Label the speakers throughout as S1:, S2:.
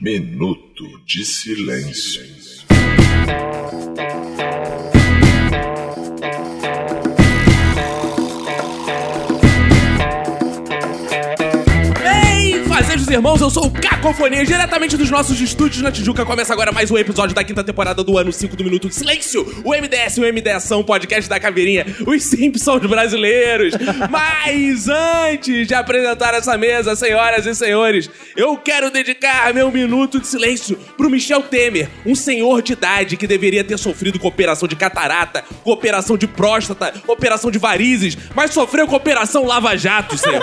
S1: Minuto de Silêncio.
S2: Ei, fazejos irmãos, eu sou o Cacofonia, diretamente dos nossos estúdios na Tijuca. Começa agora mais um episódio da quinta temporada do ano 5 do Minuto de Silêncio, o MDS, o MDS são o podcast da Caveirinha, os Simpsons brasileiros. Mas antes de apresentar essa mesa, senhoras e senhores, eu quero dedicar meu minuto de silêncio pro Michel Temer, um senhor de idade que deveria ter sofrido com operação de catarata, com operação de próstata, operação de varizes, mas sofreu com operação lava-jato, senhor.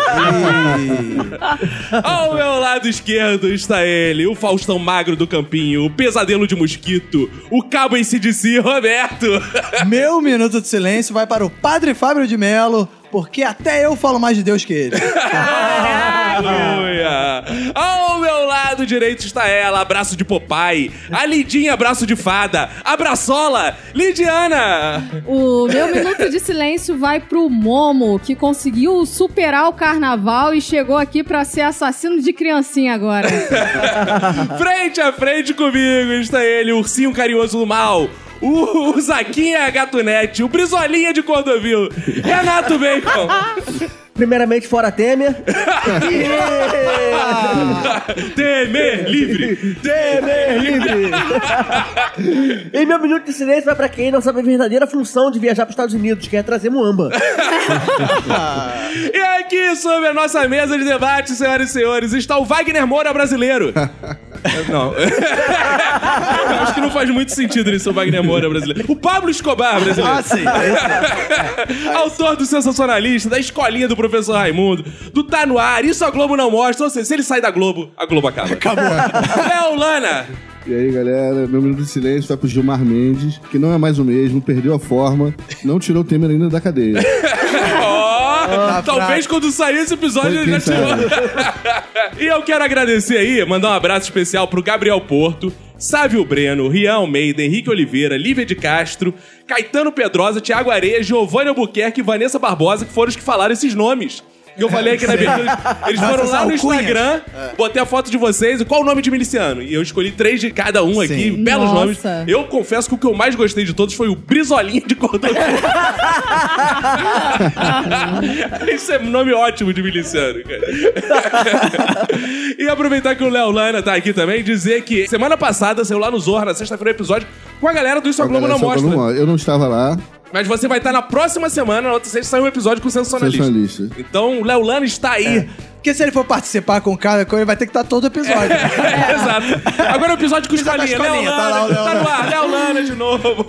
S2: Ao meu lado esquerdo está ele, o Faustão Magro do Campinho, o Pesadelo de Mosquito, o Cabo em CDC, Roberto.
S3: Meu minuto de silêncio vai para o Padre Fábio de Melo, porque até eu falo mais de Deus que ele.
S2: Aleluia! Ao meu lado direito está ela, abraço de Popeye, a Lidinha, abraço de fada, abraçola, Lidiana!
S4: O meu minuto de silêncio vai pro Momo, que conseguiu superar o carnaval e chegou aqui pra ser assassino de criancinha agora.
S2: Frente a frente comigo está ele, o ursinho carinhoso do mal. O, o Zaquinha Gatunete, o Brizolinha de Cordovil, Renato Bacon.
S5: Primeiramente, fora Temer.
S2: Temer livre! Temer livre!
S5: e meu minuto de silêncio vai pra quem não sabe a verdadeira função de viajar pros Estados Unidos, que é trazer muamba.
S2: E aqui sobre a nossa mesa de debate, senhoras e senhores, está o Wagner Moura brasileiro. não. Acho que não faz muito sentido ele ser o Wagner Moura brasileiro. O Pablo Escobar brasileiro.
S3: Ah, sim. é,
S2: Autor do Sensacionalista, da escolinha do professor Raimundo, do Tá No Ar, isso a Globo não mostra. Ou seja, se ele sai da Globo, a Globo acaba. Acabou. Léo Lana.
S6: E aí, galera, meu minuto de silêncio vai pro Gilmar Mendes, que não é mais o mesmo, perdeu a forma, não tirou o Temer ainda da cadeia.
S2: Ó, talvez quando sair esse episódio
S6: tá Foi
S2: ele já
S6: quem
S2: tirou. e eu quero agradecer aí, mandar um abraço especial pro Gabriel Porto, Sávio Breno, Rian Almeida, Henrique Oliveira, Lívia de Castro, Caetano Pedrosa, Tiago Areia, Giovanni Albuquerque e Vanessa Barbosa, que foram os que falaram esses nomes. Que eu falei aqui na abertura. Eles foram
S3: Nossas
S2: lá no
S3: alcunhas.
S2: Instagram,
S6: É.
S2: botei a foto de vocês e qual o nome de miliciano? E eu escolhi três de cada um aqui, belos
S4: Nossa.
S2: nomes. Eu confesso que o que eu mais gostei de todos foi o Brizolinha de Cordovil. Isso é um nome ótimo de miliciano, cara. e aproveitar que o Léo Lana tá aqui também, dizer que semana passada saiu lá no Zorra, na sexta-feira, um episódio com a galera do Isso a Globo
S6: Galera,
S2: Não
S6: é só
S2: Mostra.
S6: quando mo- Eu não estava lá,
S2: Mas você vai estar na próxima semana, na outra sexta, sai um episódio com o Sensacionalista.
S6: sensacionalista.
S2: Então, o Léo Lana está aí.
S3: Porque se ele for participar com o cara, ele vai ter que estar todo o episódio.
S2: É. Exato. Agora é o episódio com
S3: Episódio da
S2: escolinha. Léo
S3: escolinha, É. tá lá o
S2: Lana,
S3: Léo
S2: tá no ar, Léo Lana de novo.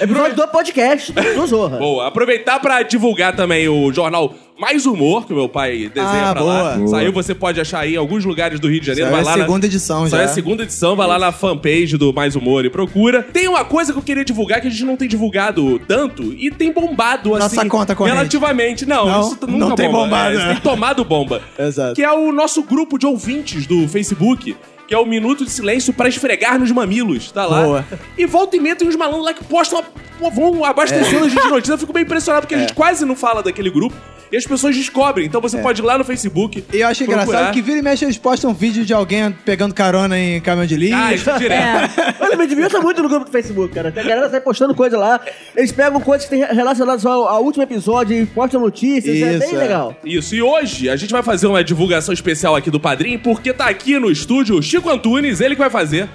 S5: É episódio do podcast, do Zorra.
S2: Boa, aproveitar pra divulgar também o jornal Mais Humor, que o meu pai desenha
S3: Ah,
S2: pra lá.
S3: boa.
S2: Saiu, você pode achar aí em alguns lugares do Rio de Janeiro.
S3: Saiu
S2: vai
S3: a
S2: lá né? é na-
S3: é segunda edição
S2: Saiu
S3: Então já.
S2: a segunda edição, vai lá na fanpage do Mais Humor e procura. Tem uma coisa que eu queria divulgar que a gente não tem divulgado tanto e tem bombado assim.
S3: Nossa conta corrente.
S2: Relativamente. Não,
S3: Não,
S2: isso nunca
S3: não tem
S2: bomba,
S3: bombado,
S2: é, isso
S3: né?
S2: tem tomado bomba.
S3: Exato.
S2: Que é o nosso grupo de ouvintes do Facebook. Que é o Minuto de Silêncio pra esfregar nos mamilos, tá lá.
S3: Boa.
S2: E volta e meia tem uns malandros lá que postam, uma- pô, vão
S3: É.
S2: abastecendo a gente de notícia. Eu fico bem impressionado porque a gente quase não fala daquele grupo e as pessoas descobrem. Então você pode ir lá no Facebook.
S3: É. E eu acho engraçado
S2: procurar.
S3: que vira e mexe eles postam um vídeo de alguém pegando carona em caminhão de
S2: Ah,
S3: lixo.
S2: isso é direto.
S5: Olha, me divirto muito no grupo do Facebook, cara. A galera sai postando coisa lá. Eles pegam coisas que tem relacionadas ao, ao último episódio e postam notícias. é
S3: Isso,
S5: bem
S3: é.
S5: legal.
S2: Isso, e hoje a gente vai fazer uma divulgação especial aqui do Padrim, porque tá aqui no estúdio o Chico Antunes, ele que vai fazer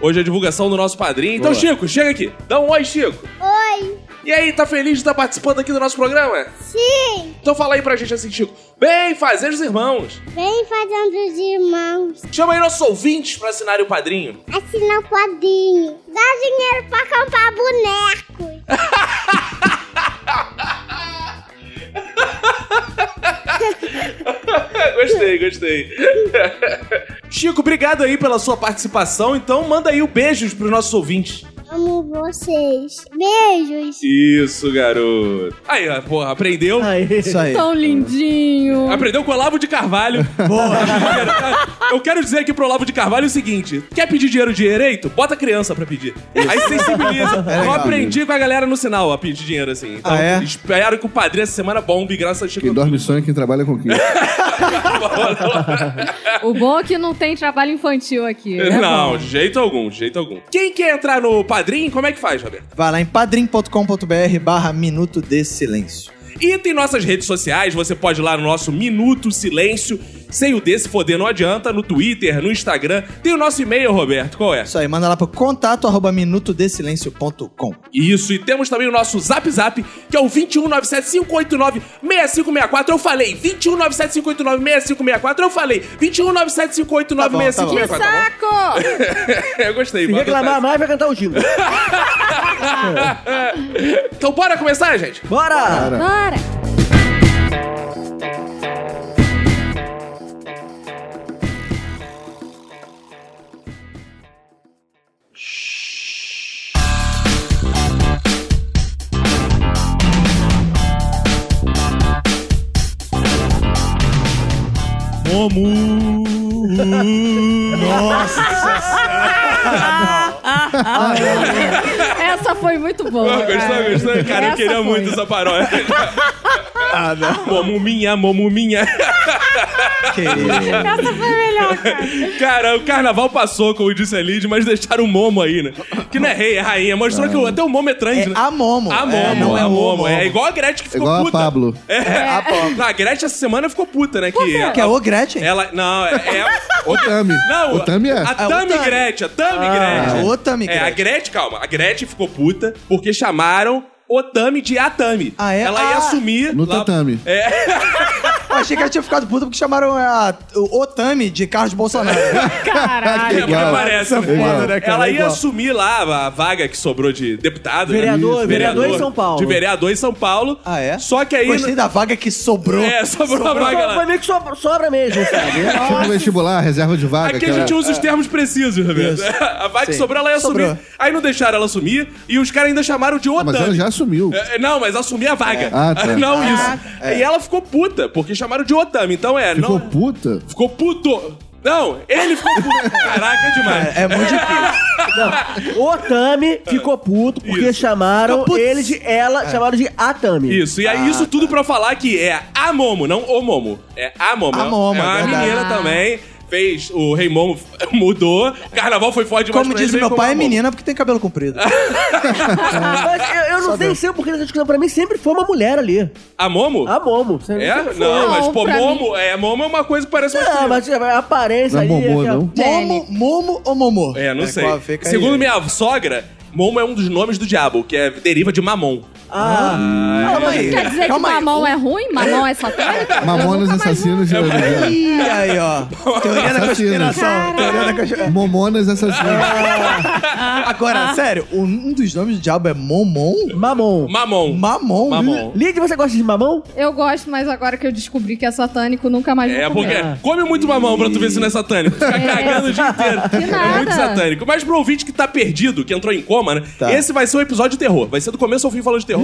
S2: hoje a divulgação do nosso Padrim. Então, Chico, chega aqui. Dá um oi, Chico.
S7: Oi,
S2: E aí, tá feliz de estar participando aqui do nosso programa?
S7: sim,
S2: Então fala aí pra gente assim, Chico. Bem, fazer os irmãos.
S7: vem fazendo os irmãos.
S2: Chama aí nossos ouvintes pra assinarem o Padrinho.
S7: Assina o quadrinho. Dá dinheiro pra comprar bonecos.
S2: gostei, gostei. Chico, obrigado aí pela sua participação. Então manda aí o beijos pros nossos ouvintes.
S7: Amo vocês. Beijos.
S2: Isso, garoto. Aí, ó, porra, aprendeu.
S5: Aí.
S3: Isso aí.
S4: Tão lindinho.
S2: Aprendeu com o Olavo de Carvalho. Boa. Eu quero dizer aqui pro Olavo de Carvalho o seguinte: quer pedir dinheiro direito? Bota criança pra pedir. Aí sensibiliza.
S6: É
S2: eu
S6: legal,
S2: aprendi com a galera no sinal a pedir dinheiro assim. Então,
S3: Ah, é?
S2: espero que o padrinho essa semana bombe, graças a Chico.
S6: Quem dorme sonha, quem trabalha conquista.
S4: O bom é que não tem trabalho infantil aqui. É
S2: Não,
S4: bom.
S2: de jeito algum, de jeito algum. Quem quer entrar no padrinho, como é que faz, Roberto?
S3: Vai lá em padrim.com.br barra Minuto de Silêncio.
S2: E tem nossas redes sociais, você pode ir lá no nosso Minuto Silêncio, sem o D, se foder não adianta, no Twitter, no Instagram. Tem o nosso e-mail, Roberto, qual é?
S3: Isso aí, manda lá pro contato arroba minutodesilencio.com.
S2: Isso, e temos também o nosso Zap Zap, que é o 21975896564. Eu falei, 21975896564. Eu falei,
S4: Que
S2: 21975896564.
S4: É saco!
S2: Eu gostei,
S5: Se
S2: vou
S5: reclamar mais, vai cantar o Gino.
S2: adotar isso. Então bora começar, gente?
S5: Bora!
S4: Bora!
S3: Momu!
S4: Essa foi muito boa.
S2: Gostou,
S4: cara.
S2: gostou? Cara, eu
S4: Essa
S2: queria
S4: foi.
S2: muito essa paródia. ah, não. Momuminha, momuminha.
S3: Que isso.
S4: Essa foi melhor, cara.
S2: Cara, o carnaval passou, como disse a Lid, mas deixaram o Momo aí, né? Que não é rei, é rainha. Mostrou que o- até o Momo é trans,
S3: É
S2: né?
S3: a Momo.
S2: A Momo,
S3: É, não é
S2: a
S3: o
S2: Momo.
S3: Momo.
S2: É igual a Gretchen que ficou
S6: Igual a
S2: puta.
S6: Pablo.
S2: É,
S3: a Pablo.
S2: Não, a Gretchen essa semana ficou puta, né? que
S3: Que é o Gretchen.
S2: Ela. Não, é. é-
S6: O Tami.
S2: Não,
S6: o Tami Ah, é.
S2: A
S3: o
S2: Tami
S3: Tami.
S2: Gretchen, a Tami Gretchen.
S3: o Ah, Tami
S2: É, a
S3: Gretchen.
S2: Gretchen, calma. A Gretchen ficou puta porque chamaram o Tami de a Tami.
S3: Ah, é?
S2: Ela ia
S3: Ah.
S2: assumir.
S6: No
S2: lá- É.
S6: tatame.
S3: Eu achei que ela tinha ficado puta porque chamaram a, o Otami de Carlos Bolsonaro.
S4: Caralho.
S2: É,
S6: Igual.
S2: parece.
S6: Essa foda, né, cara?
S2: Ela ia
S6: Igual.
S2: assumir lá a vaga que sobrou de deputado. né?
S5: Vereador,
S6: Isso,
S5: vereador em São Paulo.
S2: De vereador em São Paulo.
S3: Ah, é?
S2: Só que aí.
S3: Gostei da vaga que sobrou.
S2: É, sobrou a vaga
S5: Foi
S2: lá.
S5: meio que sobra, sobra mesmo, sabe?
S6: Tipo vestibular, reserva de vaga.
S2: Aqui a gente usa os termos precisos, Roberto.
S3: É. Isso.
S2: A vaga que
S3: Sim.
S2: sobrou, ela ia assumir.
S3: Sobrou. Ah,
S2: Aí não deixaram ela assumir e os caras ainda chamaram de
S6: Ah, Mas ela
S2: Otami.
S6: já assumiu.
S2: É, é, Não, mas assumir a
S3: É.
S2: vaga.
S6: Ah, tá.
S2: Não isso.
S3: Ah,
S2: E ela ficou puta, porque chamaram de Otami. Então é,
S6: Ficou
S2: não.
S6: puta.
S2: Ficou puto. Não, ele ficou puto. Caraca, é demais.
S3: É muito difícil.
S5: O Tami ficou puto porque
S2: Isso.
S5: chamaram
S3: Putz. É.
S5: ele de ela, chamaram de a Tami.
S2: Isso, e aí
S3: Ah,
S2: isso tudo
S3: tá.
S2: pra falar que é a Momo, não o Momo. É a Momo.
S3: A Momo,
S2: é uma
S3: verdade.
S2: menina também. Fez o Rei Momo, mudou. Carnaval foi forte demais
S3: Como
S2: pra
S3: diz o
S2: ele, veio
S3: meu
S2: como
S3: pai,
S2: a
S3: é
S2: Momo.
S3: menina porque tem cabelo comprido.
S5: Mas eu, eu não sei se eu, porque essa discussão pra mim sempre foi uma mulher ali.
S2: A Momo?
S5: A Momo. sempre
S2: É?
S5: foi.
S2: Não, mas pô,
S4: pra
S2: Momo é, Momo é uma coisa que parece
S5: Ah,
S2: uma.
S5: mas a aparência
S6: Não é
S5: ali.
S6: Momô,
S5: aquela-
S6: não.
S3: Momo, Momo ou Momô?
S2: É, não sei.
S3: qual fica aí?
S2: Segundo minha sogra, Momo é um dos nomes do diabo, que é deriva de mamon.
S5: Ah,
S3: Calma aí.
S4: Quer dizer
S3: Calma
S4: que
S3: aí.
S4: mamão é ruim? Mamão é satânico?
S6: Mamonas
S4: Eu nunca mais vou-
S6: assassinos.
S2: É
S6: de-
S3: Ih, aí, ó. Teoria da conspiração. Teoria da conspiração.
S6: Momonas assassinas.
S2: Ah.
S3: Agora, sério, um dos nomes do diabo é Momon?
S5: mamon.
S2: Mamon.
S3: Mamon?
S2: Mamon.
S5: Lid, você gosta de mamão?
S4: Eu gosto, mas agora que eu descobri que é satânico, nunca mais
S2: É,
S4: vou
S2: porque
S4: comer.
S2: come muito mamão pra tu ver se não é satânico. Fica cagando o dia inteiro.
S4: Que
S2: É muito
S4: nada.
S2: satânico. Mas pro ouvinte que tá perdido, que entrou em coma, né?
S3: Tá.
S2: Esse vai ser um episódio de terror. Vai ser do começo ao fim falando de terror.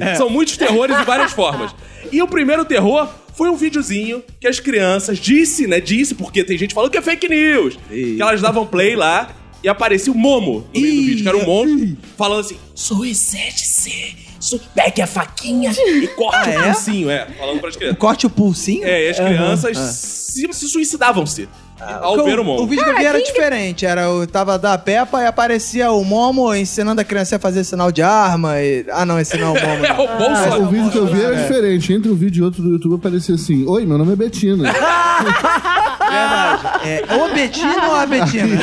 S3: É.
S2: São muitos terrores de várias formas. E o primeiro terror foi um videozinho que as crianças disse, né? Disse, porque tem gente falando que é fake news. Que elas davam play lá. E aparecia o Momo no meio do vídeo, que era um Momo, falando assim: sou E7C, sou... pegue a faquinha e corte
S3: Ah,
S2: o
S3: é?
S2: pulsinho, é? Falando pras crianças.
S3: Corte o pulsinho?
S2: É, e as crianças se, se suicidavam-se ao
S3: Porque
S2: ver o Momo.
S3: O vídeo
S4: Ah,
S3: que eu vi era diferente. Era, eu tava da Peppa e aparecia o Momo ensinando a criança a fazer sinal de arma. e- Ah, não, esse não é o Momo.
S2: É o
S3: não.
S6: O
S2: Bolsonaro.
S6: vídeo que eu vi era diferente. Entre um vídeo e outro do YouTube aparecia assim: Oi, meu nome é Betina.
S3: Verdade. É o Betino ou a Betina?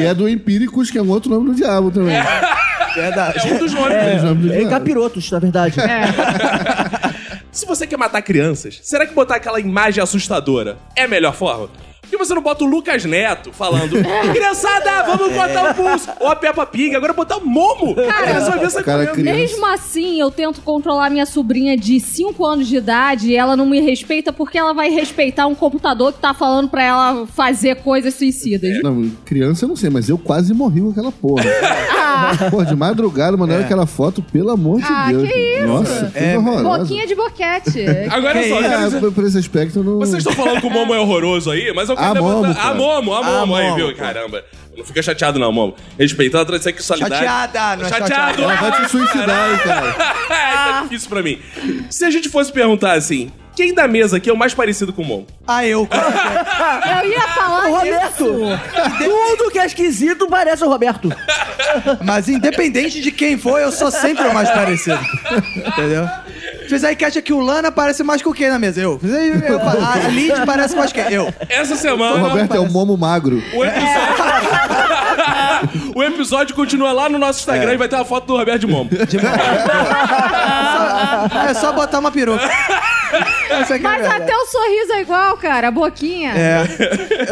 S6: e é do Empíricos, que é um outro nome do diabo também.
S2: É
S3: Verdade.
S2: um dos nomes.
S6: Três nomes do
S5: É,
S6: diabo.
S5: capirotos, na verdade.
S2: Se você quer matar crianças, será que botar aquela imagem assustadora é a é melhor forma? que você não bota o Lucas Neto falando, criançada, vamos botar o pulso, ou a Peppa Pig, agora botar o Momo. Cara, você vai ver essa
S6: Cara,
S2: coisa.
S6: criança.
S4: Mesmo assim, eu tento controlar minha sobrinha de 5 anos de idade e ela não me respeita porque ela vai respeitar um computador que tá falando pra ela fazer coisas suicidas.
S6: Não, criança eu não sei, mas eu quase morri com aquela porra. Pô, de madrugada mandaram aquela foto, pelo amor de
S4: Ah,
S6: Deus.
S4: que isso?
S6: Nossa, coisa
S3: É,
S6: horrorosa.
S4: Boquinha de boquete.
S2: Agora só, eu quero dizer-
S6: É, por esse aspecto eu não...
S2: Vocês estão falando que o Momo é horroroso aí, mas eu quero
S6: Ah, Momo,
S2: levantar. Ah,
S6: cara.
S2: Momo, ah,
S3: Ah,
S2: Momo aí,
S3: Momo,
S2: viu?
S3: pô.
S2: Caramba. Não fica chateado, não, Momo. Respeitando a transexualidade.
S3: Chateada, não é
S2: Chateado!
S3: chateada.
S6: Ela vai te suicidar, hein, cara.
S2: tá difícil pra mim. Se a gente fosse perguntar assim, quem da mesa aqui é o mais parecido com o Momo?
S3: Ah, eu.
S4: Eu ia falar
S5: O
S4: disso.
S5: Roberto! Tudo que é esquisito parece o Roberto.
S3: Mas independente de quem for, eu sou sempre o mais parecido. Entendeu? Fiz a enquete que o Lana parece mais com quem na mesa? Eu. Fiz aí, eu falo, a Lid parece mais com quem? Eu.
S2: Essa
S6: O
S2: semana.
S6: Roberto é o momo magro.
S2: O episódio... o episódio continua lá no nosso Instagram e vai ter uma foto do Roberto de Momo.
S3: Ah, é só botar uma peruca. Isso aqui é
S4: Mas
S3: verdade.
S4: até o sorriso é igual, cara. A boquinha.
S3: É.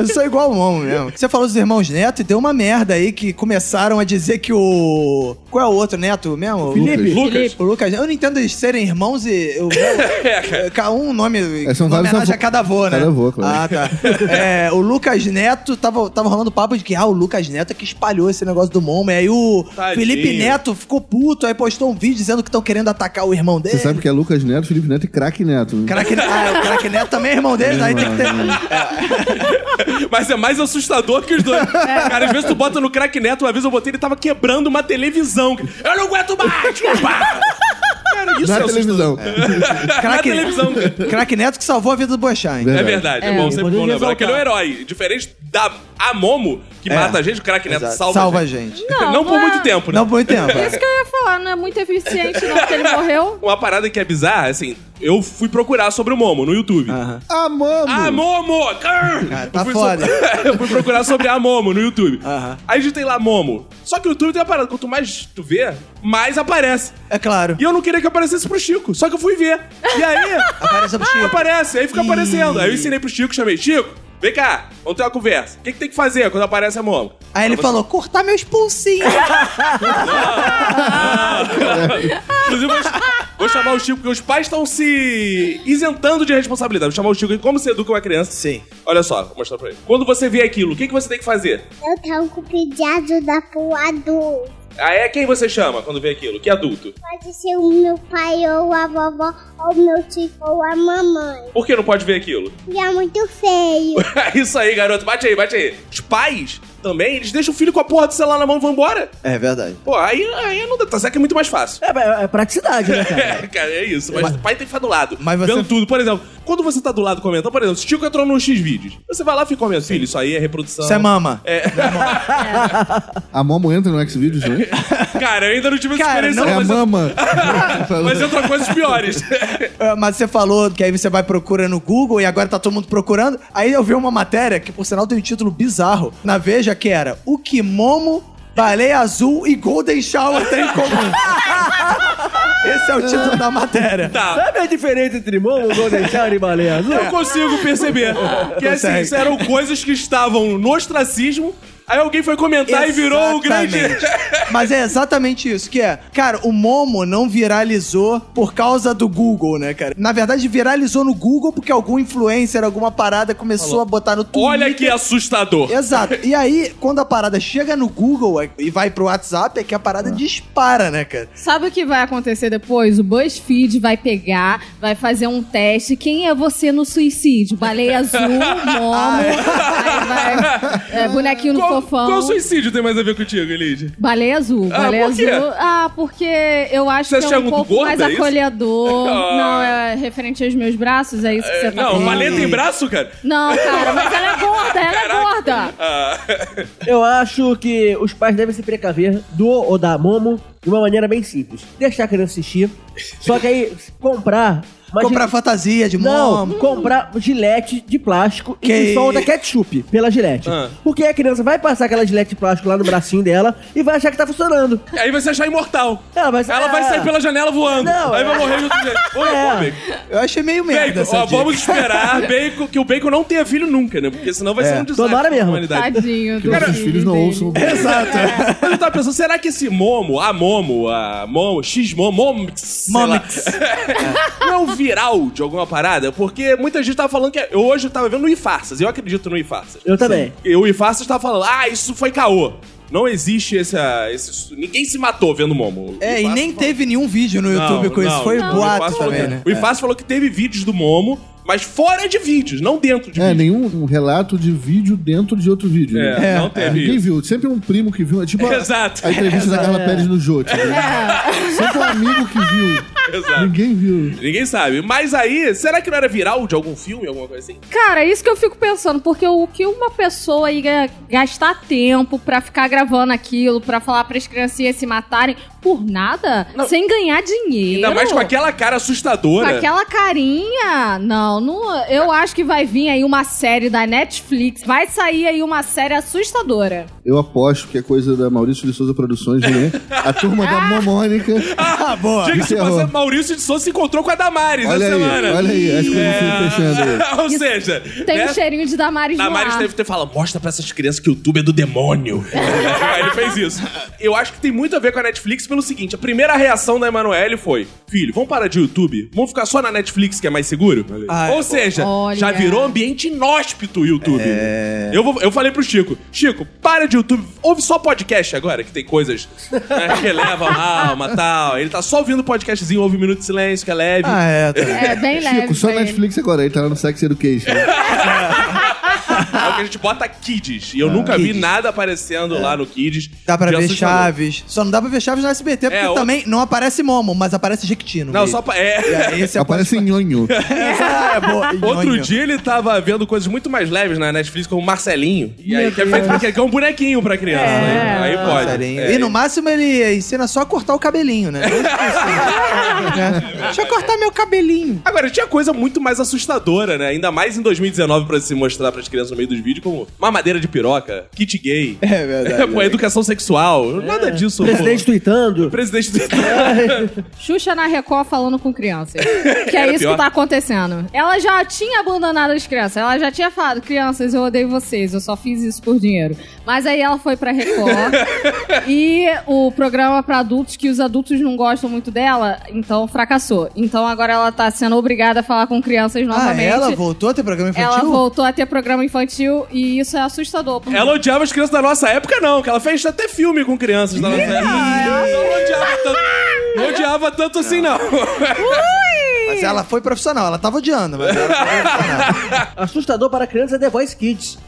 S3: Eu sou igual o Momo mesmo. Você falou dos irmãos Neto e deu uma merda aí que começaram a dizer que o. Qual é o outro neto mesmo?
S6: Felipe.
S2: Lucas.
S3: O Lucas, eu não entendo eles serem irmãos e. Eu, eu, cada um nome.
S6: É, são
S3: uma
S6: vários
S3: homenagem
S6: avô-
S3: a cada avô, né?
S6: cada avô, claro.
S3: Ah, tá. É, o Lucas Neto, tava, tava rolando papo de que, ah, o Lucas Neto é que espalhou esse negócio do Momo. E aí o
S2: Tadinho.
S3: Felipe Neto ficou puto, aí postou um vídeo dizendo que estão querendo atacar o irmão dele.
S6: Você sabe que é Lucas Neto, Felipe Neto e craque Neto. né?
S3: Craque, ah, o Craque Neto também é irmão dele, aí tem que ter.
S2: Mas é mais assustador que os dois. Cara, às vezes tu bota no crack neto, uma vez eu botei, ele tava quebrando uma televisão. Eu não aguento mais! Pá! Cara, isso é
S6: Na
S2: assustador.
S6: televisão.
S2: Na televisão, cara.
S3: Craque Neto que salvou a vida do Boechat, hein?
S2: É verdade, é, bom, sempre
S5: Poderia
S2: bom lembrar. Que ele é um
S5: exaltar.
S2: herói. Diferente da Amomo, que
S3: É.
S2: mata a gente, o craque neto
S3: Exato.
S2: salva, a
S3: Salva a
S2: gente.
S3: gente.
S2: Não, por
S4: é-
S2: muito tempo, né?
S3: Não por muito tempo. é.
S4: Isso que eu ia falar, não é muito eficiente, não, porque ele morreu.
S2: Uma parada que é bizarra, assim, eu fui procurar sobre o Momo no YouTube.
S6: Ah, momo!
S2: Ah, Momo! Cara,
S3: tá foda.
S2: eu fui procurar sobre a Momo no YouTube.
S3: Aham.
S2: Aí a gente tem lá Momo. Só que o YouTube tem uma parada, quanto mais tu vê, mais aparece.
S3: É claro.
S2: E eu não queria que aparecesse pro Chico, só que eu fui ver. E aí,
S3: Apareceu pro Chico.
S2: aparece, aí fica
S3: Ih.
S2: aparecendo. Aí eu ensinei pro Chico, chamei, Chico, vem cá, vamos ter uma conversa. O que, que tem que fazer quando aparece a Momo?
S3: Aí ele falou, cortar meus pulsinhos.
S2: Inclusive, vou, vou chamar o Chico, porque os pais estão se isentando de responsabilidade. Vou chamar o Chico aqui, como se educa uma criança.
S3: Sim.
S2: Olha só, vou mostrar pra ele. Quando você vê aquilo, o que, que você tem que fazer?
S7: Eu tava com pedido da pro adulto.
S2: Ah, é quem você chama quando vê aquilo? Que adulto?
S7: Pode ser o meu pai ou a vovó, ou meu tio ou a mamãe.
S2: Por que não pode ver aquilo?
S7: E é muito feio.
S2: Isso aí, garoto. Bate aí, bate aí. Os pais também, eles deixam o filho com a porra do celular na mão e vão embora.
S3: É verdade.
S2: Pô, aí, aí não dá. Tá certo que é muito mais fácil.
S5: É, é, é praticidade, né, cara?
S2: É, cara, é isso. Mas, o pai tem que ficar do lado.
S3: Mas você-
S2: Vendo tudo. Por exemplo, quando você tá do lado comentando, por exemplo, se o Chico entrou no X vídeos, você vai lá e fica comendo, filho, isso aí é reprodução.
S3: Isso é mama.
S6: A momo entra no X-Videos, né?
S2: Cara, eu ainda não tive essa
S3: Cara,
S2: experiência,
S6: É a
S2: mas, Ah,
S6: mama.
S2: mas entrou coisas piores.
S3: É, Mas você falou que aí você vai procura no Google e agora tá todo mundo procurando. Aí eu vi uma matéria que, por sinal, tem um título bizarro na Veja que era O que Momo, Baleia Azul e Golden Shower têm em comum. Esse é o título da matéria.
S2: tá.
S5: Sabe a diferença É entre Momo, Golden Shower e Baleia Azul?
S2: Eu consigo perceber. que assim,
S3: Consegue.
S2: isso eram coisas que estavam no ostracismo, aí alguém foi comentar e virou o grande.
S3: Exatamente. Mas é exatamente isso que é. Cara, o Momo não viralizou por causa do Google, né, cara? Na verdade, viralizou no Google porque algum influencer, alguma parada começou a botar no Twitter.
S2: Olha que assustador.
S3: Exato. E aí, quando a parada chega no Google é, e vai pro WhatsApp, é que a
S2: Ah.
S3: parada dispara, né, cara?
S4: Sabe o que vai acontecer depois? O BuzzFeed vai pegar, vai fazer um teste. Quem é você no suicídio? Baleia azul, momo, aí vai, é, bonequinho no
S2: Ah. Qual,
S4: fofão.
S2: qual suicídio tem mais a ver contigo, Elide?
S4: Baleia azul,
S2: Ah,
S4: baleia
S2: por quê?
S4: azul. Ah, porque eu acho
S2: Você
S4: que
S2: acha
S4: é
S2: muito
S4: um pouco
S2: gorda,
S4: mais
S2: é isso?
S4: acolhedor.
S2: Ah.
S4: Não, é referente aos meus braços, é isso que você tá
S2: Não,
S4: falando?
S2: baleia tem braço, cara?
S4: Não, cara, mas ela é gorda, ela é gorda.
S2: Ah,
S5: Eu acho que os pais devem se precaver do ou da Momo de uma maneira bem simples. Deixar a criança assistir, só que aí comprar... imagina-
S3: Comprar fantasia de
S5: não,
S2: Hum.
S3: mom.
S5: comprar gilete de plástico
S3: Que-
S5: e que solta ketchup pela gilete.
S2: Ah.
S5: Porque a criança vai passar aquela gilete de plástico lá no bracinho dela e vai achar que tá funcionando.
S2: Aí vai se achar imortal.
S5: Ela vai, Ah,
S2: Ela vai sair pela janela voando.
S5: é. Não,
S2: Aí
S5: é.
S2: vai morrer junto com ele. Ô,
S5: É.
S2: ô, Bacon.
S3: Eu achei meio merda
S2: Bacon,
S3: essa
S2: ó,
S3: dica.
S2: vamos esperar Bacon, que o Bacon não tenha filho nunca, né? Porque senão vai ser um desastre
S5: tomara
S2: pra
S5: mesmo.
S2: humanidade.
S4: Tadinho do
S6: Que os filhos não
S4: dele.
S6: ouçam.
S3: Exato.
S2: Mas eu tava pensando, será que esse Momo, a Momo, a Momo, X-Momo, Momix, sei lá,
S3: Momix.
S2: não é o viral de alguma parada? Porque muita gente tava falando que... Eu hoje tava vendo no Ifarsas, eu acredito no Ifarsas.
S5: Eu também.
S2: E o Ifarsas tava falando, ah, isso foi caô. Não existe esse, ah, esse- Ninguém se matou vendo Momo. O
S3: É, e
S2: Ifarsas
S3: nem
S2: falou-
S3: teve nenhum vídeo no
S2: Não,
S3: YouTube com isso.
S2: não,
S3: Foi
S2: não. O Ifarsas
S3: boato
S2: falou
S3: também,
S2: que-
S3: né?
S2: O Ifarsas falou que teve vídeos do Momo, mas fora de vídeos, não dentro de
S6: É,
S2: vídeos.
S6: nenhum relato de vídeo dentro de outro vídeo. né?
S2: É, não teve
S6: Ninguém
S2: isso.
S6: viu. Sempre um primo que viu. É tipo a,
S2: Exato.
S6: a entrevista da Carla Pérez no Jô. Tipo,
S4: É.
S6: Sempre um amigo que viu.
S2: Exato.
S6: Ninguém viu.
S2: Ninguém sabe. Mas aí, será que não era viral de algum filme, alguma coisa assim?
S4: Cara, é isso que eu fico pensando, porque o que uma pessoa ia gastar tempo pra ficar gravando aquilo, pra falar pras criancinhas se matarem por nada, sem ganhar dinheiro.
S2: Ainda mais com né? aquela cara
S4: Com
S2: assustadora.
S4: aquela carinha. Não, não, eu acho que vai vir aí uma série da Netflix. Vai sair aí uma série assustadora.
S6: Eu aposto que é coisa da Maurício de Souza Produções, né? A turma da Mamônica.
S3: Ah, boa.
S2: Diga-se
S6: Encerrou.
S2: você, Maurício de Souza se encontrou com a Damares
S6: Olha
S2: essa
S6: aí,
S2: semana.
S6: olha aí. Acho que eu não fui fechando
S2: É,
S6: aí.
S2: Ou seja,
S4: Tem um
S2: né?
S4: cheirinho de Damares no
S2: Damares
S4: ar.
S2: teve que ter falado, mostra pra essas crianças que o YouTube é do demônio. Aí ele fez isso. Eu acho que tem muito a ver com a Netflix pelo seguinte, a primeira reação da Emanuele foi, filho, vamos parar de YouTube? Vamos ficar só na Netflix que é mais seguro?
S3: Ah,
S2: Ou
S3: é.
S2: seja,
S4: Olha.
S2: já virou ambiente inóspito o YouTube. Eu, vou- eu falei pro Chico, Chico, para de YouTube, ouve só podcast agora, que tem coisas né, que elevam a alma e tal. Ele tá só ouvindo podcastzinho, ouve Minuto de Silêncio, que é leve.
S3: Ah, é. tá.
S4: É, bem leve.
S6: Chico, só
S4: bem.
S6: Netflix agora. Ele tá lá no Sex Education.
S2: É o que a gente bota Kids. E eu nunca vi nada aparecendo lá no Kids.
S3: Ah. É. Dá pra
S2: de
S3: ver
S2: assustador.
S3: Chaves. Só não dá pra ver Chaves no SBT, porque
S2: É, o-
S3: também não aparece Momo, mas aparece Jequitino.
S2: Não, só pra. É.
S3: Esse
S6: Aparece em nhonho.
S3: Ah, é boa.
S2: Outro
S3: Nhonho.
S2: dia ele tava vendo coisas muito mais leves na Netflix, como Marcelinho. E aí, que é feito pra quê? Que é um bonequinho pra criança. né? Aí pode.
S3: Passarinho.
S2: É.
S3: Ah, E no máximo ele ensina só a cortar o cabelinho, né? É. Deixa eu cortar meu cabelinho.
S2: Agora, tinha coisa muito mais assustadora, né? Ainda mais em 2019 pra se mostrar pras crianças no meio dos vídeos, como mamadeira de piroca, kit gay,
S3: É verdade.
S2: pô, educação sexual, nada disso. pô.
S5: Presidente tweetando.
S2: Presidente do...
S4: Xuxa na Record falando com crianças. Que é
S2: Era
S4: isso
S2: pior.
S4: que tá acontecendo. Ela já tinha abandonado as crianças. Ela já tinha falado, crianças, eu odeio vocês, eu só fiz isso por dinheiro. Mas aí ela foi pra Record. e o programa pra adultos, que os adultos não gostam muito dela, então fracassou. Então agora ela tá sendo obrigada a falar com crianças
S3: Ah,
S4: novamente.
S3: ela voltou a ter programa infantil?
S4: Ela voltou a ter programa infantil e isso é assustador. porque-
S2: Ela odiava as crianças da nossa época, não, que ela fez até filme com crianças da nossa época. Não odiava tanto, não odiava tanto assim, não.
S3: Mas ela foi profissional, ela tava odiando, mas ela foi profissional.
S5: Assustador para criança é The Voice Kids.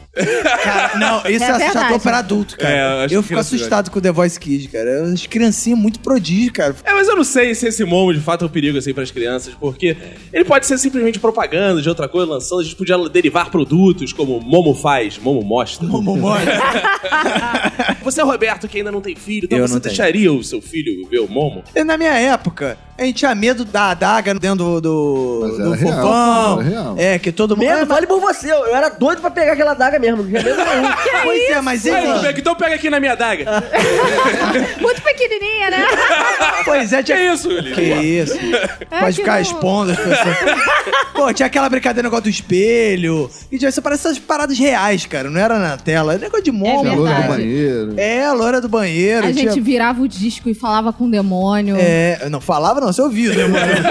S3: Cara, não, isso
S4: É
S3: é, assustador
S4: verdade.
S3: pra adulto, cara.
S2: É, eu acho
S3: eu
S2: que
S3: fico
S2: criança
S3: assustado com o The Voice Kids, cara. As criancinhas muito prodígio, cara.
S2: É, mas eu não sei se esse momo de fato é um perigo assim para as crianças, porque ele pode ser simplesmente propaganda de outra coisa lançando, a gente podia derivar produtos como Momo faz, Momo mostra.
S3: Como mole.
S2: Você, é Roberto, que ainda não tem filho, então
S3: Eu
S2: você
S3: não tenho.
S2: deixaria o seu filho ver o Momo?
S3: E Na minha época, a gente tinha medo da adaga dentro do, do,
S6: Mas era
S3: do
S6: real,
S3: fofão.
S6: era real.
S3: É, que todo mundo.
S5: Medo,
S3: é, mas,
S5: vale por você. Eu, eu era doido pra pegar aquela daga mesmo. Não tinha medo nenhum.
S3: pois é, mas
S2: Aí,
S3: ele.
S2: Roberto, então pega aqui na minha daga.
S4: Muito pequenininha, né?
S3: Pois é,
S2: que
S3: tinha.
S2: é isso, Willi?
S3: Que isso? Pode
S4: que
S3: ficar
S4: não-
S3: expondo as pessoas. Pô, tinha aquela brincadeira, negócio do espelho. E tinha- isso parece essas paradas reais, cara. Não era na tela. É negócio de
S4: É
S6: Tinha
S3: móvel.
S6: loura
S4: verdade.
S6: no banheiro.
S3: É, a loira do banheiro.
S4: A
S3: tinha-
S4: gente virava o disco e falava com o demônio.
S3: É, não falava não, você ouvia, né?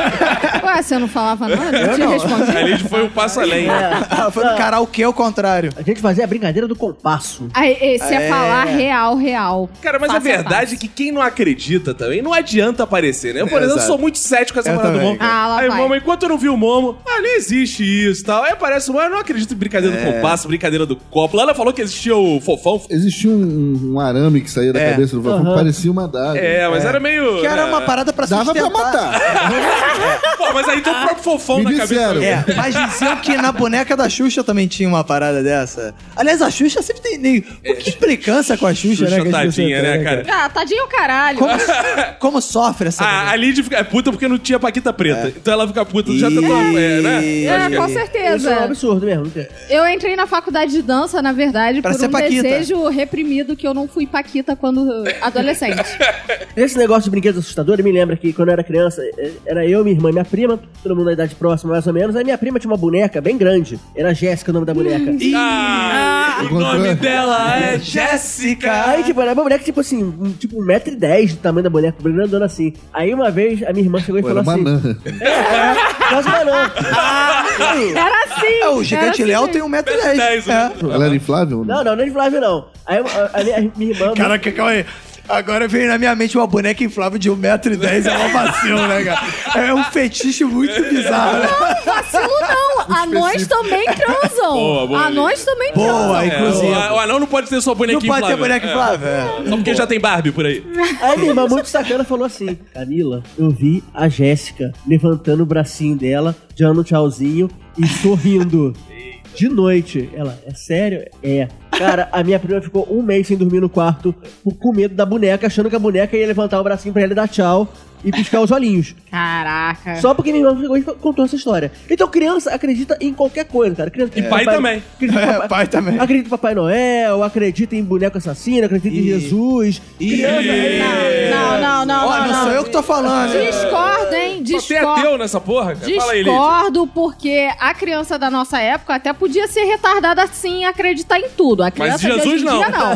S4: Ué, você não falava nada? Eu te respondi.
S2: Ali foi um passo além.
S3: Ah, Foi no karaokê ao contrário.
S5: A gente fazia a brincadeira do compasso.
S4: Aí, esse é, falar real, real.
S2: Cara, mas é
S4: Passo
S2: a verdade é que quem não acredita também, não adianta tenta aparecer, né? Eu, por exemplo,
S3: Exato.
S2: sou muito cético com essa
S3: Eu
S2: parada do
S3: também,
S2: Momo.
S4: cara. Ah, lá
S2: Aí,
S4: vai.
S2: Momo, enquanto eu não vi o Momo, ah, nem existe isso e tal. Aí aparece o Momo, eu não acredito em brincadeira
S3: É.
S2: do compasso, brincadeira do copo. Lana falou que existia o fofão.
S6: Existia um, um- um arame que saía da
S3: É.
S6: cabeça do Fofão, que parecia uma daga.
S2: É, mas era meio.
S3: Que era
S2: né?
S3: uma parada pra
S6: Dava pra
S3: sustentar.
S6: matar.
S2: Pô, mas aí tem o próprio fofão
S6: Me
S2: na cabeça.
S6: disseram.
S3: É, mas diziam que na boneca da Xuxa também tinha uma parada dessa. Aliás, a Xuxa sempre tem. Nem... O que implicância com a Xuxa, né?
S2: Xuxa
S3: que as pessoas
S2: tadinha,
S3: têm,
S2: né, cara?
S4: Ah, tadinho o caralho.
S3: Como, como sofre essa. É.
S2: A, a
S3: mulher?
S2: Lid fica é puta porque não tinha Paquita Preta. Então ela fica puta, já
S3: Ih.
S2: tentou. É, né?
S4: É,
S2: Acho que-
S4: com
S5: Isso é um
S4: certeza.
S5: absurdo mesmo. não tem-
S4: Eu entrei na faculdade de dança, na verdade,
S3: Pra
S4: por
S3: ser
S4: um
S3: Paquita.
S4: desejo reprimido que eu não fui paquita quando uh, adolescente.
S5: Esse negócio de brinquedos assustadores me lembra que quando eu era criança, eh, era eu, minha irmã e minha prima, todo mundo na idade próxima, mais ou menos. Aí minha prima tinha uma boneca bem grande. Era Jéssica o nome da boneca.
S2: Hum. Ah, o
S6: Encontrou.
S2: nome dela é Jéssica.
S5: Aí, tipo, era uma boneca, tipo assim, um- tipo 1,10m do tamanho da boneca, grandona assim. Aí uma vez a minha irmã chegou e
S6: Pô, era
S5: falou
S6: uma
S5: assim.
S6: anã.
S5: Quase banana. Aí,
S4: Era assim!
S3: É, o gigante
S4: era
S3: Léo
S4: assim.
S3: tem 1,10m.
S2: 10, né?
S3: É.
S6: Ela era inflável?
S5: Não, não, não é de Flávio, não. Aí a, a- a minha irmã.
S3: Caraca, calma aí. Agora veio na minha mente uma boneca inflável de 1,10m. É um vacilo, né, cara? É um fetiche muito bizarro. Né?
S4: Não, vacilo não! Anões também transam!
S2: Boa, boa.
S4: Anões também transam!
S3: Boa,
S2: É,
S3: inclusive.
S2: o, o anão não pode ter sua
S3: Não
S2: bonequinha
S3: pode ter
S2: inflável.
S3: boneca
S2: É.
S3: inflável. é.
S2: Só porque já tem Barbie por aí.
S5: Aí minha irmã, muito sacana, falou assim: Camila, eu vi a Jéssica levantando o bracinho dela, dando um tchauzinho e sorrindo. De noite. Ela, é sério? É. Cara, a minha prima ficou um mês sem dormir no quarto, por- com medo da boneca, achando que a boneca ia levantar o bracinho pra ela e dar tchau e piscar os olhinhos.
S4: Caraca!
S5: Só porque minha irmã chegou e contou essa história. Então criança acredita em qualquer coisa, cara. Criança,
S2: E pai também.
S5: Acredita em
S3: É,
S5: papai-
S3: pai também.
S5: Acredita em Papai Noel, acredita em boneco assassino, acredita em
S3: Ih.
S5: Jesus. é,
S3: Ih.
S4: Não, não, não, não,
S3: Ó, não
S4: não.
S3: sou eu que tô falando. né? hein?
S4: Discordo, hein?
S2: Só tem
S4: Discordo.
S2: ateu nessa porra, cara. É, Fala aí, Lid.
S4: Discordo, porque a criança da nossa época até podia ser retardada sim e acreditar em tudo. A criança de
S2: Jesus
S4: hoje em
S2: não.
S4: dia não.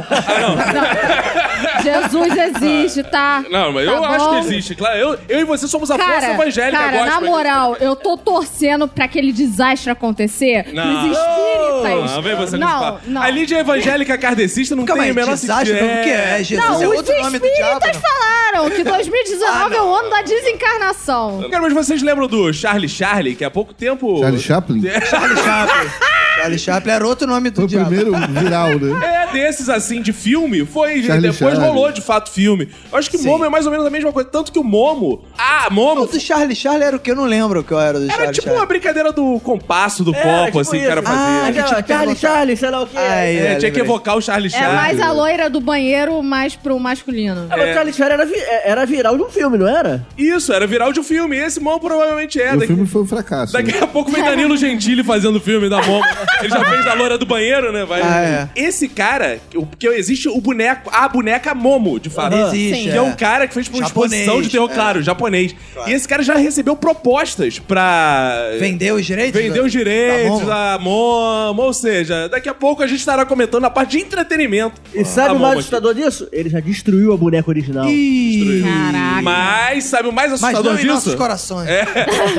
S4: Não. Jesus existe, tá?
S2: Não, mas
S4: Tá
S2: eu acho que
S4: bom?
S2: existe, claro. Eu, eu e você somos a força
S4: Cara,
S2: evangélica
S4: cara
S2: agora.
S4: na moral, eu tô torcendo pra aquele desastre acontecer.
S2: Não.
S4: Os espíritas.
S2: Não, vem você
S4: não,
S2: participar.
S4: não.
S2: A Lídia é evangélica kardecista, não
S3: Calma
S2: tem
S3: aí,
S2: o menor
S3: desastre,
S2: sentido.
S3: o que é? Jesus
S4: Não,
S3: é
S4: os
S3: outro nome do diabo?
S4: espíritas
S3: não?
S4: falaram que
S2: Ah,
S4: 2019 é o ano da desencarnação.
S2: É. Cara, mas vocês lembram do Charlie Charlie, que há pouco tempo.
S6: Charlie Chaplin?
S3: Charlie Chaplin. Charlie Chaplin era outro nome do
S6: Foi o
S3: diabo.
S6: primeiro viral, né?
S2: É, desses assim, de filme, foi.
S6: Charlie
S2: depois
S6: Charlie.
S2: rolou de fato filme. Eu acho que
S3: Sim.
S2: Momo é mais ou menos a mesma coisa. Tanto que o Momo. Ah, Momo.
S3: O do Charlie Charlie era o que? Eu não lembro o que eu era do
S2: Era
S3: Charlie
S2: tipo uma
S3: Charlie.
S2: brincadeira do compasso, do
S5: Era,
S2: copo,
S5: tipo
S2: assim, que o
S5: isso.
S2: cara
S3: Ah,
S2: fazia.
S3: que
S5: Aquela,
S3: tinha que
S5: Charlie,
S3: botar-
S5: Charlie, sei lá o que.
S3: Ai,
S2: É, tinha que
S3: lembrei.
S2: evocar o Charlie
S4: É
S2: Charlie.
S4: mais a loira do banheiro, mais pro masculino.
S5: Ah, mas Charlie Charlie era, vi- era viral de um filme, não era?
S2: Isso, era viral de um filme. Esse Momo provavelmente é.
S6: E o
S2: Daqui,
S6: filme foi um fracasso. né?
S2: daqui a pouco vem Danilo Gentili fazendo o filme da Momo. Ele já fez da loira do banheiro, né? Vai.
S3: Ah,
S2: Esse cara, o- porque existe o boneco, a boneca Momo, de fato.
S3: Existe,
S2: Que é.
S3: é.
S2: um cara que fez por
S3: Japonês,
S2: exposição de terror,
S3: é.
S2: claro, japonês. E esse cara já recebeu propostas pra.
S3: Vendeu os direitos?
S2: Vender
S3: do-
S2: os direitos
S3: Momo?
S2: da Momo, ou seja, daqui a pouco a gente estará comentando a parte de entretenimento.
S5: E sabe
S2: da
S5: o mais
S2: Momo aqui.
S5: assustador disso? Ele já destruiu a boneca original.
S3: Ih,
S4: Caraca.
S2: Mas sabe o mais
S3: Mas
S2: assustador
S3: não em nossos
S2: disso?
S3: corações.
S2: É,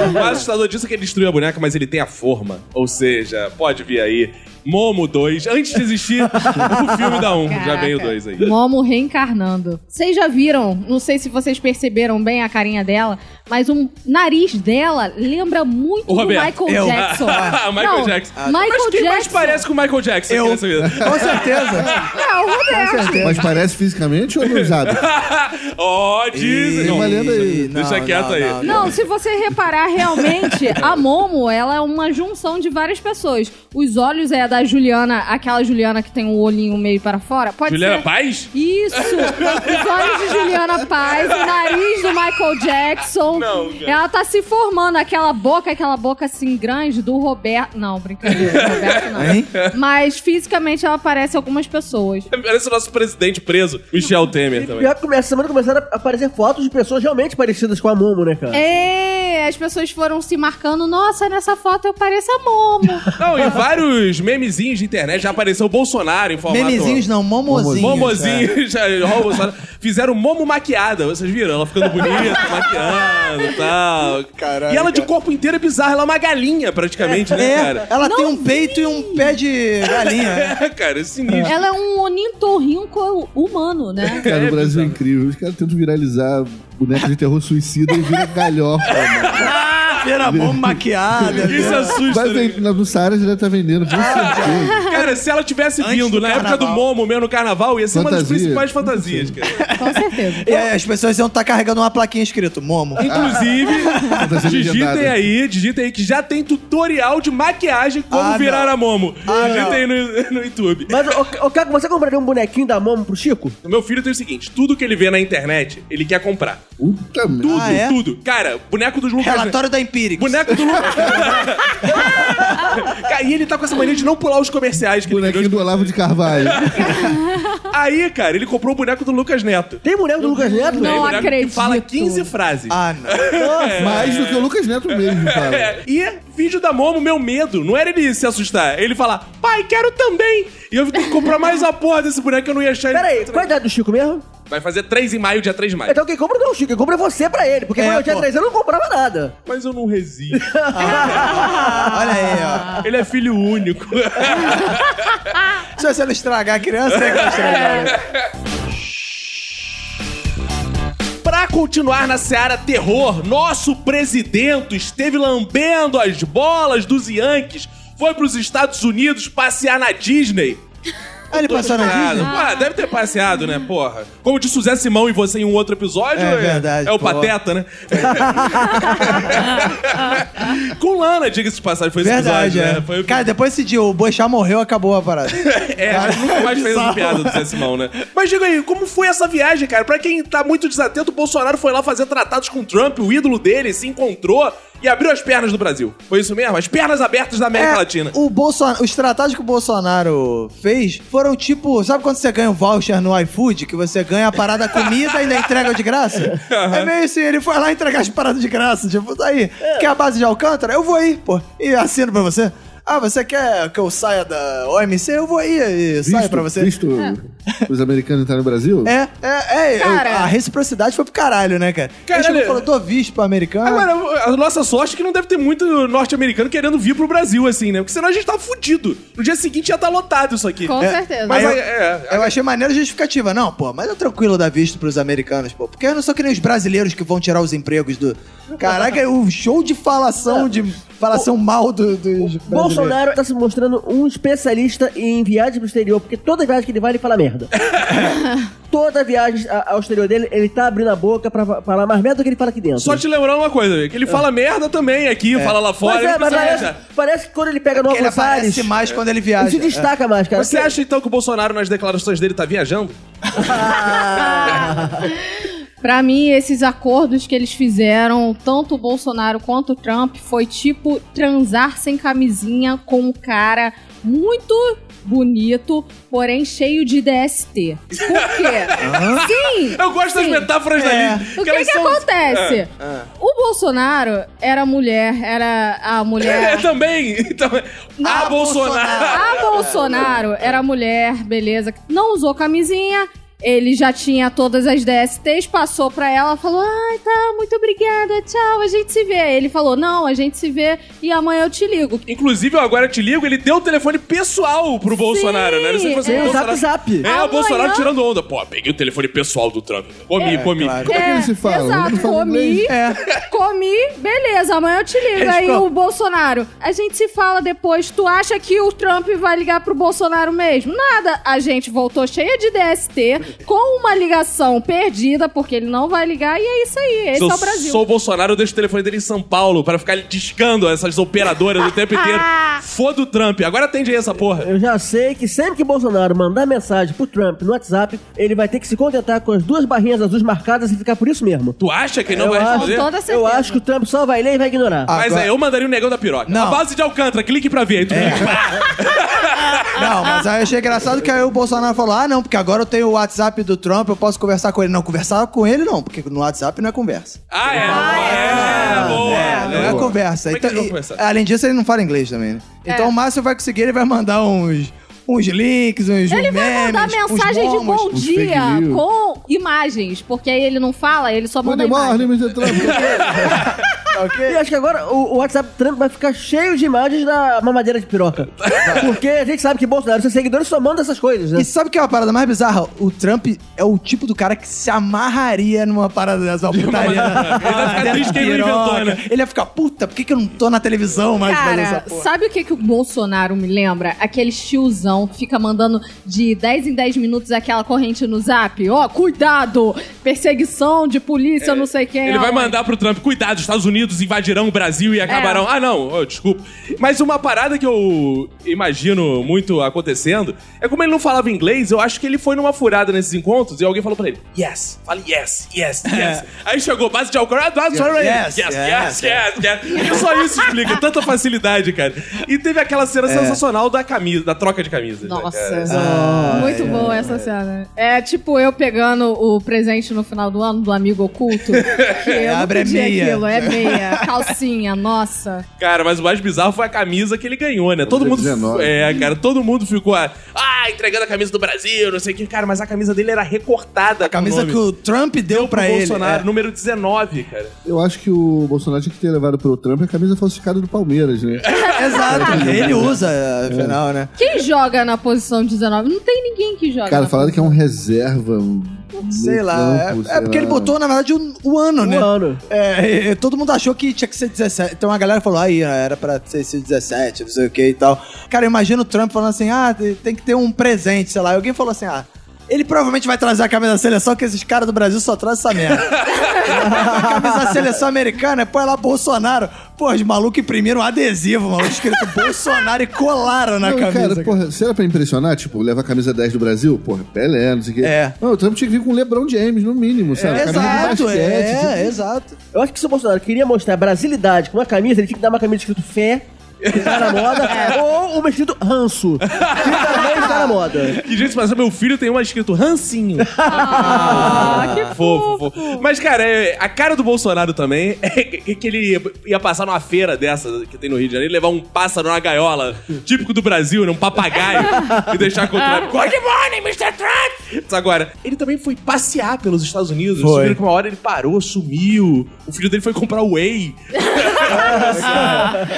S2: o mais assustador disso é que ele destruiu a boneca, mas ele tem a forma. Ou seja, pode vir aí. Momo 2, antes de existir o filme da 1. Já vem o 2 aí.
S4: Momo reencarnando. Vocês já viram, não sei se vocês perceberam bem a carinha dela, mas o nariz dela lembra muito
S2: O
S4: do
S2: Roberto.
S4: Michael
S3: Eu.
S4: Jackson.
S2: Michael
S4: Não,
S2: Jackson.
S4: Michael
S2: mas quem mais
S4: Jackson.
S2: parece com o Michael Jackson
S3: Eu.
S2: aqui nessa vida?
S3: Com certeza.
S4: É, o
S3: Com
S4: Roberto.
S3: certeza.
S6: Mas parece fisicamente ou usado?
S2: Ó, dizem.
S6: Ih,
S2: Não,
S6: mas lembra aí.
S3: Não,
S2: Deixa quieto
S3: não,
S2: aí.
S3: não,
S4: Não, se você reparar realmente, a Momo, ela é uma junção de várias pessoas. Os olhos é a da Juliana, aquela Juliana que tem o olhinho meio para fora. Pode
S2: Juliana
S4: ser.
S2: Paz?
S4: Isso! Os olhos de Juliana Paz, o nariz do Michael Jackson.
S2: Não, cara.
S4: Ela tá se formando, aquela boca, aquela boca assim grande do Roberto. Não, brincadeira, do Roberto não.
S3: Hein?
S4: Mas fisicamente ela parece algumas pessoas.
S2: Parece o nosso presidente preso, Michel Temer também.
S5: Pior que começa, semana começaram a aparecer fotos de pessoas realmente parecidas com a Momo, né, cara?
S4: É, as pessoas foram se marcando. Nossa, nessa foto eu pareço a Momo.
S2: Não, e vários memezinhos de internet já apareceu o Bolsonaro em formato...
S3: Memezinhos não, momozinhos. é.
S2: Momozinho, já, ó, o Bolsonaro. Fizeram Momo maquiada, vocês viram? Ela ficando bonita, maquiando e tal.
S3: Caralho,
S2: e ela de
S3: cara.
S2: corpo inteiro é bizarra, ela é uma galinha praticamente, né,
S3: É,
S2: cara?
S3: ela tem um peito e um pé de galinha.
S2: É, cara, é sinistro.
S4: Ela é um onintorrinco não co-humano, né?
S6: Cara, o Brasil é incrível. Os caras tentam viralizar boneco de terror suicida e vira galhofa, mano.
S3: Pera mão maquiada.
S2: Isso
S3: né?
S2: assusta,
S6: Vai
S2: né? Ah, é.
S6: vender, no Saara já tá vendendo, com certeza.
S2: Cara, se ela tivesse
S3: Antes
S2: vindo
S3: do
S2: na época do
S3: carnaval.
S2: Momo, mesmo no carnaval, ia ser uma das
S6: Fantasia.
S2: principais fantasias, cara.
S4: Com certeza.
S3: E aí as pessoas iam estar carregando uma plaquinha escrito Momo.
S2: Inclusive,
S6: Fantasia
S2: digitem
S6: legendada.
S2: aí, digitem aí que já tem tutorial de maquiagem como
S3: Ah, não.
S2: virar a Momo.
S3: Ah, não.
S2: digitem no, no YouTube.
S5: Mas, ô, ô Caco, você compraria um bonequinho da Momo pro Chico?
S2: O meu filho tem o seguinte: tudo que ele vê na internet, ele quer comprar.
S6: Puta merda.
S2: Tudo,
S3: Ah, é?
S2: tudo. Cara, boneco dos Lucas. Neto.
S3: Relatório da Empírica.
S2: Boneco do Lucas. Cara, e ele tá com essa mania de não pular os comerciais que ele
S6: Bonequinho do Olavo de Carvalho.
S2: criou. Aí, cara, ele comprou o boneco do Lucas Neto.
S5: Tem boneco do Lucas Neto?
S2: Aí,
S4: Não
S2: boneco que
S4: acredito.
S2: Fala 15 frases.
S3: Ah, não.
S2: É.
S6: Mais do que o Lucas Neto mesmo, cara.
S2: E vídeo da Momo, meu medo, não era ele se assustar. Ele falar, pai, quero também. E eu tenho que comprar mais a porra desse boneco, eu não ia achar ele.
S5: Pera aí, qual é a idade do Chico mesmo?
S2: Vai fazer 3 em maio, dia 3 de maio.
S5: Então quem compra não é o Chico, quem compra é você pra ele. Porque
S3: É,
S5: quando eu tinha
S3: pô.
S5: 3 anos eu não comprava nada.
S2: Mas eu não resisto.
S3: Olha aí,
S2: ele é filho único.
S3: ó. Se você não estragar a criança, é que vai estragar. né?
S2: Pra continuar na seara terror, nosso presidente esteve lambendo as bolas dos Yankees, foi pros Estados Unidos passear na Disney.
S3: Ah, ele passou na
S2: Ah,
S3: Disney?
S2: ah, deve ter passeado, né, porra? Como disse o Zé Simão e você em um outro episódio.
S3: É verdade,
S2: É o
S3: porra.
S2: Pateta, né? Com Lana, diga-se de passagem, foi esse
S3: Verdade,
S2: episódio,
S3: é.
S2: né? Foi...
S3: Cara, depois desse dia o Boixá morreu, acabou a parada.
S2: É, a gente nunca mais fez essa piada do Zé Simão, né? Mas diga aí, como foi essa viagem, cara? Pra quem tá muito desatento, o Bolsonaro foi lá fazer tratados com o Trump, o ídolo dele, se encontrou e abriu as pernas do Brasil. Foi isso mesmo? As pernas abertas da América
S3: É,
S2: Latina.
S3: O Bolsonaro, os tratados que o Bolsonaro fez foram tipo, sabe quando você ganha um voucher no iFood, que você ganha a parada comida e ainda entrega de graça? É meio assim, ele foi lá entregar as paradas de graça, tipo, aí, quer a base de Alcântara? Eu vou aí, pô, e assino pra você. Ah, você quer que eu saia da OMC? Eu vou aí e saio
S6: Visto,
S3: pra você.
S6: Visto os americanos entrarem no Brasil?
S3: É, é, é.
S4: Cara.
S3: A reciprocidade foi pro caralho, né, cara?
S2: Caralho.
S3: Ele falou, tô visto pro americano.
S2: Agora, a nossa sorte é que não deve ter muito norte-americano querendo vir pro Brasil, assim, né? Porque senão a gente tava fudido. No dia seguinte já tá lotado isso aqui.
S4: Com
S3: É,
S4: certeza.
S2: Mas
S3: eu-
S2: aí, é,
S3: Eu achei maneira a justificativa. Não, pô, mas é tranquilo dar visto pros americanos, pô. Porque eu não sou que nem os brasileiros que vão tirar os empregos do. Caraca, o show de falação, de falação mal do, dos brasileiros.
S5: Bolsonaro tá se mostrando um especialista em viagem pro exterior, porque toda viagem que ele vai, ele fala merda. toda viagem a- ao exterior dele, ele tá abrindo a boca pra fa- falar mais merda do que ele fala aqui dentro.
S2: Só te lembrar uma coisa, que ele fala merda também aqui, fala lá fora.
S5: Mas, é,
S2: não
S5: mas
S2: precisa
S5: parece,
S2: viajar.
S5: parece que quando ele pega
S3: Porque ele
S5: Novos Ares,
S3: aparece mais quando ele
S5: ele
S3: viaja.
S5: se destaca mais, cara.
S2: Você
S5: Porque-
S2: acha então que o Bolsonaro nas declarações dele tá viajando?
S4: Pra mim, esses acordos que eles fizeram, tanto o Bolsonaro quanto o Trump, foi tipo transar sem camisinha com um cara muito bonito, porém cheio de DST. Por quê? Sim!
S2: Eu gosto
S4: Sim.
S2: das metáforas
S3: É.
S2: dali.
S4: O que,
S2: elas
S4: que
S2: são-
S4: acontece?
S2: É.
S4: O Bolsonaro era mulher, era a
S2: É,
S4: mulher.
S2: também. Então, a
S3: Ah,
S2: Bolsonaro.
S3: Bolsonaro.
S4: A Bolsonaro era mulher, beleza, que não usou camisinha. Ele já tinha todas as DSTs, passou pra ela, falou: Ai, tá, muito obrigada, tchau, a gente se vê. Aí Ele falou: Não, a gente se vê e amanhã eu te ligo.
S2: Inclusive, eu agora te ligo, ele deu o telefone pessoal pro Bolsonaro, né? Ele sempre falou assim,
S4: é.
S5: Tem o
S2: Bolsonaro-
S5: zap zap.
S2: É, o
S4: Amanhã-
S2: Bolsonaro tirando onda. Pô, peguei o telefone pessoal do Trump. Comi, comi.
S3: claro.
S6: Como é que eles se falam?
S4: Exato,
S6: Eles falam
S4: comi,
S6: inglês?
S4: comi, beleza, amanhã eu te ligo.
S3: Eles
S4: Aí
S3: ficam-
S4: o Bolsonaro, a gente se fala depois. Tu acha que o Trump vai ligar pro Bolsonaro mesmo? Nada, a gente voltou cheia de DST, com uma ligação perdida, porque ele não vai ligar, e é isso aí, esse
S2: Se eu
S4: é o Brasil.
S2: sou o Bolsonaro, eu deixo o telefone dele em São Paulo pra ficar discando essas operadoras o tempo inteiro. Foda o Trump. Agora atende aí essa porra.
S5: Eu já sei que sempre que Bolsonaro mandar mensagem pro Trump no WhatsApp, ele vai ter que se contentar com as duas barrinhas azuis marcadas e ficar por isso mesmo.
S2: Tu acha que ele não
S5: Eu
S2: vai
S5: acho-
S2: responder?
S4: Com toda certeza.
S5: Eu acho que o Trump só vai ler e vai ignorar.
S3: Ah,
S2: Mas
S3: Agora-
S2: é, eu mandaria o negão da piroca.
S3: Não.
S2: A base de Alcântara, clique pra ver. Aí tu
S4: É.
S2: clica.
S3: Não, mas aí eu achei engraçado que aí o Bolsonaro falou: ah, não, porque agora eu tenho o WhatsApp do Trump, eu posso conversar com ele. Não, conversar com ele não, porque no WhatsApp não é conversa.
S2: Ah, é. é. boa.
S3: Não é conversa.
S2: Como é que
S3: Então,
S2: eles vão
S3: e-
S2: conversar?
S3: além disso, ele não fala inglês também, né?
S4: É.
S3: Então o Márcio vai conseguir, ele vai mandar uns, uns links, uns
S4: Ele vai
S3: memes,
S4: mandar
S3: uns
S4: mensagem de
S3: momos.
S4: bom
S6: uns
S4: dia
S6: fake news.
S4: com imagens, porque aí ele não fala, ele só manda
S6: Good
S4: imagem.
S6: morning, Mr. Trump.
S3: Tá
S5: E
S3: ok?
S5: acho que agora o, o WhatsApp Trump vai ficar cheio de imagens da mamadeira de piroca. Porque a gente sabe que Bolsonaro e seus seguidores só mandam essas coisas, né?
S3: E sabe o que é uma parada mais bizarra? O Trump é o tipo do cara que se amarraria numa parada dessa, uma putaria. Ah,
S2: Ele vai ficar triste que ele não inventou, né?
S3: Ele ia ficar, puta, por que, que eu não tô na televisão mais fazendo essa
S4: Cara,
S3: porra?
S4: sabe o que, que o Bolsonaro me lembra? Aquele tiozão que fica mandando de 10 em 10 minutos aquela corrente no zap. Ó, cuidado! Perseguição de polícia, não sei quem.
S2: É, Ele vai
S4: aonde.
S2: mandar pro Trump, cuidado, os Estados Unidos invadirão o Brasil e acabarão. Ah, não, oh, desculpa. Mas uma parada que eu imagino muito acontecendo é como ele não falava inglês, eu acho que ele foi numa furada nesses encontros e alguém falou pra ele: Yes, fale yes, yes, yes. Aí chegou, base de álcool, ah, yes, yes, yes, yes, yes, yes. E só isso explica, tanta facilidade, cara. E teve aquela cena sensacional da camisa, da troca de camisas. né, cara?
S4: Nossa, muito bom essa cena. É tipo eu pegando o presente no final do ano do amigo oculto. Que eu
S3: Abre
S4: Abre
S3: a
S4: não pedi
S3: meia.
S4: aquilo, é meia. Calcinha, nossa.
S2: Cara, mas o mais bizarro foi a camisa que ele ganhou, né? Todo mundo.
S6: 19.
S2: É, cara, todo mundo ficou. ah, Ah, entregando a camisa do Brasil, não sei o que. Cara, mas a camisa dele era recortada.
S3: A camisa que o É. Trump deu,
S2: deu
S3: pra
S2: pro
S3: ele.
S2: Bolsonaro, número 19, cara.
S6: Eu acho que o Bolsonaro tinha que ter levado pro Trump a camisa falsificada do Palmeiras, né?
S3: é. Exato, ele usa, afinal, né?
S4: Quem joga na posição 19? Não tem ninguém que joga.
S6: Cara,
S4: na
S6: falaram que é um reserva. um
S3: Sei lá. é- é, porque ele botou, na verdade, o, o ano,
S5: Um
S3: né?
S5: ano.
S3: É, e- e todo mundo achou que tinha que ser 17. Então a galera falou, aí, era pra ser esse 17, não sei o que e tal. Cara, imagina o Trump falando assim, ah, te- tem que ter um presente, sei lá. E alguém falou assim, ah, ele provavelmente vai trazer a camisa da seleção, que esses caras do Brasil só trazem essa merda. a camisa da seleção americana, põe lá Bolsonaro. Pô, os malucos imprimiram um adesivo, maluco, escrito Bolsonaro e colaram na
S6: Não,
S3: camisa.
S6: cara,
S3: cara.
S6: porra, se era pra impressionar, tipo, leva a camisa 10 do Brasil, porra, Pelé, não sei o quê.
S3: É.
S6: Não, o Trump tinha que vir com o LeBron James, no mínimo, sabe? Camisa de
S3: Exato,
S6: basquete, tipo,
S3: é, exato.
S5: Eu acho que se o Bolsonaro queria mostrar a brasilidade com uma camisa, ele tinha que dar uma camisa escrito fé, que tá na moda,
S3: É.
S5: ou uma escrito ranço, que também está na moda.
S2: E, gente, mas meu filho tem uma escrito rancinho.
S4: Ah, que
S2: fofo, fofo. Mas, cara, é- a cara do Bolsonaro também é que que ele ia passar numa feira dessa que tem no Rio de Janeiro, levar um pássaro na gaiola, típico do Brasil, né? Um papagaio, e deixar com o Trump. Good morning, Mr. Trump! Agora, ele também foi passear pelos Estados Unidos.
S3: Foi.
S2: Vocês viram que uma hora ele parou, sumiu. O filho dele foi comprar Whey.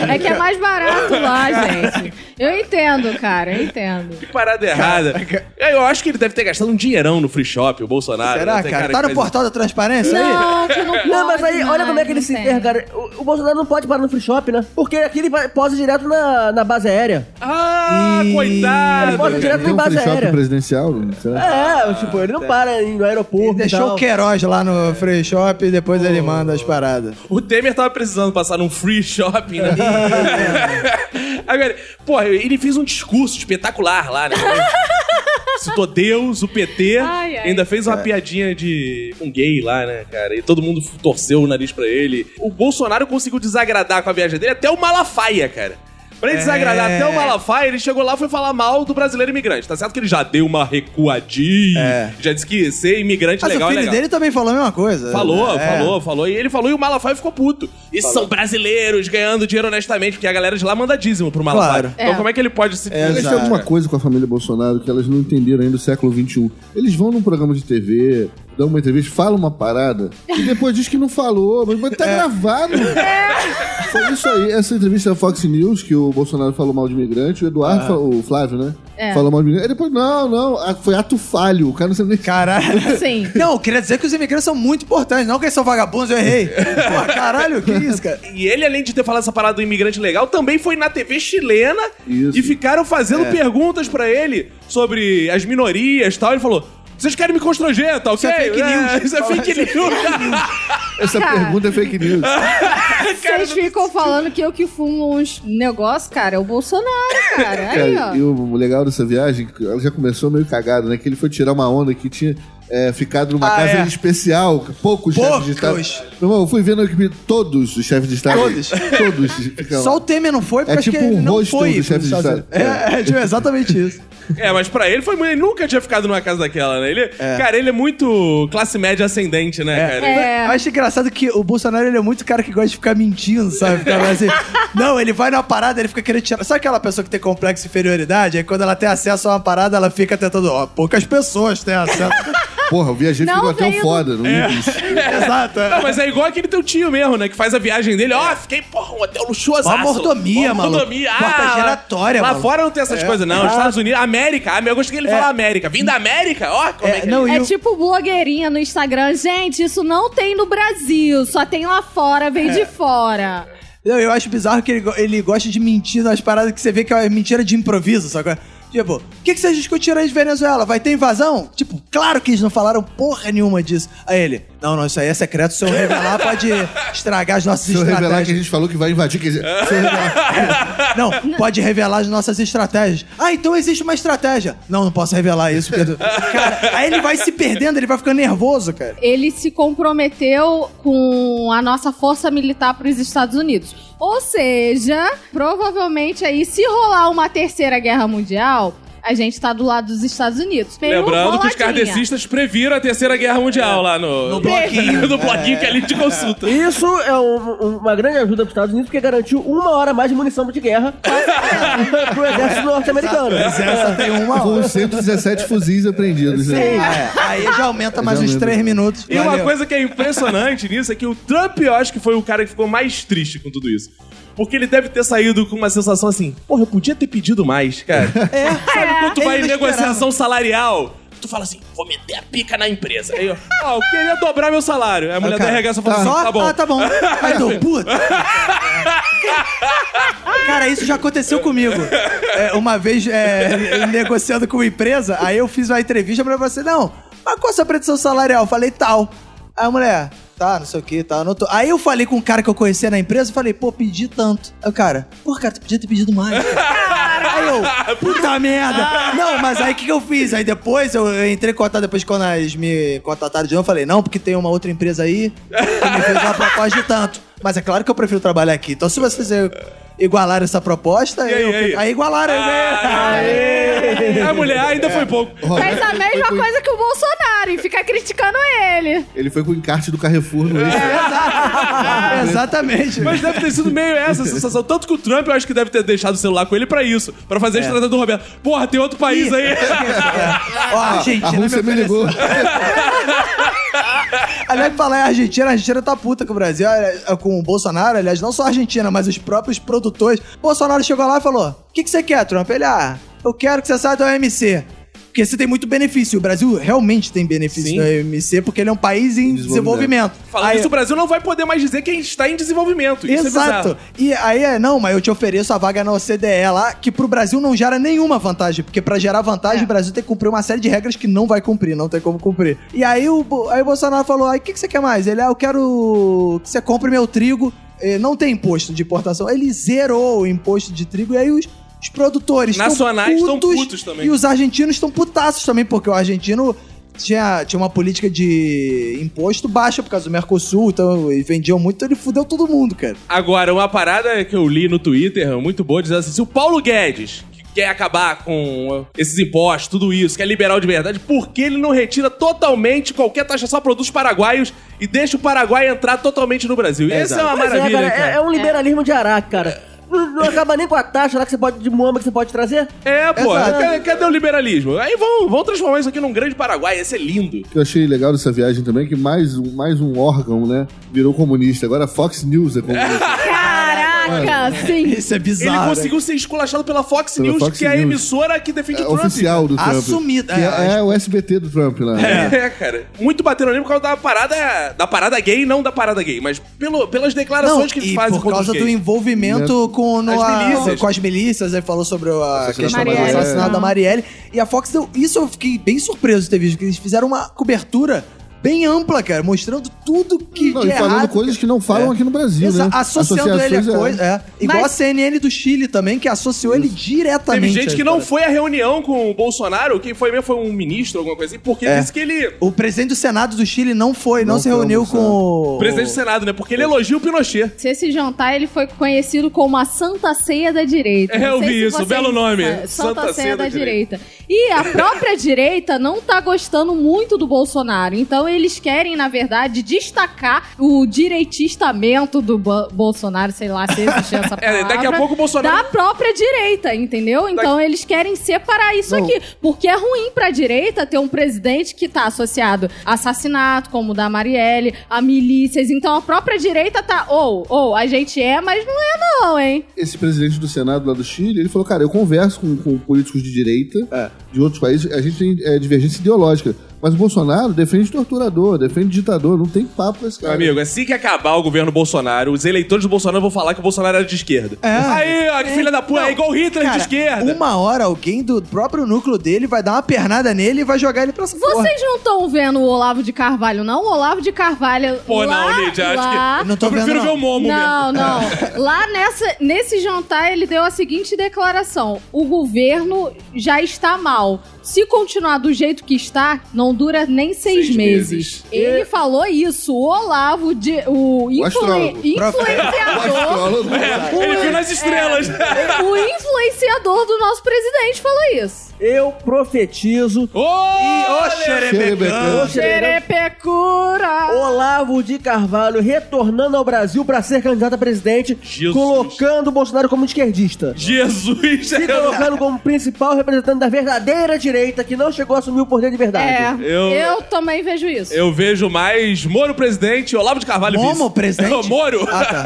S4: É que é mais barato lá, gente. Eu entendo, cara, eu entendo.
S2: Que parada errada. Eu acho que ele deve ter gastado um dinheirão no free shop, o Bolsonaro. né?
S3: Será,
S2: Tem
S3: cara?
S2: que
S3: Tá no
S2: faz-
S3: portal da transparência aí?
S4: Não, que não pode.
S5: Não, mas aí, olha como é que ele
S4: não
S5: se
S4: tem.
S5: enterra, cara. O, o Bolsonaro não pode parar no free shop, né? Porque aqui ele vai- posa direto na, na base aérea.
S2: Ah, coitado!
S5: Bota direto
S6: Tem
S5: em
S6: um
S5: base
S6: free shop
S5: aérea.
S6: presidencial, não? será?
S5: É, tipo, ele não para em- no
S3: Ah, Ele
S5: aeroporto. e
S3: deixou
S5: tal.
S3: o Queiroz lá no free shop e depois ele manda as paradas.
S2: O Temer tava precisando passar num free shopping, né? Agora, porra, ele fez um discurso espetacular lá, né? Citou Deus, o PT,
S4: Ai, ai.
S2: ainda fez uma
S3: É.
S2: piadinha de um gay lá, né, cara? E todo mundo torceu o nariz pra ele. O Bolsonaro conseguiu desagradar com a viagem dele até o Malafaia, cara. Pra ele
S3: É.
S2: desagradar até o Malafaia, ele chegou lá e foi falar mal do brasileiro imigrante. Tá certo que ele já deu uma recuadinha,
S3: É.
S2: já disse que ser imigrante
S3: Mas
S2: legal
S3: o
S2: é
S3: filho
S2: legal.
S3: dele também falou a mesma coisa.
S2: Falou,
S3: É.
S2: falou, falou. E ele falou e o Malafaia ficou puto. E são brasileiros ganhando dinheiro honestamente, porque a galera de lá manda dízimo pro Malafaia.
S3: Claro.
S2: Então
S4: É.
S2: como é que ele pode se...
S3: É,
S6: Eles têm
S3: exato.
S6: alguma coisa com a família Bolsonaro que elas não entenderam ainda do século XXI. Eles vão num programa de TV, dão uma entrevista, falam uma parada e depois diz que não falou, mas, mas tá gravado. Foi isso aí, essa entrevista da Fox News que o Bolsonaro falou mal de imigrante, o Eduardo, falou- o Flávio, né?
S4: É.
S6: Falou mal de imigrante. Aí depois, não, não, ah, foi ato falho, o cara não sabe nem.
S3: Caralho.
S4: Sim.
S3: Não, eu queria dizer que os imigrantes são muito importantes, não que eles são vagabundos, eu errei. Pô, caralho, que isso, cara?
S2: E ele, além de ter falado essa parada do imigrante legal, também foi na TV chilena
S6: Isso.
S2: e ficaram fazendo perguntas pra ele sobre as minorias e tal. Ele falou... Vocês querem me constranger, tá ok?
S3: Isso é fake news.
S2: isso é fake news.
S6: Essa
S3: Ah.
S4: Cara.
S6: pergunta é fake news.
S4: Vocês ficam falando que eu que fumo uns negócios, cara, é o Bolsonaro, cara.
S5: É,
S4: Aí,
S6: Cara, e
S4: ó.
S6: o legal dessa viagem, que ela já começou meio cagada, né? Que ele foi tirar uma onda que tinha é, ficado numa
S3: Ah,
S6: casa
S3: é.
S6: especial, poucos, chefes de Estado.
S3: Poucos.
S6: Meu irmão, eu fui vendo que todos os chefes de Estado.
S3: Todos.
S6: Todos. ficaram
S3: Só
S6: lá.
S3: o Temer não foi, porque
S6: É
S3: acho
S6: tipo
S3: que ele
S6: um
S3: não
S6: rosto
S3: foi.
S6: do chefe de
S3: pros Estados
S6: Estado.
S3: Unidos. É, é, tipo, exatamente isso.
S2: é, mas pra ele foi muito. Ele nunca tinha ficado numa casa daquela, né? Ele, Cara, ele é muito classe média ascendente, né, cara?
S4: É.
S3: Eu acho engraçado que o Bolsonaro ele é muito cara que gosta de ficar mentindo, sabe? Ficar mais assim, não, ele vai numa parada, ele fica querendo tirar. Sabe aquela pessoa que tem complexo de inferioridade? Aí quando ela tem acesso a uma parada, ela fica tentando, ó, poucas pessoas têm acesso.
S6: Porra, eu viajei
S4: Não
S6: ficou até
S3: um
S4: veio
S6: o
S4: do-
S6: foda, não
S3: É.
S6: me quis.
S3: Exato.
S2: Não, mas é igual aquele teu tio mesmo, né? Que faz a viagem dele. Ó, fiquei, porra, um hotel luxuoso.
S3: Mó mordomia,
S2: mano. Mordomia.
S3: maluco.
S2: Ah,
S3: Porta
S2: lá-
S3: giratória,
S2: Lá
S3: maluco. É.
S2: fora não tem essas coisas, não. Estados Unidos, América. Ah, meu, eu gostei que ele fala América. Vim da América? Ó, como é,
S3: É,
S2: que
S3: não,
S2: é?
S3: e
S4: É
S3: o-
S4: tipo blogueirinha no Instagram. Gente, isso não tem no Brasil. Só tem lá fora,
S5: É.
S4: vem de fora.
S3: Não, eu acho bizarro que ele, go- ele gosta de mentir nas paradas que você vê que é mentira de improviso, sabe? Tipo, o que, que vocês discutiram aí de Venezuela? Vai ter invasão? Tipo, claro que eles não falaram porra nenhuma disso. Aí ele, não, não, isso aí é secreto. Se eu revelar, pode estragar as nossas
S6: Se eu revelar que a
S3: estratégias.
S6: gente falou que vai invadir, quer dizer, se eu revelar.
S3: Não, pode revelar as nossas estratégias. Ah, então existe uma estratégia. Não, não posso revelar isso. Porque... Cara, aí ele vai se perdendo, ele vai ficando nervoso, cara.
S4: Ele se comprometeu com a nossa força militar para os Estados Unidos. Ou seja, provavelmente aí, se rolar uma terceira guerra mundial, a gente tá do lado dos Estados Unidos.
S3: um
S4: Meio
S2: Lembrando que os
S4: roladinha.
S2: kardecistas previram a Terceira Guerra Mundial lá no...
S3: É. No bloquinho.
S2: no bloquinho que é ali de consulta.
S5: Isso é um- um- uma grande ajuda para os Estados Unidos, porque garantiu uma hora a mais de munição de guerra para o exército norte-americano.
S3: Mas
S2: É
S3: essa tem uma
S6: Com
S3: hora.
S6: os 117 fuzis apreendidos, né?
S3: É, aí já aumenta mais
S6: Já
S3: uns
S6: aumenta.
S3: três minutos.
S2: E uma
S3: Valeu.
S2: coisa que é impressionante nisso é que o Trump, eu acho que foi o cara que ficou mais triste com tudo isso. Porque ele deve ter saído com uma sensação assim, porra, eu podia ter pedido mais, cara.
S3: É.
S2: Sabe quando tu
S3: Ele
S2: vai em
S3: não
S2: negociação salarial, tu fala assim, vou meter a pica na empresa. Aí eu, ó, eu queria dobrar meu salário. Aí a mulher
S3: Ah, Cara,
S2: da RH só fala assim,
S3: Só?
S2: tá bom.
S3: Ah, tá bom. Aí tu, puta. Cara, isso já aconteceu comigo. É, uma vez é, negociando com uma empresa, aí eu fiz uma entrevista pra você, não, mas qual a sua pretensão salarial? Eu falei, tal. Aí a mulher, tá, não sei o que, tá, não tô. Aí eu falei com um cara que eu conhecia na empresa, eu falei, pô, pedi tanto. Aí o cara, pô, cara, tu podia ter pedido mais. Cara. Aí eu, puta
S2: Ah.
S3: merda. Não, mas aí o que, que eu fiz? Aí depois eu entrei em contato, depois quando eles me contrataram de novo, eu falei, não, porque tem uma outra empresa aí que me fez uma proposta de tanto. Mas é claro que eu prefiro trabalhar aqui. Então se vocês eh, igualaram essa proposta,
S2: E aí,
S3: eu
S2: e aí? Ah,
S3: fico- aí igualaram. eu
S2: né?
S3: ganhei.
S2: Aí a mulher ainda
S3: É.
S2: foi pouco.
S4: Fez a mesma
S6: foi com-
S4: coisa que o Bolsonaro e fica criticando ele.
S6: Ele foi com o encarte do Carrefour no eixo.
S3: É. Exatamente.
S2: Mas deve ter sido meio essa a sensação. Tanto que o Trump, eu acho que deve ter deixado o celular com ele pra isso. Pra fazer a estrada do Roberto. Porra, tem outro país aí.
S3: É.
S2: ah,
S3: Ó, a
S6: A
S3: Argentina
S6: Rússia me
S3: ofereceu.
S6: ligou.
S3: Aliás, falar em Argentina, a Argentina tá puta com o Brasil, aliás, com o Bolsonaro, aliás, não só a Argentina, mas os próprios produtores. O Bolsonaro chegou lá e falou: O que, que você quer, Trump? Ele, ah, eu quero que você saia do OMC. Porque você tem muito benefício. O Brasil realmente tem benefício
S2: Sim.
S3: do OMC, porque ele é um país em desenvolvimento.
S6: Desenvolvimento.
S2: Falando
S3: Aí-
S2: isso, o Brasil não vai poder mais dizer que está em desenvolvimento. Isso é
S3: Exato.
S2: bizarro.
S3: e aí, é, não, mas eu te ofereço a vaga na OCDE lá, que pro Brasil não gera nenhuma vantagem, porque pra gerar vantagem, o Brasil tem que cumprir uma série de regras que não vai cumprir, não tem como cumprir. E aí o, Bo- aí o Bolsonaro falou: aí o que, que você quer mais? Ele, ah, eu quero que você compre meu trigo, eh, não tem imposto de importação. Ele zerou o imposto de trigo, e aí os. os produtores tão
S2: Nacionais tão putos também.
S3: E os argentinos estão putaços também, porque o argentino tinha, tinha uma política de imposto baixa por causa do Mercosul, então e vendiam muito, então ele fudeu todo mundo, cara.
S2: Agora, uma parada que eu li no Twitter, muito boa, dizendo assim, se o Paulo Guedes que quer acabar com uh, esses impostos, tudo isso, que é liberal de verdade, por que ele não retira totalmente qualquer taxação a produtos paraguaios e deixa o Paraguai entrar totalmente no Brasil? Essa é uma
S5: Pois é,
S2: maravilha,
S5: cara, é, é
S2: cara.
S5: um liberalismo de araque, cara. Não, não acaba nem com a taxa lá que você pode, de muamba que você pode trazer.
S2: É, pô,
S3: Exato.
S2: cadê, cadê o liberalismo? Aí vão, vão transformar isso aqui num grande Paraguai, esse é lindo.
S6: O que eu achei legal dessa viagem também é que mais um, mais um órgão, né? Virou comunista. Agora a Fox News é comunista.
S4: Caraca, sim.
S3: Isso é
S2: Ele
S3: bizarro.
S2: conseguiu ser esculachado pela Fox
S6: Pela
S2: News,
S6: Fox
S2: que é a
S6: News.
S2: emissora que defende
S6: É
S2: o Trump.
S6: oficial do Trump.
S3: Assumida,
S6: Que
S3: é,
S6: É, é o SBT do Trump lá. né?
S2: É, cara. Muito bateram nele por causa da parada, da parada gay, não da parada gay, mas pelo, pelas declarações
S3: Não,
S2: que eles
S3: e
S2: fazem
S3: por
S2: contra os
S3: causa do
S2: gays.
S3: envolvimento com, no-
S2: As
S3: a-
S2: milícias.
S3: com as milícias, ele falou sobre a
S6: Assassinato
S3: questão
S4: da
S3: do
S4: Marielle.
S3: assassinato da Marielle. E a Fox deu. Isso eu fiquei bem surpreso de ter visto, que eles fizeram uma cobertura bem ampla, cara, mostrando tudo que.
S6: Não,
S3: de
S6: e falando
S3: errado,
S6: coisas que não falam
S3: É.
S6: aqui no Brasil,
S3: Exa-
S6: né?
S3: associando ele a
S6: Associações, é.
S3: coisa. É. Igual
S4: Mas-
S3: a CNN do Chile também, que associou ele
S2: Teve
S3: diretamente.
S2: gente
S3: à
S2: que não
S3: história.
S2: foi à reunião com o Bolsonaro, quem foi mesmo foi um ministro, alguma coisa assim, porque
S3: É.
S2: disse que ele.
S3: O presidente do Senado do Chile não foi, não,
S6: Não
S3: se
S6: foi
S3: reuniu
S6: almoçar.
S3: com o.
S2: O presidente do Senado, né? Porque ele elogia o Pinochet.
S4: Se Esse jantar ele foi conhecido como a Santa Ceia da Direita.
S2: É, eu
S4: Não sei
S2: vi
S4: se
S2: isso,
S4: vocês-
S2: belo nome.
S4: É, Santa, Ceia da, Direita. E a própria direita não tá gostando muito do Bolsonaro. Então eles querem, na verdade, destacar o direitistamento do Bo- Bolsonaro, sei lá se existe essa palavra.
S2: É, daqui a pouco o Bolsonaro-
S4: Da própria direita, entendeu? Então eles querem separar isso aqui. Porque é ruim pra direita ter um presidente que tá associado a assassinato, como o da Marielle, a milícias. Então a própria direita tá, ou, ou, a gente é, mas não é não, hein?
S6: Esse presidente do Senado lá do Chile, ele falou, cara, eu converso com, com políticos de direita
S3: É.
S6: de outros países, a gente tem é, divergência ideológica. Mas o Bolsonaro defende torturador, defende ditador, não tem papo com esse
S2: Meu
S6: cara.
S2: amigo, assim que acabar o governo Bolsonaro, os eleitores do Bolsonaro vão falar que o Bolsonaro era de esquerda.
S3: É.
S2: Aí, ó, que filha da puta, é igual o Hitler
S3: Cara,
S2: de esquerda.
S3: Uma hora alguém do próprio núcleo dele vai dar uma pernada nele e vai jogar ele pra essa porra.
S4: Vocês não estão vendo o Olavo de Carvalho, não? O Olavo de Carvalho.
S2: Pô,
S4: lá,
S2: não, Lídia, acho
S4: lá...
S2: que.
S3: Não tô
S2: eu prefiro
S3: vendo,
S2: ver
S3: não.
S2: o Momo mesmo.
S4: Não, não. Lá nessa, nesse jantar ele deu a seguinte declaração: o governo já está mal. Se continuar do jeito que está, não dura nem seis,
S2: Seis
S4: meses.
S2: meses.
S4: Ele falou isso. O Olavo, de, o, influen-
S6: astrólogo.
S4: influenciador.
S6: Astrólogo.
S2: É, ele viu nas estrelas.
S4: o influenciador do nosso presidente falou isso.
S5: Eu profetizo.
S2: Ô, xerebecão.
S6: Xerebecão.
S4: Xerepecura!
S5: Olavo de Carvalho retornando ao Brasil pra ser candidato a presidente,
S2: Jesus.
S5: colocando o Bolsonaro como esquerdista.
S2: Jesus! é
S5: Se colocando como principal representante da verdadeira direita que não chegou a assumir o poder de verdade.
S4: É,
S2: Eu-
S4: eu... também vejo isso.
S2: Eu vejo mais Moro presidente e Olavo de Carvalho
S3: Momo
S2: vice.
S3: presidente?
S2: Moro? É,
S3: Ah, tá.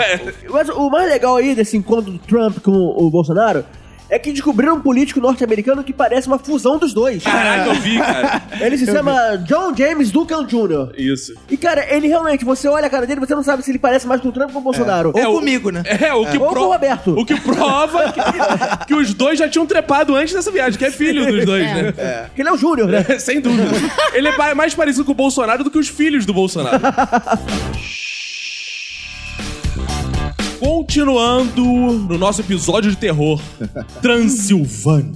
S5: Mas o mais legal aí desse encontro do Trump com o Bolsonaro é que descobriram um político norte-americano que parece uma fusão dos dois.
S2: Caraca, eu vi, cara.
S5: Ele se chama John James Duncan Jr.
S2: Isso.
S5: E, cara, ele realmente, você olha a cara dele, você não sabe se ele parece mais com o Trump ou com o Bolsonaro.
S3: Ou
S2: É, o-
S3: comigo, né?
S2: É, o que,
S5: Ou com
S2: pro-
S5: o Roberto.
S2: o que prova que, que os dois já tinham trepado antes dessa viagem, que é filho dos dois,
S4: É.
S2: né?
S5: Porque ele é o Júnior, né?
S2: Sem dúvida. Ele é pa- mais parecido com o Bolsonaro do que os filhos do Bolsonaro. Continuando no nosso episódio de terror, Transilvânia.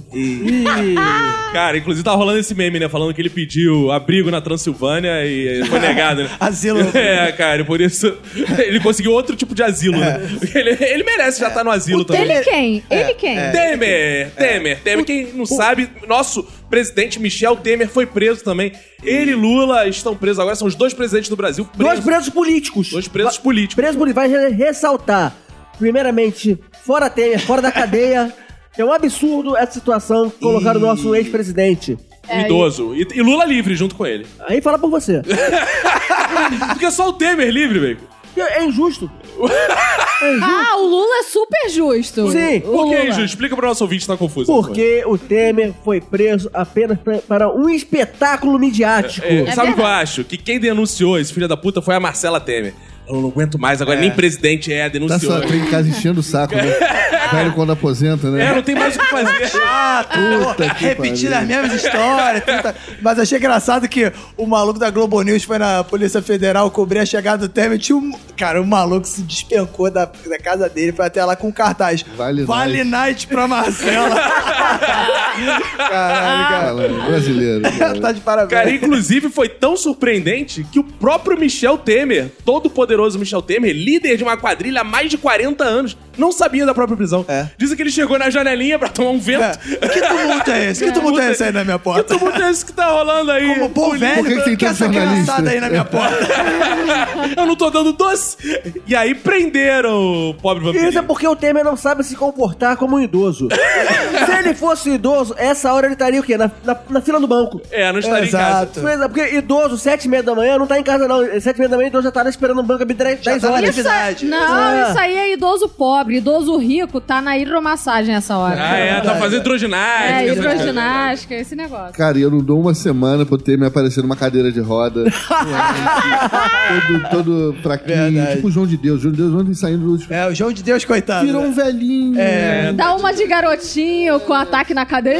S2: Cara, inclusive tá rolando esse meme, né? Falando que ele pediu abrigo na Transilvânia e foi negado, né?
S3: Asilo.
S2: É, cara, e por isso ele conseguiu outro tipo de asilo, né? Porque Ele, ele merece já estar no asilo também.
S4: Ele quem? Ele quem?
S2: É. Temer, Temer, Temer. Quem não sabe, nosso presidente Michel Temer foi preso também. Ele e Lula estão presos agora. São os dois presidentes do Brasil
S5: Dois
S2: presos.
S5: presos políticos.
S2: Dois presos políticos.
S5: Preso Bolívar vai ressaltar, primeiramente, fora Temer, fora da cadeia. É um absurdo essa situação que colocaram o nosso ex-presidente.
S4: É.
S2: Um idoso. E, e Lula livre junto com ele.
S5: Aí fala por você.
S2: Porque só o Temer livre, velho.
S5: É injusto.
S4: Ah, o Lula é super justo.
S5: Sim.
S4: O
S2: Por que,
S4: Lula.
S2: Ju? Explica pro nosso ouvinte que tá confuso.
S5: Porque o Temer foi preso apenas pra- para um espetáculo midiático.
S2: É, sabe o que eu
S4: verdade.
S2: acho? Que quem denunciou esse filho da puta foi a Marcela Temer. Eu não aguento mais, agora nem presidente é,
S6: Tá
S2: denunciou.
S6: só tem em casa enchendo o saco, né? Velho quando aposenta,
S2: É,
S6: né?
S2: não tem mais o que fazer.
S3: Ah,
S6: Puta que
S3: Repetindo as
S6: pariu.
S3: mesmas histórias. tanta- Mas achei engraçado que o maluco da Globo News foi na Polícia Federal cobrir a chegada do Temer. Tinha um... Cara, o maluco se despencou da, da casa dele, foi até lá com um cartaz.
S6: Vale
S3: vale
S6: Night.
S3: night pra Marcela. Caralho, cara.
S6: Fala, Ah, Brasileiro. cara.
S3: tá de parabéns.
S2: Cara, inclusive foi tão surpreendente que o próprio Michel Temer, todo poderoso Michel Temer, líder de uma quadrilha há mais de 40 anos, não sabia da própria prisão.
S3: É.
S2: Dizem que ele chegou na janelinha pra tomar um vento.
S3: É. Que tumulto é esse? Que tumulto é esse aí na minha
S2: Que
S3: porta?
S2: tumulto é esse que tá rolando aí?
S3: Como bom
S2: Polícia.
S3: velho,
S6: Por que que tem tanto
S3: essa
S6: jornalista?
S3: criançada aí na minha porta?
S2: Eu não tô dando doce. E aí prenderam o pobre vampiro.
S5: Isso é porque o Temer não sabe se comportar como um idoso. se ele fosse idoso, essa hora ele estaria o quê? Na, na- na fila do banco.
S2: É, não estaria em casa.
S3: Exato.
S5: Pois é, Porque idoso, sete e meia da manhã, não tá em casa não. Sete e meia da manhã, idoso já tá lá esperando o banco abrir dez
S3: Já
S5: dez
S3: tá na
S5: horas.
S4: Isso é-
S3: Atividade.
S4: não,
S2: Ah.
S5: É.
S4: isso aí é idoso pobre. Idoso rico tá na hidromassagem essa hora.
S2: Ah, é, tá fazendo hidroginástica.
S4: É,
S2: essas
S4: hidroginástica, esse negócio.
S6: Cara, eu não dou uma semana pra eu ter me aparecer numa cadeira de roda. todo, todo fraquinho.
S3: Verdade.
S6: Tipo o João de Deus. João de Deus ontem saindo do último.
S3: É, o João de Deus, coitado.
S6: Virou um velhinho. É.
S4: Dá uma de garotinho com ataque na cadeia.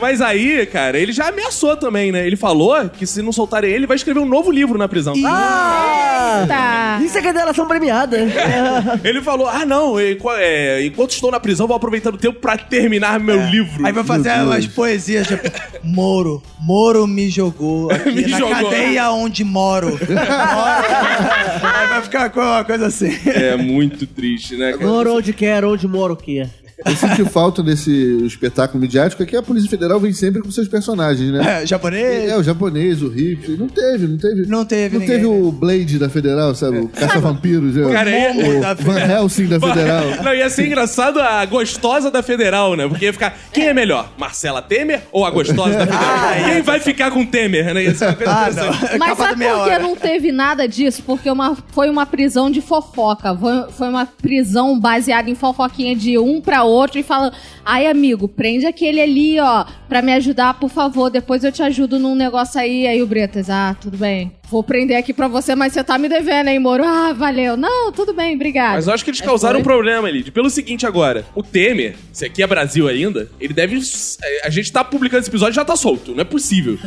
S2: Mas aí, cara, ele já ameaçou também, né? Ele falou que se não soltarem ele, vai escrever um novo livro na prisão.
S5: Ah!
S4: Tá.
S5: Isso é cancelação premiada.
S2: Ele falou: Ah, não, e- qua- é, enquanto estou na prisão, vou aproveitar o tempo pra terminar meu livro.
S3: É. Aí vai fazer
S6: Meu Deus.
S3: umas poesias, tipo, Moro, Moro me jogou aqui
S2: Me
S3: na
S2: jogou.
S3: cadeia onde moro. Moro. Aí vai ficar com uma coisa assim.
S2: É muito triste, né, cara?
S5: Moro onde quer, onde moro o quê?
S6: Eu senti falta desse espetáculo midiático é que a Polícia Federal vem sempre com seus personagens, né?
S3: É, japonês.
S6: É, o japonês, o hippie. Não teve, não teve.
S3: Não teve
S6: Não
S3: ninguém,
S6: teve o Blade da Federal, sabe? O caça-vampiros. O,
S2: Cara, é-
S6: o
S3: da
S6: Van Helsing da Federal.
S2: Não, ia ser engraçado a gostosa da Federal, né? Porque ia ficar. Quem é melhor? Marcela Temer ou a gostosa da Federal?
S3: é.
S2: Quem vai ficar com Temer, né? Ia ser uma coisa
S3: Ah, não.
S2: interessante.
S4: Mas
S3: Capa da
S4: sabe
S3: meia
S4: por que
S3: hora.
S4: não teve nada disso? Porque uma, foi uma prisão de fofoca. Foi, foi uma prisão baseada em fofoquinha de um pra outro e falando: ai, amigo, prende aquele ali, ó, pra me ajudar, por favor. Depois eu te ajudo num negócio aí. Aí o Bretas, ah, tudo bem. Vou prender aqui pra você, mas você tá me devendo, hein, Moro? Ah, valeu. Não, tudo bem, obrigado.
S2: Mas eu acho que eles causaram um problema, Lid. Pelo seguinte agora, o Temer, se aqui é Brasil ainda, ele deve. A gente tá publicando esse episódio e já tá solto. Não é possível.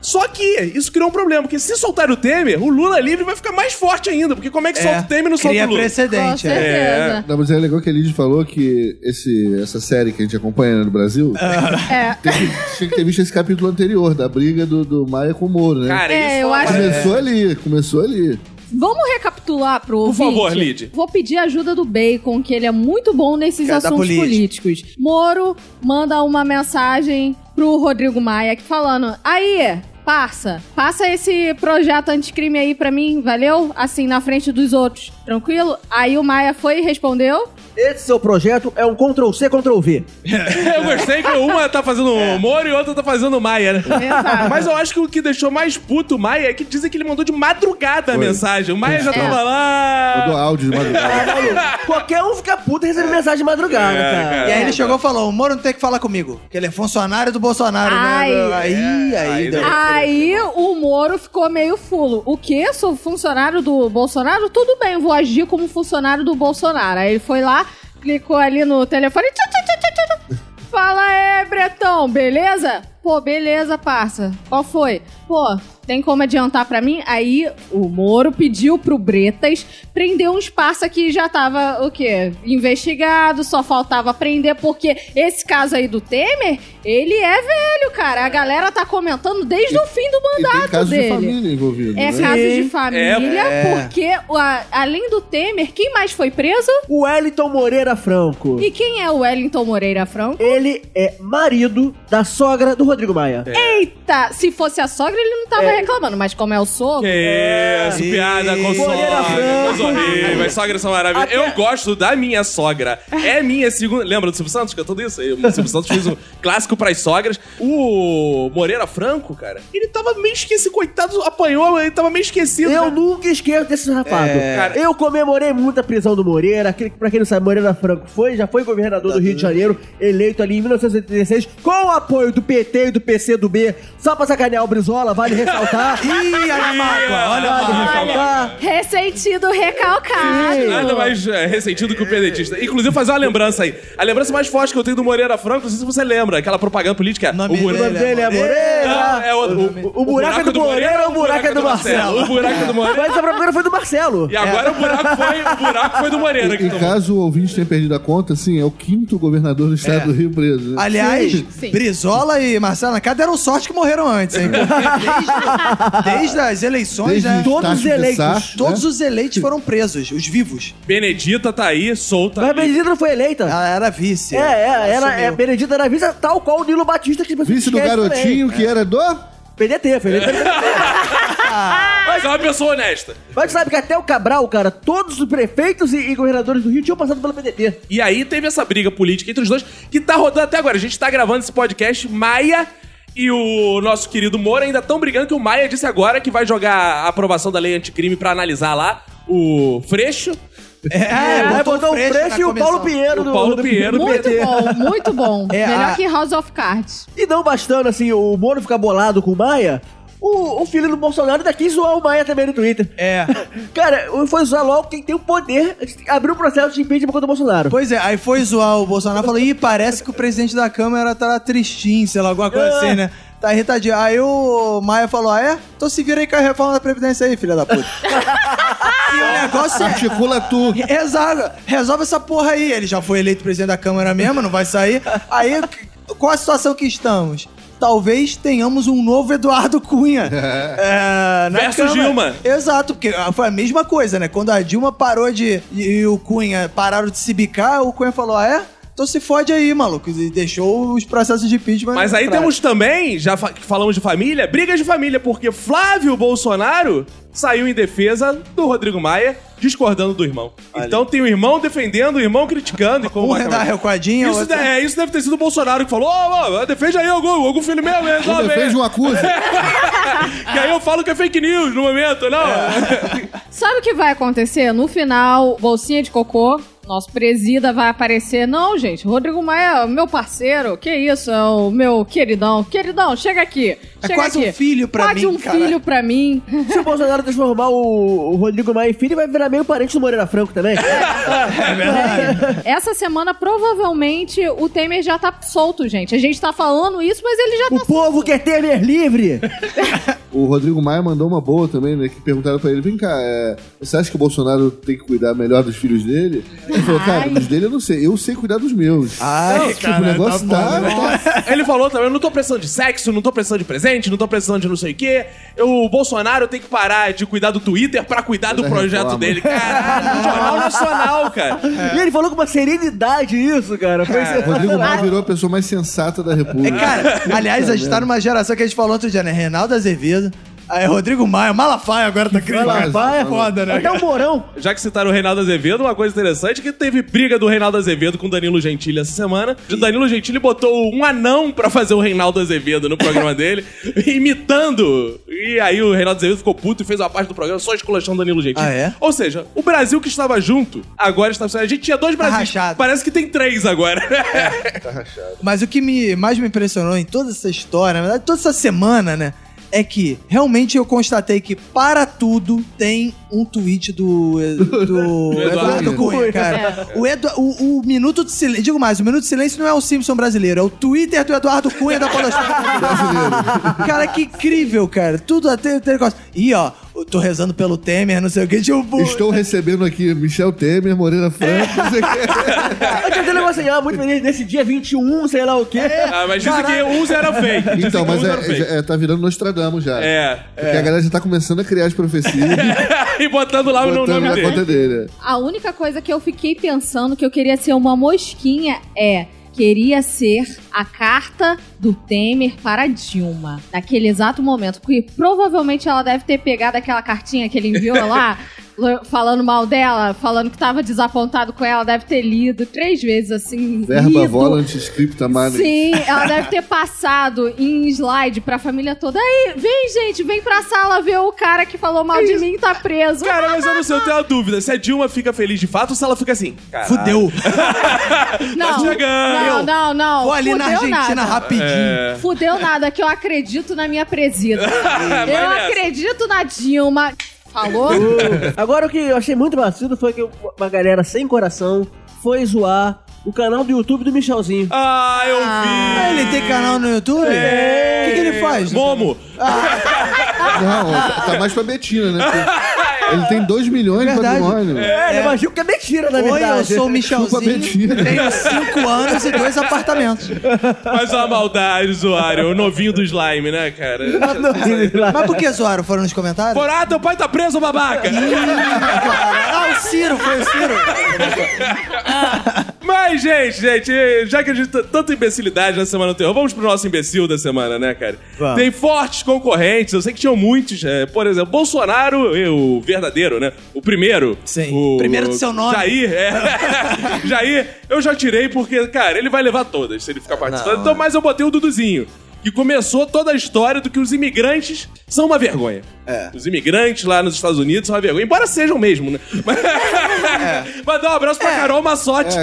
S2: Só que isso criou um problema, porque se soltar o Temer, o Lula livre vai ficar mais forte ainda. Porque como é que solta o Temer e não solta
S3: Cria
S2: o Lula?
S4: Com
S3: precedente. é.
S4: certeza.
S6: Não, mas é legal que a Lidy falou que esse, essa série que a gente acompanha né, no Brasil
S2: Ah.
S4: É.
S6: tem que- tinha que ter visto esse capítulo anterior, da briga do, do Maia com o Moro, né?
S2: Cara,
S4: É,
S2: isso
S4: eu
S2: uma
S4: acho-
S6: começou ali, começou ali.
S4: Vamos recapitular pro
S2: Por
S4: ouvinte?
S2: favor, Lid.
S4: Vou pedir a ajuda do Bacon, que ele é muito bom nesses
S3: Cara da
S4: assuntos
S3: política.
S4: políticos. Moro manda uma mensagem pro Rodrigo Maia que falando: Aí, passa, passa esse projeto anticrime aí pra mim, valeu? Assim, na frente dos outros, tranquilo? Aí o Maia foi e respondeu.
S5: Esse seu projeto é um Ctrl-C, Ctrl-V.
S2: Eu gostei que uma tá fazendo o Moro e outra tá fazendo o Maia, né?
S4: Exato.
S2: Mas eu acho que o que deixou mais puto o Maia é que dizem que ele mandou de madrugada a
S6: Foi.
S2: mensagem. O Maia já
S4: É.
S2: tava lá.
S6: Do áudio de madrugada.
S5: Qualquer um fica puto e recebe mensagem de madrugada,
S2: É,
S5: cara.
S2: cara.
S3: E aí ele chegou e falou: o Moro não tem que falar comigo, que ele é funcionário do Bolsonaro,
S4: Ai.
S3: né? Aí, aí,
S2: aí
S3: deu.
S4: Aí o Moro ficou meio fulo. O quê? Sou funcionário do Bolsonaro? Tudo bem, vou agir como funcionário do Bolsonaro. Aí ele foi lá, clicou ali no telefone. tchu, tchu, tchu, tchu, tchu, tchu. Fala é, Bretão, beleza? Pô, beleza, parça. Qual foi? Pô, tem como adiantar pra mim? Aí o Moro pediu pro Bretas prender uns parça que já tava, o quê? Investigado, só faltava prender, porque esse caso aí do Temer, ele é velho, cara. A galera tá comentando desde o fim do
S6: E tem
S4: mandato
S6: casos de
S4: dele.
S6: família envolvido,
S4: É
S6: né?
S4: caso de
S5: Sim.
S4: família,
S3: É.
S4: porque o- a- além do Temer, quem mais foi preso?
S5: O Wellington Moreira Franco.
S4: E quem é o Wellington Moreira Franco?
S5: Ele é marido da sogra do Rodrigo Maia.
S4: É. Eita, se fosse a sogra, ele não tava reclamando, mas como é o sogro.
S2: Que
S5: É.
S2: isso, piada com
S3: Ih,
S2: sogra.
S5: Moreira Franco.
S2: coisa horrível. Mas sogras são maravilhosas. Eu gosto da minha sogra. É minha segunda. Lembra do Silvio Santos cantando isso? O Silvio Santos fez um clássico pras sogras. O Moreira Franco, cara, ele tava meio esquecido. Coitado, apanhou, ele tava meio esquecido.
S5: Eu
S2: né?
S5: nunca esqueço desse rapaz.
S2: Cara-
S5: Eu comemorei muito a prisão do Moreira. Aquele, que, pra quem não sabe, Moreira Franco foi, já foi governador do Rio de Janeiro, eleito ali em 1986, com o apoio do PT e do PC do B, só pra sacanear o Brizola, vale ressaltar.
S3: Ih, olha a mágoa, olha a
S5: vale
S3: mágoa.
S5: ressaltar.
S4: Ressentido recalcado.
S2: Nada mais é, ressentido que o pedetista. Inclusive, fazer uma lembrança aí. A lembrança mais forte que eu tenho do Moreira Franco, não sei se você lembra, aquela propaganda política.
S3: Nome
S5: O
S2: Moreira-
S5: nome dele é
S2: Não,
S5: Moreira.
S2: é o, o,
S5: O buraco é do Moreira ou o buraco é do Marcelo?
S2: O buraco é do Moreira.
S5: Mas a primeira foi do Marcelo.
S2: E agora o, buraco foi, o buraco foi do Moreira que
S6: E
S2: tomou.
S6: caso o ouvinte tenha perdido a conta, sim, é o quinto governador do
S2: É.
S6: estado do Rio preso. Né?
S3: Aliás,
S4: Sim, sim.
S3: Brizola e Marcelo Nakata deram sorte que morreram antes, hein? Desde, desde as eleições,
S6: Desde
S3: né?
S5: todos
S6: Estácio
S5: os eleitos,
S6: Bessart, né?
S3: Todos os eleitos foram presos, os vivos.
S2: Benedita tá aí, solta.
S5: Mas a
S2: ali.
S5: Benedita não foi eleita.
S3: Ela era vice.
S5: É, é,
S3: Ela
S5: era, é,
S3: assumiu.
S5: Benedita era vice, tal qual o Nilo Batista que
S6: Vice do
S2: é
S5: esquece também.
S2: né?
S6: garotinho, que era do...
S5: PDT, foi eleito.
S2: Mas é uma pessoa honesta.
S5: Mas sabe que até o Cabral, cara, todos os prefeitos e, e governadores do Rio tinham passado pelo PDT.
S2: E aí teve essa briga política entre os dois que tá rodando até agora. A gente tá gravando esse podcast, Maia e o nosso querido Moro ainda estão brigando que o Maia disse agora que vai jogar a aprovação da lei anticrime pra analisar lá o Freixo.
S3: É,
S5: Aí botou o
S3: Freixo na
S5: Freixo e o Paulo
S3: comissão.
S5: Pinheiro do,
S2: O Paulo
S5: do,
S2: Pinheiro
S5: do
S4: Muito
S5: PT.
S4: bom, muito bom.
S3: É,
S4: Melhor
S3: a-
S4: que House of Cards.
S5: E não bastando, assim, o Moro ficar bolado com o Maia, o, o filho do Bolsonaro daqui zoar o Maia também no Twitter.
S3: É.
S5: Cara, foi zoar logo quem tem o poder de abrir um processo de impeachment contra o Bolsonaro.
S3: Pois é, aí foi zoar o Bolsonaro e falou: ih, parece que o presidente da Câmara tá tristinho, sei lá, alguma coisa
S5: É.
S3: assim, né? Tá irritadinho. Aí o Maia falou: ah, é? Então se vira aí com a reforma da Previdência aí, filha da puta. e o negócio é.
S6: Articula tu.
S3: Exato. Resolve essa porra aí. Ele já foi eleito presidente da Câmara mesmo, não vai sair. Aí, qual a situação que estamos? Talvez tenhamos um novo Eduardo Cunha. É, na
S2: Versus
S3: Câmara.
S2: Dilma.
S3: Exato, porque foi a mesma coisa, né? Quando a Dilma parou de. e, e o Cunha pararam de se bicar, o Cunha falou: ah, é? Então se fode aí, maluco. E deixou os processos de impeachment.
S2: Mas aí
S3: pra-
S2: temos também, já fa- que falamos de família, brigas de família, porque Flávio Bolsonaro saiu em defesa do Rodrigo Maia, discordando do irmão. Então tem o irmão defendendo, o irmão criticando. E como
S3: Um
S2: vai
S3: é
S2: acabar?
S3: da Recuadinha,
S2: isso,
S3: outro-
S2: de- é, isso deve ter sido o Bolsonaro que falou: Ô, ô, defende aí algum, algum filho meu,
S6: Um
S2: resolve.
S6: defende
S2: aí."
S6: um acusa.
S2: Que aí eu falo que é fake news no momento, não.
S4: Sabe o que vai acontecer? No final, bolsinha de cocô, nosso presida vai aparecer. Não, gente, Rodrigo Maia é o meu parceiro. Que isso, é o meu queridão. Queridão, chega aqui.
S3: É
S4: chega
S3: quase
S4: aqui.
S3: um filho pra
S4: Quase
S3: mim,
S4: um
S3: cara.
S4: filho pra mim.
S5: Se
S3: é.
S5: o Bolsonaro transformar o, o Rodrigo Maia em filho, vai virar meio parente do Moreira Franco também.
S3: É,
S4: Essa semana, provavelmente, o Temer já tá solto, gente. A gente tá falando isso, mas ele já tá
S5: o povo quer Temer livre.
S6: O Rodrigo Maia mandou uma boa também, né? Que perguntaram pra ele: vem cá, é, você acha que o Bolsonaro tem que cuidar melhor dos filhos dele? Ele falou: cara,
S4: Ai.
S6: dos dele eu não sei, eu sei cuidar dos meus.
S3: Ai,
S6: Não, tipo,
S3: cara,
S6: o negócio
S3: tá
S6: tá. tá-
S2: Ele falou também: eu não tô precisando de sexo, não tô precisando de presente, não tô precisando de não sei o quê. Eu- o Bolsonaro tem que parar de cuidar do Twitter pra cuidar do
S6: Toda
S2: projeto
S6: reclama.
S2: dele. Caralho, Jornal Nacional, cara.
S5: E ele falou com uma serenidade isso, cara. Foi
S6: O É, Rodrigo Maia virou a pessoa mais sensata da República.
S3: É, Cara, aliás, a gente tá numa geração que a gente falou outro dia, né? Reinaldo Azevedo. Aí Rodrigo Maia, Malafaia agora tá criando.
S5: Malafaia,
S3: foda, né?
S5: Até o Mourão.
S2: Já que citaram o Reinaldo Azevedo, uma coisa interessante é que teve briga do Reinaldo Azevedo com o Danilo Gentili essa semana. O Danilo Gentili botou um anão pra fazer o Reinaldo Azevedo no programa dele, imitando. E aí o Reinaldo Azevedo ficou puto e fez uma parte do programa só esculachando o Danilo Gentili.
S3: Ah, é?
S2: Ou seja, o Brasil que estava junto, agora está... A gente tinha dois Brasis.
S3: Tá rachado. É.
S2: Parece que tem três agora.
S3: Mas o que me, mais me impressionou em toda essa história, na verdade, toda essa semana, né? É que realmente eu constatei que para tudo tem um tweet do, do
S2: Eduardo
S3: Eduardo Cunha, É. cara. O, Edu, o, o Minuto de Silêncio. Digo mais, o Minuto de Silêncio não é o Simpson brasileiro, é o Twitter do Eduardo Cunha da Podosfera brasileiro. Cara, que incrível, cara. Tudo até. até negócio. Ih, ó, eu tô rezando pelo Temer, não sei o que. Tipo,
S6: Estou recebendo aqui Michel Temer, Moreira Franco, não sei o quê.
S5: Eu tinha um negócio assim, ah, muito feliz nesse dia 21, sei lá o quê.
S2: ah, mas dizem que uns eram fake. Dizem
S6: Então,
S2: que
S6: mas
S2: uns eram
S6: é,
S2: fake.
S6: já- é, tá virando Nostradamus já.
S2: um É,
S6: Porque a galera já tá começando a criar as profecias.
S2: e botando lá o
S6: botando
S2: nome
S6: na
S2: dele.
S6: conta dele.
S4: A única coisa que eu fiquei pensando que eu queria ser uma mosquinha é. Queria ser a carta do Temer para Dilma, naquele exato momento. Porque provavelmente ela deve ter pegado aquela cartinha que ele enviou lá, lo- falando mal dela, falando que tava desapontado com ela, deve ter lido três vezes assim.
S6: Verba
S4: rido.
S6: volant, scripta mane.
S4: Sim, ela deve ter passado em slide pra família toda. Aí, vem, gente, vem pra sala ver o cara que falou mal de mim tá preso.
S2: Cara, mas eu não sei, eu tenho uma dúvida. Se a Dilma fica feliz de fato ou se ela fica assim. Cara,
S3: Fudeu.
S4: Não,
S2: Tá chegando.
S4: não, não, não.
S3: Vou ali na
S4: Fudeu
S3: Argentina
S4: nada.
S3: rapidinho.
S4: Fudeu nada, que eu acredito na minha presida.
S2: Vai
S4: eu
S2: nessa.
S4: acredito na Dilma. Falou?
S5: Agora o que eu achei muito vacilo foi que uma galera sem coração foi zoar o canal do YouTube do Michelzinho.
S2: Ah, eu vi.
S3: Ah, ele tem canal no YouTube? O
S2: É.
S3: que, que ele faz?
S2: Momo.
S6: Não, tá tá mais pra Betina, né? Porque Ele tem 2 milhões de
S3: Verdade.
S6: patrimônio.
S5: É, eu imagino que é mentira, na
S3: Oi,
S5: verdade.
S3: eu sou o
S6: Chupa
S3: Michelzinho,
S6: mentira.
S3: tenho 5 anos e dois apartamentos.
S2: Mas uma maldade, usuário. O novinho do slime, né, cara?
S3: Mas por que zoaram? Foram nos comentários?
S2: Por, ah, teu pai tá preso, babaca!
S3: Ah, o Ciro, foi o Ciro.
S2: Mas, gente, gente, já que a gente tá tanta imbecilidade na semana anterior, vamos pro nosso imbecil da semana, né, cara?
S3: Vamos.
S2: Tem fortes concorrentes, eu sei que tinham muitos, é, por exemplo, Bolsonaro, é, o verdadeiro, né? O primeiro.
S3: Sim.
S2: O,
S3: Primeiro do seu nome.
S2: Jair, é. Jair, eu já tirei porque, cara, ele vai levar todas se ele ficar participando.
S3: Não.
S2: Então, mas eu botei o Duduzinho. Que começou toda a história do que os imigrantes são uma vergonha. Os imigrantes lá nos Estados Unidos são uma vergonha. Embora sejam mesmo, né? Mas, mas dá um abraço pra Carol Massotti.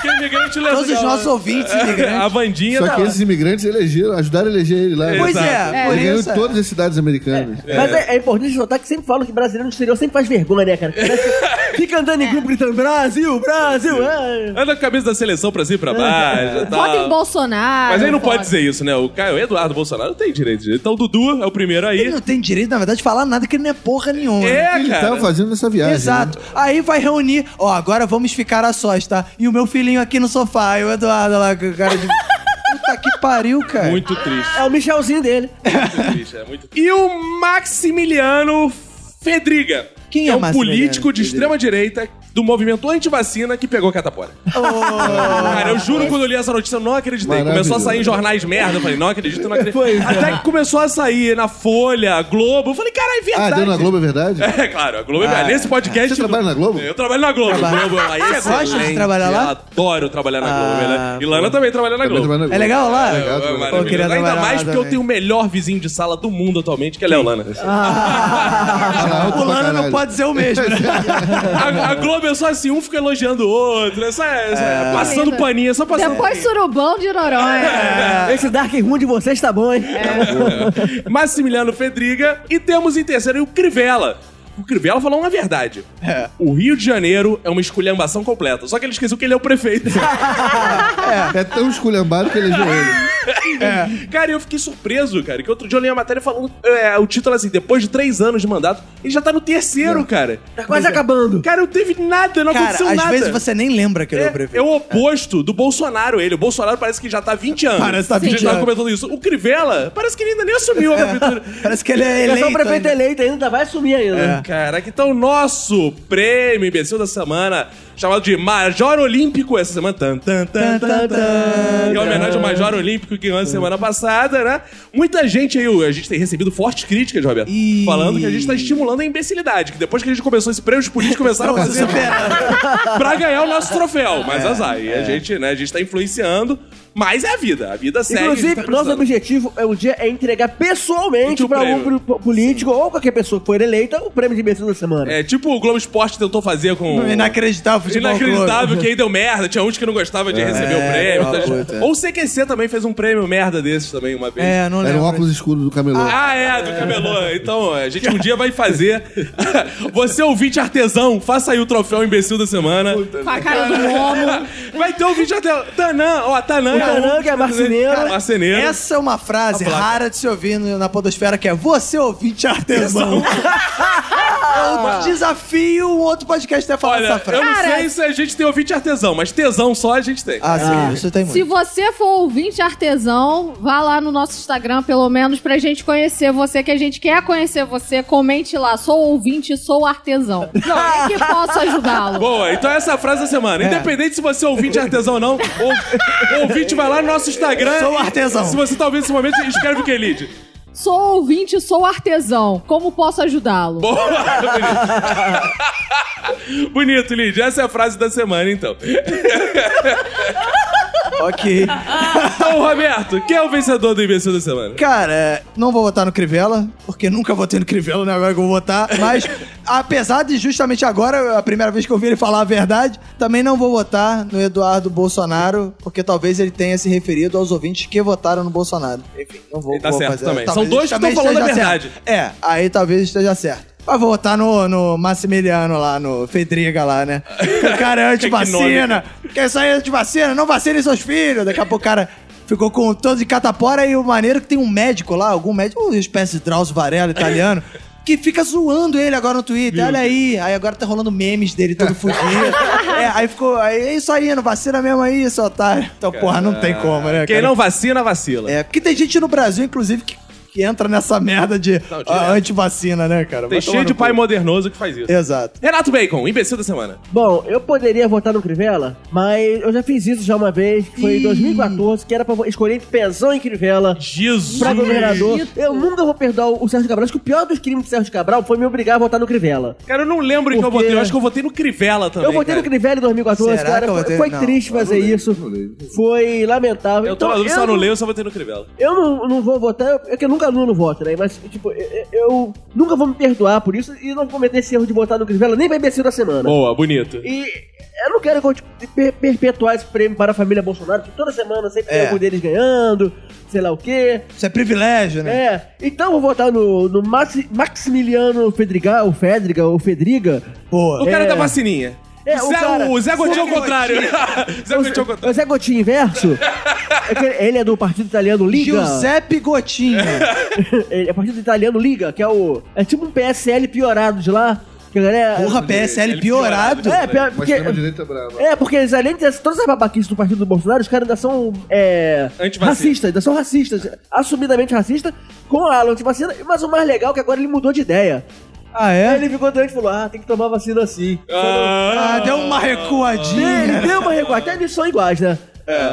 S2: Que imigrante legal.
S3: Todos os nossos ouvintes imigrantes.
S2: A Vandinha
S6: Só
S2: tá
S6: que
S2: lá.
S6: esses imigrantes elegeram, ajudaram a eleger ele lá.
S3: Pois
S2: Exato.
S3: é, por
S6: Ele ganhou
S3: isso.
S6: em todas as cidades americanas.
S5: Mas é, é importante notar que sempre falam que brasileiro no exterior sempre faz vergonha, né, cara? Parece- Fica andando em grupo gritando Brasil, Brasil! é.
S2: Anda com a camisa da seleção pra cima e pra baixo. e tal.
S4: Vota em Bolsonaro.
S2: Mas ele não pode
S4: vota.
S2: dizer isso, né? O Caio Eduardo Bolsonaro tem direito. de- Então o Dudu é o primeiro
S3: Ele
S2: aí.
S3: não tem direito, na verdade, de falar nada que ele não é porra nenhuma.
S2: É,
S6: ele
S2: cara.
S6: tava fazendo nessa viagem. né?
S3: Exato. Aí vai reunir. Ó, agora vamos ficar a sós, tá? E o meu filhinho aqui no sofá, e o Eduardo lá, com o cara de. Puta que pariu, cara.
S2: Muito triste,
S5: É o Michelzinho dele.
S2: muito triste, é muito triste. E o Maximiliano Fedriga.
S3: Quem é,
S2: é um
S3: Márcio
S2: político de
S3: Mariano?
S2: extrema-direita do movimento anti-vacina que pegou catapora. Cara, eu juro, quando eu li essa notícia, eu não acreditei. Começou a sair em jornais merda. Eu falei, não acredito, não acredito.
S5: Pois é.
S2: Até que começou a sair na Folha, Globo. Eu falei, caralho, é
S6: Ah,
S2: verdade.
S6: deu na Globo, é verdade?
S2: É, claro, a Globo é.
S3: Ah,
S2: Nesse podcast.
S6: Você trabalha na Globo?
S2: Eu trabalho na Globo.
S3: Trabalha.
S2: Globo aí,
S3: Você gosta de
S2: excelente.
S3: trabalhar lá?
S2: Eu adoro trabalhar na
S3: Ah,
S2: Globo. Ilana- Ilana também trabalha na
S6: Também
S2: Globo.
S6: trabalha na Globo.
S3: É legal lá?
S6: É legal.
S2: É,
S6: também.
S2: maravilhoso.
S3: queria é.
S2: Ainda
S3: trabalhar
S2: mais
S3: lá
S2: porque eu
S3: também.
S2: tenho o melhor vizinho de sala do mundo atualmente, que é a Leolana.
S3: Ah,
S6: Tá alto
S3: o
S6: pra
S3: Lano não
S6: caralho.
S3: pode ser o mesmo, né?
S2: A, a Globo é só assim, um fica elogiando o outro, é só, é, só- é passando
S4: Ainda.
S2: paninha, só passando.
S4: Depois surubão de Noronha.
S3: É.
S5: Esse Dark Room de vocês tá bom, hein?
S2: Massimiliano Fedriga e temos em terceiro o Crivella. O Crivella falou uma verdade.
S3: É.
S2: O Rio de Janeiro é uma esculhambação completa. Só que ele esqueceu que ele é o prefeito.
S6: É tão esculhambado que elegeu ele.
S2: cara, eu fiquei surpreso, cara, que outro dia eu li a matéria falando. é, o título assim, depois de três anos de mandato, ele já tá no terceiro, cara.
S5: Tá quase acabando.
S2: Cara, não teve nada, não
S3: É. Cara,
S2: aconteceu
S3: às
S2: nada.
S3: vezes você nem lembra que ele é, o
S2: É, é
S3: prefeito.
S2: o oposto do Bolsonaro, ele. O Bolsonaro parece que já tá há 20 anos.
S3: Parece que tá há
S2: A gente
S3: 20
S2: tava
S3: anos.
S2: comentando isso. O Crivella, parece que ele ainda nem assumiu a prefeitura.
S3: Parece que ele é
S5: É
S3: eleito.
S5: só o prefeito
S3: ainda. É.
S5: eleito ainda, vai né? sumir ainda.
S2: Caraca, então o nosso prêmio imbecil da semana, chamado de Major Olímpico, essa semana, tan, tan, tan, tan, tan, em homenagem ao Major Olímpico que ganhou a semana passada, né? Muita gente aí, a gente tem recebido fortes críticas, Roberto,
S3: Ih.
S2: falando que a gente tá estimulando a imbecilidade, que depois que a gente começou esse prêmio, os políticos começaram a
S3: Não, se
S2: fazer
S3: supera.
S2: pra ganhar o nosso troféu.
S3: É,
S2: Mas azar, e a gente, né, a gente tá influenciando, mas é a vida, a vida segue. a gente
S5: Inclusive,
S2: tá
S5: nosso
S2: precisando.
S5: objetivo é um dia é entregar pessoalmente
S2: Muito
S5: pra
S2: prêmio.
S5: um pro- político ou qualquer pessoa que for eleita o prêmio de imbecil da semana.
S2: É tipo o Globo Esporte tentou fazer com...
S3: Inacreditável futebol
S2: Inacreditável que aí deu merda. Tinha uns que não gostava de receber o prêmio.
S3: uma
S2: outras-
S3: puta.
S2: Ou o CQC também fez um prêmio merda desses também uma vez.
S3: É, não
S6: Era
S3: lembro.
S6: um óculos escuro do camelô.
S2: Ah, é, do camelô. Então, a gente um dia vai fazer. Você, é ouvinte artesão, faça aí o troféu imbecil da semana.
S4: Com a cara do Momo.
S2: Vai ter ouvinte artesão. Tanã, ó, Tanã. um
S5: O Tanã, que é marceneiro.
S2: Cara, Marceneiro.
S3: Essa é uma frase
S2: A placa.
S3: rara de se ouvir no- na podosfera, que é você ouvinte artesão. Eu É. desafio um outro podcast até falar
S2: Olha,
S3: essa
S2: eu
S3: frase.
S2: não
S4: Cara.
S2: sei se a gente tem ouvinte artesão, mas tesão só a gente tem.
S3: Ah, sim, isso tem
S4: Se
S3: muito.
S4: você for ouvinte artesão, vá lá no nosso Instagram, pelo menos, pra gente conhecer você, que a gente quer conhecer você. Comente lá, sou ouvinte, sou artesão. Não, é que posso ajudá-lo.
S2: Boa, então essa é a frase da semana. Independente se você é ouvinte artesão ou não, ou- ouvinte vai lá no nosso Instagram.
S3: Sou artesão.
S2: Se você tá ouvindo esse momento, escreve o que lide.
S4: Sou ouvinte, sou artesão. Como posso ajudá-lo?
S2: Bonito, Lid. Essa é a frase da semana, então.
S3: Ok.
S2: Então, Roberto, quem é o vencedor do imbecil da semana?
S3: Cara, é, não vou votar no Crivella, porque nunca votei no Crivella, né? Agora que eu vou votar. Mas, apesar de justamente agora, a primeira vez que eu vi ele falar a verdade, também não vou votar no Eduardo Bolsonaro, porque talvez ele tenha se referido aos ouvintes que votaram no Bolsonaro. Enfim, não vou,
S2: Ele tá
S3: vou
S2: certo
S3: fazer.
S2: também.
S3: Talvez
S2: São dois
S3: ele
S2: que
S3: também
S2: tão falando a
S3: esteja
S2: verdade.
S3: certo. É, aí talvez esteja certo. Mas vou votar no, no Massimiliano lá, no Fedriga lá, né? Que o cara é antivacina, que isso aí é antivacina, não vacinem seus filhos. Daqui a pouco o cara ficou com todo de catapora e o maneiro que tem um médico lá, algum médico, uma espécie de Drauzio Varela italiano, que fica zoando ele agora no Twitter. Olha aí, aí agora tá rolando memes dele todo fudido. É, aí ficou, aí é isso aí, não vacina mesmo aí, seu otário. Então, porra, não tem como,
S5: É,
S3: né?
S2: Quem
S3: cara?
S2: não vacina, vacila.
S3: É, porque tem gente no Brasil, inclusive, que, que entra nessa merda de
S2: Não, direto.
S3: ah, antivacina, né, cara?
S2: Tem
S3: Vai tomar
S2: cheio de
S3: no
S2: pai
S3: cu.
S2: modernoso que faz isso.
S5: É.
S3: Exato.
S2: Renato Bacon, imbecil da semana.
S5: Bom, eu poderia votar no Crivella, mas eu já fiz isso já uma vez, que foi em 2014, que era pra escolher entre Pezão e Crivella
S2: Jesus.
S5: pra governador.
S4: Bonito.
S5: Eu nunca vou perdoar o Sérgio Cabral. Acho que o pior dos crimes do Sérgio Cabral foi me obrigar a votar no Crivella.
S2: Cara, eu não lembro em que eu
S5: Porque-
S2: votei. Eu acho que eu votei no Crivella também.
S5: eu votei no
S2: cara.
S5: Crivella em 2014,
S3: Será
S5: cara.
S3: que eu
S5: Foi,
S3: votei?
S5: foi
S3: Não,
S5: triste fazer isso. Foi lamentável.
S2: Eu tô
S5: Então,
S2: maluco, se eu não
S5: não-
S2: leio, eu só votei no Crivella.
S5: Eu não, não vou votar, eu- é que eu nunca aluno voto, né? Mas, tipo, eu, eu nunca vou me perdoar por isso e não vou cometer esse erro de votar no Crivella nem pra imbecil da semana.
S2: Boa, bonito.
S5: E eu não quero tipo, per- perpetuar esse prêmio para a família Bolsonaro, que toda semana sempre
S3: É.
S5: tem algum deles ganhando, sei lá o quê.
S3: Isso é privilégio, né?
S5: É, então eu vou votar no, no Maxi- Maximiliano Fedriga, o Fedriga, ou Fedriga.
S2: O
S3: Pô.
S2: cara
S5: É.
S2: da vacininha.
S5: É,
S2: o,
S5: o
S2: Zé,
S5: cara-
S2: o Zé Gotinho ao contrário. Zé Gotinho ao
S5: É o
S2: contrário.
S5: Zé Gotinho Inverso. É que ele é do partido italiano Liga.
S3: Giuseppe Gotinha.
S5: É o partido italiano Liga, que é o. É tipo um PSL piorado de lá. Que a galera.
S3: Porra, PSL piorado.
S5: É, pior-
S6: Mas
S5: porque,
S6: tem uma direita brava.
S5: é, porque eles, além de todas as babaquices do partido do Bolsonaro, os caras ainda são é,
S2: Antivacina.
S5: racistas, ainda são racistas, assumidamente racistas, com a ala antivacina, mas o mais legal é que agora ele mudou de ideia.
S3: Ah, é?
S5: Ele ficou doente e falou: Ah, tem que tomar vacina assim.
S3: Ah, deu uma
S5: Ele
S3: recuadinha.
S5: deu uma recuada. Até eles são iguais, né?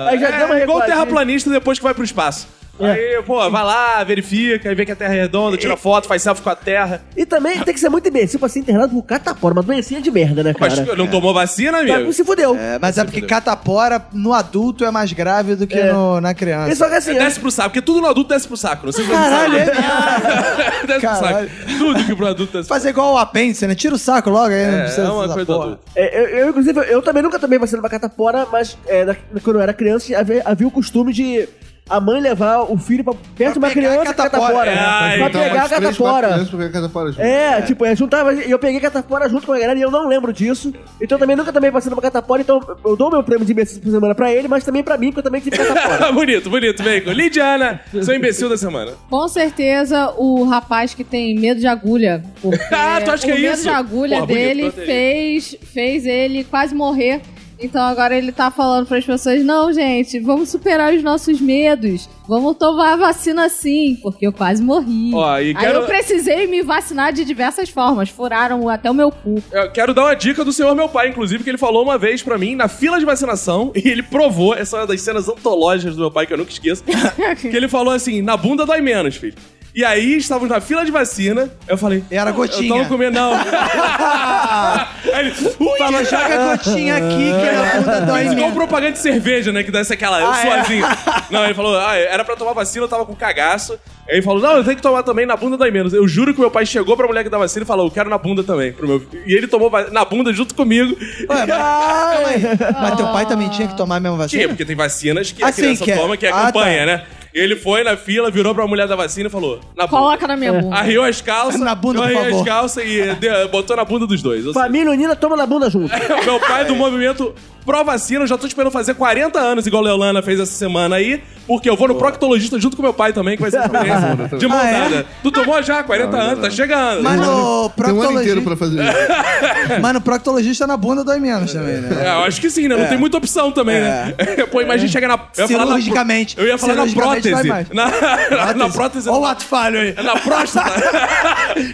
S5: Aí já deu uma
S2: É igual o
S5: recuadinha.
S2: terraplanista depois que vai pro espaço.
S5: É.
S2: Aí, pô, vai lá, verifica, aí vê que a terra é redonda, tira foto, faz selfie com a terra.
S5: E também tem que ser muito imbecil pra ser internado por catapora. Uma doencinha de merda, né,
S2: Mas
S5: cara?
S2: não tomou vacina, amigo?
S5: Tá, se fudeu.
S3: É, mas é porque catapora no adulto é mais grave do que no- na
S5: E
S3: criança.
S5: só que assim,
S2: Desce pro saco, porque tudo no adulto desce pro saco. Não sei se você
S3: É. Caralho, é mesmo.
S2: sabe. desce
S3: Caralho.
S2: pro saco. Tudo que pro adulto desce pro
S3: Fazer igual o apêndice, né? Tira o saco logo aí, não
S2: saco.
S3: um precisa
S2: É, é uma
S3: dessa
S2: coisa do
S3: porra.
S2: adulto.
S5: É, eu, eu, inclusive, eu também nunca tomei vacina pra catapora, mas é, na- quando eu era criança havia, havia o costume de a mãe levar o filho pra, perto de uma
S3: pegar
S5: criança
S3: catapora.
S5: catapora.
S2: É,
S5: né? pra
S2: então,
S5: pegar a
S6: umas três, quatro
S5: catapora.
S6: crianças pra pegar catapora junto.
S5: É, tipo, é, juntava. E eu peguei catapora junto com a galera e eu não lembro disso. Então também nunca tomei vacina pra catapora. Então eu dou meu prêmio de imbecil por semana pra ele, mas também pra mim, porque eu também tive
S3: Tá
S5: catapora.
S2: bonito, bonito, Bacon. Lidiana, seu imbecil da semana.
S4: Com certeza o rapaz que tem medo de agulha. porque
S2: Ah, tu acha que
S4: o
S2: é
S4: medo
S2: isso?
S4: de agulha
S2: Porra, bonito,
S4: dele
S2: gostei.
S4: fez, fez ele quase morrer. Então agora ele tá falando pras pessoas: não, gente, vamos superar os nossos medos. Vamos tomar a vacina sim, porque eu quase morri.
S2: Ó, e
S4: Aí
S2: quero-
S4: eu precisei me vacinar de diversas formas. Furaram até o meu cu.
S2: Eu quero dar uma dica do senhor meu pai, inclusive, que ele falou uma vez pra mim na fila de vacinação, e ele provou, essa é uma das cenas antológicas do meu pai que eu nunca esqueço, que ele falou assim, na bunda dói menos, filho. E aí, estávamos na fila de vacina, eu falei...
S3: E era gotinha.
S2: Eu tava comendo, não. aí ele... Ui,
S3: Falou, Ah, joga a gotinha aqui que na bunda dói
S2: Mas igual
S3: mesmo.
S2: É. propaganda de cerveja, né? Que dá essa aquela, eu
S3: Ah, é?
S2: sozinho. Não, ele falou, ah, era pra tomar vacina, eu tava com cagaço. Aí ele falou, não, eu tenho que tomar também, na bunda dói menos. Eu juro que meu pai chegou pra mulher que dá vacina e falou, eu quero na bunda também. Pro meu... E ele tomou va- na bunda junto comigo.
S3: Ué, mas, calma aí. mas teu pai também tinha que tomar a mesma
S2: Tinha,
S3: vacina?
S2: porque tem vacinas que a
S3: Assim,
S2: criança
S3: que é-
S2: toma, que
S3: Ah, tá.
S2: acompanha, né? Ele foi na fila, virou pra mulher da vacina e falou, na bunda.
S4: Coloca na minha bunda.
S2: Arriou as calças,
S3: Na bunda,
S2: eu
S3: por
S2: arriei as
S3: favor.
S2: calças e deu- botou na bunda dos dois. Ou seja,
S5: Família unida toma na bunda junto.
S2: Meu pai do movimento pró-vacina, eu já tô esperando fazer 40 anos, igual a Leolana fez essa semana aí, porque eu vou no proctologista junto com meu pai também, que vai ser experiência de mão
S3: Ah, é?
S2: dada. Tu tomou já 40 anos, tá chegando.
S3: Mas no
S6: Tem um ano
S3: proctologista,
S6: inteiro pra fazer
S3: É.
S6: isso.
S3: mas no proctologista na bunda dói menos também, né?
S2: É, eu acho que sim, né? Não tem muita opção também, né? Pô, imagina chegar na. Eu ia falar na-
S3: É. Cirurgicamente.
S2: eu ia falar na
S3: Cirurgicamente
S2: prótese.
S3: dói mais.
S2: Na, na, na prótese.
S3: Olha o ato falho aí.
S2: Na próstata.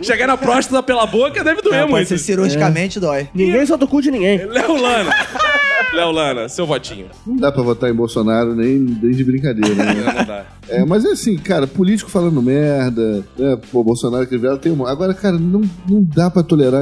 S2: chegar na próstata pela boca deve doer
S3: É, Pode
S2: é muito.
S3: ser cirurgicamente dói.
S5: Ninguém solta o cu de ninguém.
S2: Leolana. Leolana, seu votinho.
S6: Não dá pra votar em Bolsonaro nem, nem de brincadeira, né?
S2: Não dá.
S6: É, mas é assim, cara, político falando merda, né? Pô, Bolsonaro que vela tem uma. Agora, cara, não, não dá pra tolerar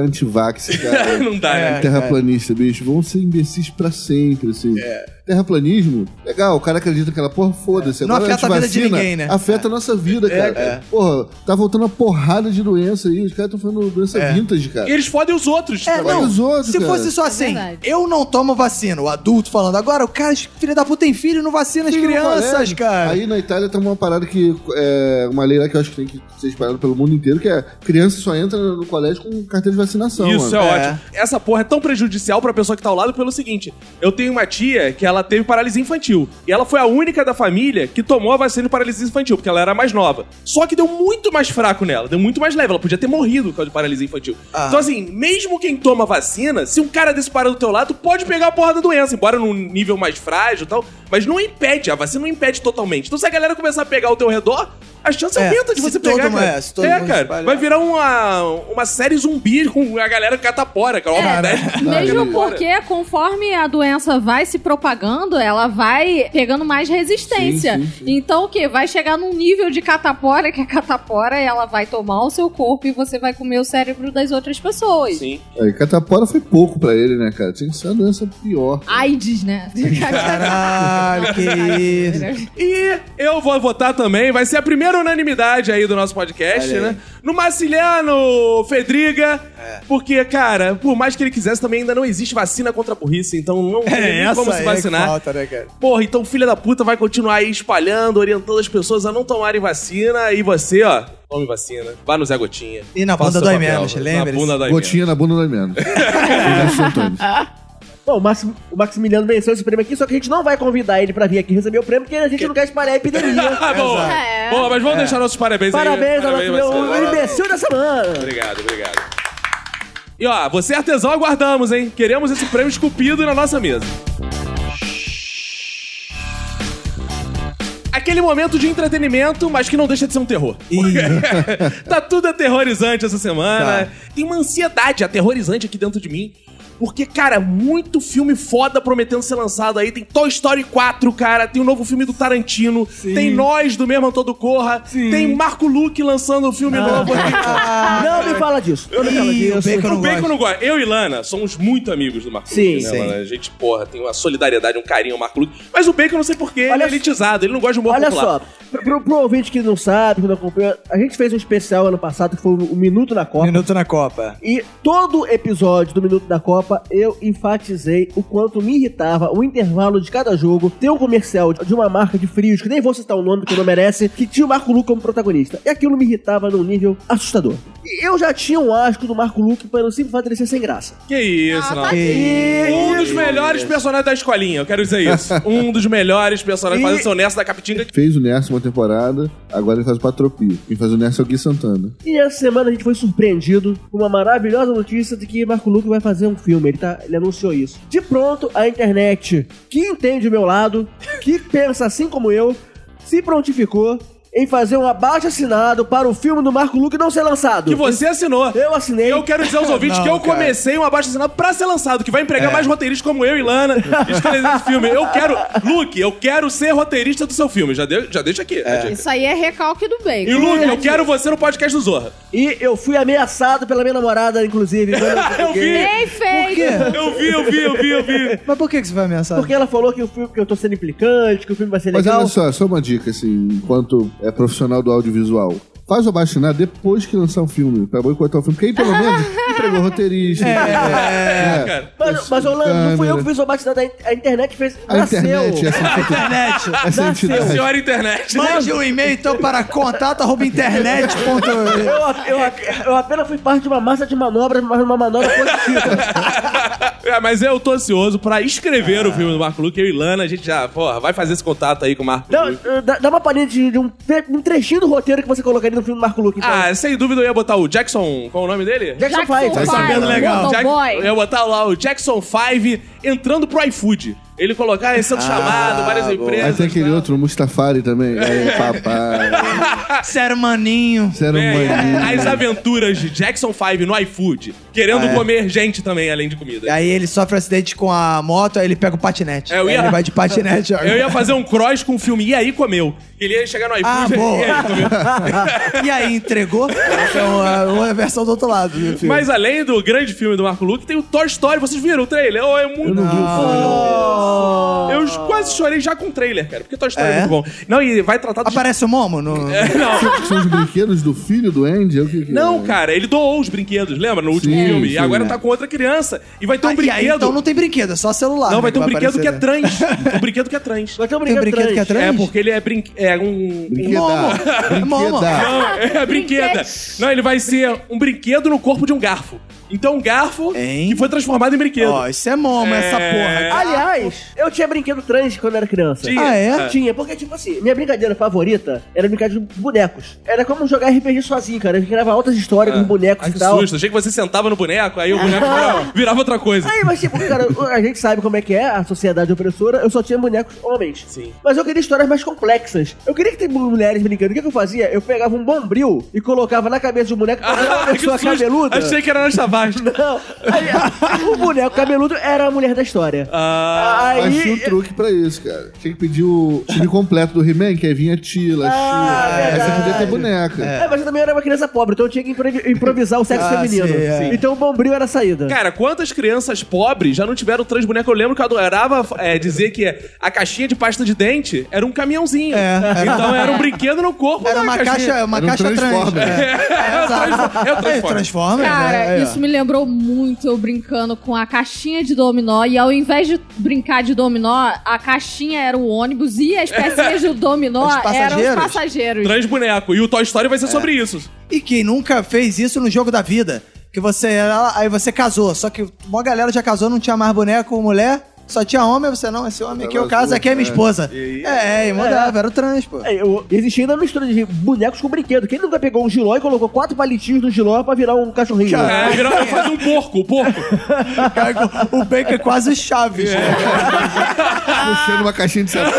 S6: antivax,
S3: É.
S6: cara.
S2: Não dá, né?
S6: Terraplanista, bicho. Vão ser imbecis pra sempre, assim.
S3: É.
S6: Terraplanismo, legal, o cara acredita naquela porra, foda-se.
S3: Não
S6: Agora
S3: afeta a vida de
S6: antivacina
S3: ninguém, né? É.
S6: Afeta a nossa vida, cara. Porra, tá voltando uma porrada de doença aí. Os caras estão falando doença vintage, cara.
S2: E eles fodem os outros.
S3: É,
S2: também.
S6: Olha
S3: não.
S6: os outros,
S3: se
S6: cara.
S3: fosse só assim,
S4: verdade.
S3: eu não tomo vacina, o adulto falando. Agora, o cara, filho da puta, tem filho, não vacina as
S6: Sim,
S3: crianças,
S6: colégio.
S3: cara.
S6: Aí na Itália tá uma parada que. É, uma lei lá que eu acho que tem que ser espalhada pelo mundo inteiro, que é criança só entra no colégio com carteira de vacinação.
S2: Isso
S6: mano.
S2: é,
S3: É.
S2: ótimo. Essa porra é tão prejudicial pra pessoa que tá ao lado pelo seguinte: eu tenho uma tia que ela teve paralisia infantil. E ela foi a única da família que tomou a vacina de paralisia infantil, porque ela era mais nova. Só que deu muito mais fraco nela, deu muito mais leve. Ela podia ter morrido por causa de paralisia infantil.
S3: Ah.
S2: Então, assim, mesmo quem toma vacina, se um cara desse para do teu lado, pode pegar a porra da doença, embora num nível mais frágil e tal. Mas não impede, a vacina não impede totalmente. Então, se a galera começar a pegar ao teu redor, a chance
S3: É,
S2: aumenta de
S3: se
S2: você
S3: todo
S2: pegar.
S3: mundo-
S2: cara.
S3: é, se todo
S2: é,
S3: mundo
S2: cara.
S3: espalhar.
S2: Vai virar uma, uma série zumbi com a galera catapora, cara.
S3: É.
S2: Óbvio, né?
S4: Mesmo
S6: Não,
S4: porque, conforme a doença vai se propagando, ela vai pegando mais resistência.
S6: Sim, sim, sim.
S4: Então, o quê? Vai chegar num nível de catapora, que a catapora ela vai tomar o seu corpo e você vai comer o cérebro das outras pessoas.
S2: Sim.
S6: Aí, catapora foi pouco pra ele, né, cara? Tinha que ser uma doença pior.
S4: AIDS, né?
S3: Caralho, que isso.
S2: E eu vou votar também, vai ser a primeira unanimidade aí do nosso podcast,
S3: Olha aí.
S2: né? No Marciliano Fedriga, porque, cara, por mais que ele quisesse, também ainda não existe vacina contra a burrice, então não tem nem como se
S3: É, aí
S2: vacinar.
S3: que falta, né, cara?
S2: Porra, então filha da puta vai continuar aí espalhando, orientando as pessoas a não tomarem vacina. E você, ó, tome vacina. Vá no Zé Gotinha.
S3: E na
S2: Faça
S3: bunda
S2: seu
S3: dói
S2: papel.
S3: menos,
S2: Na
S3: lembre-se.
S2: bunda dói menos.
S6: Gotinha na bunda do menos. Ernesto Antônio.
S5: Bom, o, Maxi- o Maximiliano venceu esse prêmio aqui, só que a gente não vai convidar ele pra vir aqui receber o prêmio, porque a gente não quer espalhar a epidemia.
S2: Ah, boa.
S4: É.
S2: Boa, mas vamos deixar nossos parabéns, aí.
S5: Parabéns ao nosso meu
S2: Marcelo.
S5: o imbecil da semana.
S2: Obrigado, obrigado. E ó, você artesão aguardamos, hein? Queremos esse prêmio esculpido na nossa mesa. Aquele momento de entretenimento, mas que não deixa de ser um terror. tá tudo aterrorizante essa semana. Tem uma ansiedade aterrorizante aqui dentro de mim. Porque, cara, muito filme foda prometendo ser lançado aí. Tem Toy Story 4, cara. Tem o novo filme do Tarantino. Tem Nós, do mesmo autor do Corra. Tem Marco Luque lançando um filme novo.
S5: Não me fala disso. Eu não me fala
S3: Ah, Ih, o
S5: disso.
S3: Bacon
S2: O
S3: não
S2: Bacon
S3: gosta.
S2: não gosta. Eu e Lana somos muito amigos do Marco
S5: Sim,
S2: Luque, né,
S3: sim.
S2: Lana? A gente, porra, tem uma solidariedade, um carinho ao Marco Luque. Mas o Bacon, não sei porquê, ele
S5: Olha
S2: é
S5: só-
S2: elitizado. Ele não gosta de humor
S5: Olha
S2: popular.
S5: só, pro, pro ouvinte que não sabe, que não acompanha, a gente fez um especial ano passado que foi o Minuto na Copa.
S3: Minuto na Copa.
S5: E todo episódio do Minuto da Copa eu enfatizei o quanto me irritava o intervalo de cada jogo ter um comercial de uma marca de frios, que nem vou citar o nome que não merece, que tinha o Marco Luque como protagonista. E aquilo me irritava num nível assustador. E eu já tinha um asco do Marco Luque pelo simples fato dele ser sem graça.
S2: Que isso, não.
S3: E...
S2: Um dos melhores personagens da escolinha, eu quero dizer isso. Um dos melhores personagens,
S5: E-
S2: fazendo seu Nessa da Capitinga.
S6: Fez o Nerso uma temporada, agora ele faz o Patropi. Quem faz o Nerso é o Gui Santana.
S5: E essa semana a gente foi surpreendido com uma maravilhosa notícia de que Marco Luque vai fazer um filme. Ele, tá, ele anunciou isso. De pronto, a internet, que entende o meu lado, que pensa assim como eu, se prontificou em fazer um abaixo assinado para o filme do Marco Luque não ser lançado.
S2: Que você assinou.
S5: Eu assinei.
S2: Eu quero dizer aos ouvintes
S3: Não,
S2: que eu
S3: cara.
S2: comecei um abaixo assinado pra ser lançado, que vai empregar mais roteiristas como eu e Lana escrevendo esse filme. Eu quero. Luke, eu quero ser roteirista do seu filme. Já, de- já deixa aqui. já deixa aqui.
S4: Isso aí é recalque do Bacon.
S2: E é Luke, eu quero você no podcast do Zorra.
S5: E eu fui ameaçado pela minha namorada, inclusive. quando
S2: Eu vi.
S4: Bem feito!
S2: Eu vi, eu vi, eu vi, eu vi.
S3: Mas por que, que você vai ameaçar?
S5: Porque ela falou que o filme que eu tô sendo implicante, que o filme vai ser
S6: Mas
S5: legal.
S6: olha só, só uma dica, assim, enquanto é profissional do audiovisual. Faz o abaixo depois que lançar o filme, pra boicotar o filme. Porque aí, pelo menos, entregou o roteirista. É,
S2: cara.
S5: Mas, mas Orlando, não fui eu que fiz o abaixo assinado, a internet fez.
S6: A
S5: nasceu.
S6: internet, essa,
S3: Internet.
S6: essa entidade.
S2: Senhora é internet. né?
S3: Mande um e-mail então para contato.internet.com.
S5: Eu, eu- eu apenas fui parte de uma massa de manobras, mas uma manobra positiva.
S2: É, mas eu tô ansioso pra escrever o filme do Marco Luque. Eu e Lana, a gente já, porra, vai fazer esse contato aí com o Marco Luque.
S5: dá, dá- dá uma palhinha de, de um, tre- um trechinho do roteiro que você colocaria no filme do Marco Luque. Então.
S2: Ah, sem dúvida eu ia botar o Jackson. Qual é o nome dele?
S5: Jackson
S4: Jackson
S5: Fight.
S4: Fight,
S3: sabendo legal.
S4: Motoboy.
S2: Jack- eu ia botar lá o Jackson 5 entrando pro iFood. Ele colocar "Ah, sendo chamado, várias
S6: Aí
S2: empresas.
S6: tem aquele outro, Mustafari também. Aí, papai,
S3: Sério, maninho.
S6: sério,
S2: É,
S6: maninho.
S2: as aventuras de Jackson 5 no iFood, querendo comer gente também, além de comida.
S3: Aí ele sofre um acidente com a moto, aí ele pega o patinete.
S2: É, eu
S3: Aí
S2: ia-
S3: Ele vai de patinete. ó.
S2: Eu ia fazer um cross com o filme E aí comeu. Ele ia chegar no iFood
S3: Ah, boa.
S2: e aí comeu.
S3: e aí, entregou? Então, a, a versão do outro lado. Meu filho.
S2: Mas além do grande filme do Marco Luque, tem o Toy Story. Vocês viram o trailer? Oh, é muito bom. Eu quase chorei já com o trailer, cara, porque Toy Story é,
S3: É?
S2: muito bom. Não, e vai tratar do.
S3: Aparece o Momo no...
S2: Não,
S6: São os brinquedos do filho do Andy? O que que
S2: Não,
S6: é?
S2: cara, ele doou os brinquedos, lembra? No último
S6: Sim,
S2: filme. E
S6: sim.
S2: agora tá com outra criança. E vai ter um
S3: é. Ah, e
S2: brinquedo.
S3: aí, então não tem brinquedo, é só celular.
S2: Não,
S3: né,
S2: vai ter um brinquedo
S3: aparecer,
S2: que é
S3: né?
S2: trans. Um brinquedo que é trans.
S5: Vai ter um
S3: Tem um
S5: brinquedo,
S3: brinquedo que é
S2: É,
S3: trans?
S2: porque ele é brin... É um.
S6: Brinquedar.
S3: Momo.
S6: Brinquedar.
S2: Não, é brinqueda. Não, ele vai ser um brinquedo no corpo de um garfo. Então, um garfo
S3: Hein?
S2: que foi transformado em brinquedo.
S3: Ó, isso é Momo, essa
S2: É.
S3: porra.
S5: Aliás, eu tinha brinquedo trans quando era criança.
S2: Tinha.
S3: Ah, é?
S5: Ah, Tinha, porque, tipo assim, minha brincadeira favorita era brincar de bonecos. Era como jogar RPG sozinho, cara. Eu criava altas histórias com bonecos
S2: Ah. Ai,
S5: e
S2: que
S5: tal.
S2: susto. Achei que você sentava no boneco, aí o boneco virava, virava outra coisa.
S5: Aí, mas tipo, cara, a gente sabe como é que é a sociedade opressora. Eu só tinha bonecos homens.
S2: Sim.
S5: Mas eu queria histórias mais complexas. Eu queria que tem mulheres brincando. O que, que eu fazia? Eu pegava um bombril e colocava na cabeça de um boneco pra fazer uma
S2: Ah, que
S5: pessoa
S2: susto.
S5: cabeluda.
S2: Achei que era Ana Tavares.
S5: Não. Aí, o boneco cabeludo era a mulher da história.
S2: Ah,
S6: Mas tinha
S5: Aí. é-
S6: um truque pra isso, cara. Tinha que pedir o time completo do He-Man, que aí vinha Tila,
S5: Ah,
S6: Shira. Aí você
S5: verdade.
S6: podia ter boneca.
S5: É, mas eu também era uma criança pobre, então eu tinha que improvi- improvisar o sexo
S3: Ah,
S5: feminino.
S3: sim, é.
S5: Então o bombril era a saída.
S2: Cara, quantas crianças pobres já não tiveram trans bonecos? Eu lembro que eu adorava é, dizer que a caixinha de pasta de dente era um caminhãozinho.
S3: É.
S2: Então era um brinquedo no corpo
S3: Era
S2: da
S3: uma
S2: caixinha.
S3: caixa, uma
S6: Era um
S3: caixa trans.
S6: Transformer.
S3: É,
S2: É, o Transform- é o
S3: É,
S2: Transform.
S3: Transformer, né?
S4: Cara,
S3: Aí, ó.
S4: isso me lembrou muito eu brincando com a caixinha de dominó. E ao invés de brincar de dominó, a caixinha era o ônibus e as pecinhas de dominó
S3: Os
S4: eram os
S3: passageiros.
S4: passageiros.
S2: Trans boneco. E o Toy Story
S3: É.
S2: vai ser sobre isso.
S3: E quem nunca fez isso no jogo da vida? Que você era, aí você casou, só que uma galera já casou, não tinha mais boneco, mulher, só tinha homem, você não, esse homem aqui é o
S6: Tava
S3: caso,
S6: azul,
S3: aqui é minha
S6: é.
S3: esposa.
S2: E-
S3: É, e mandava, era o trans, pô.
S5: É, eu- Existia ainda a mistura de bonecos com brinquedo. Quem nunca pegou um giló e colocou quatro palitinhos no giló pra virar um cachorrinho?
S2: É, virou, eu fazia um porco, o porco.
S3: Cara, O Baker é quase o Chaves. né?
S6: Puxando uma caixinha de sapato.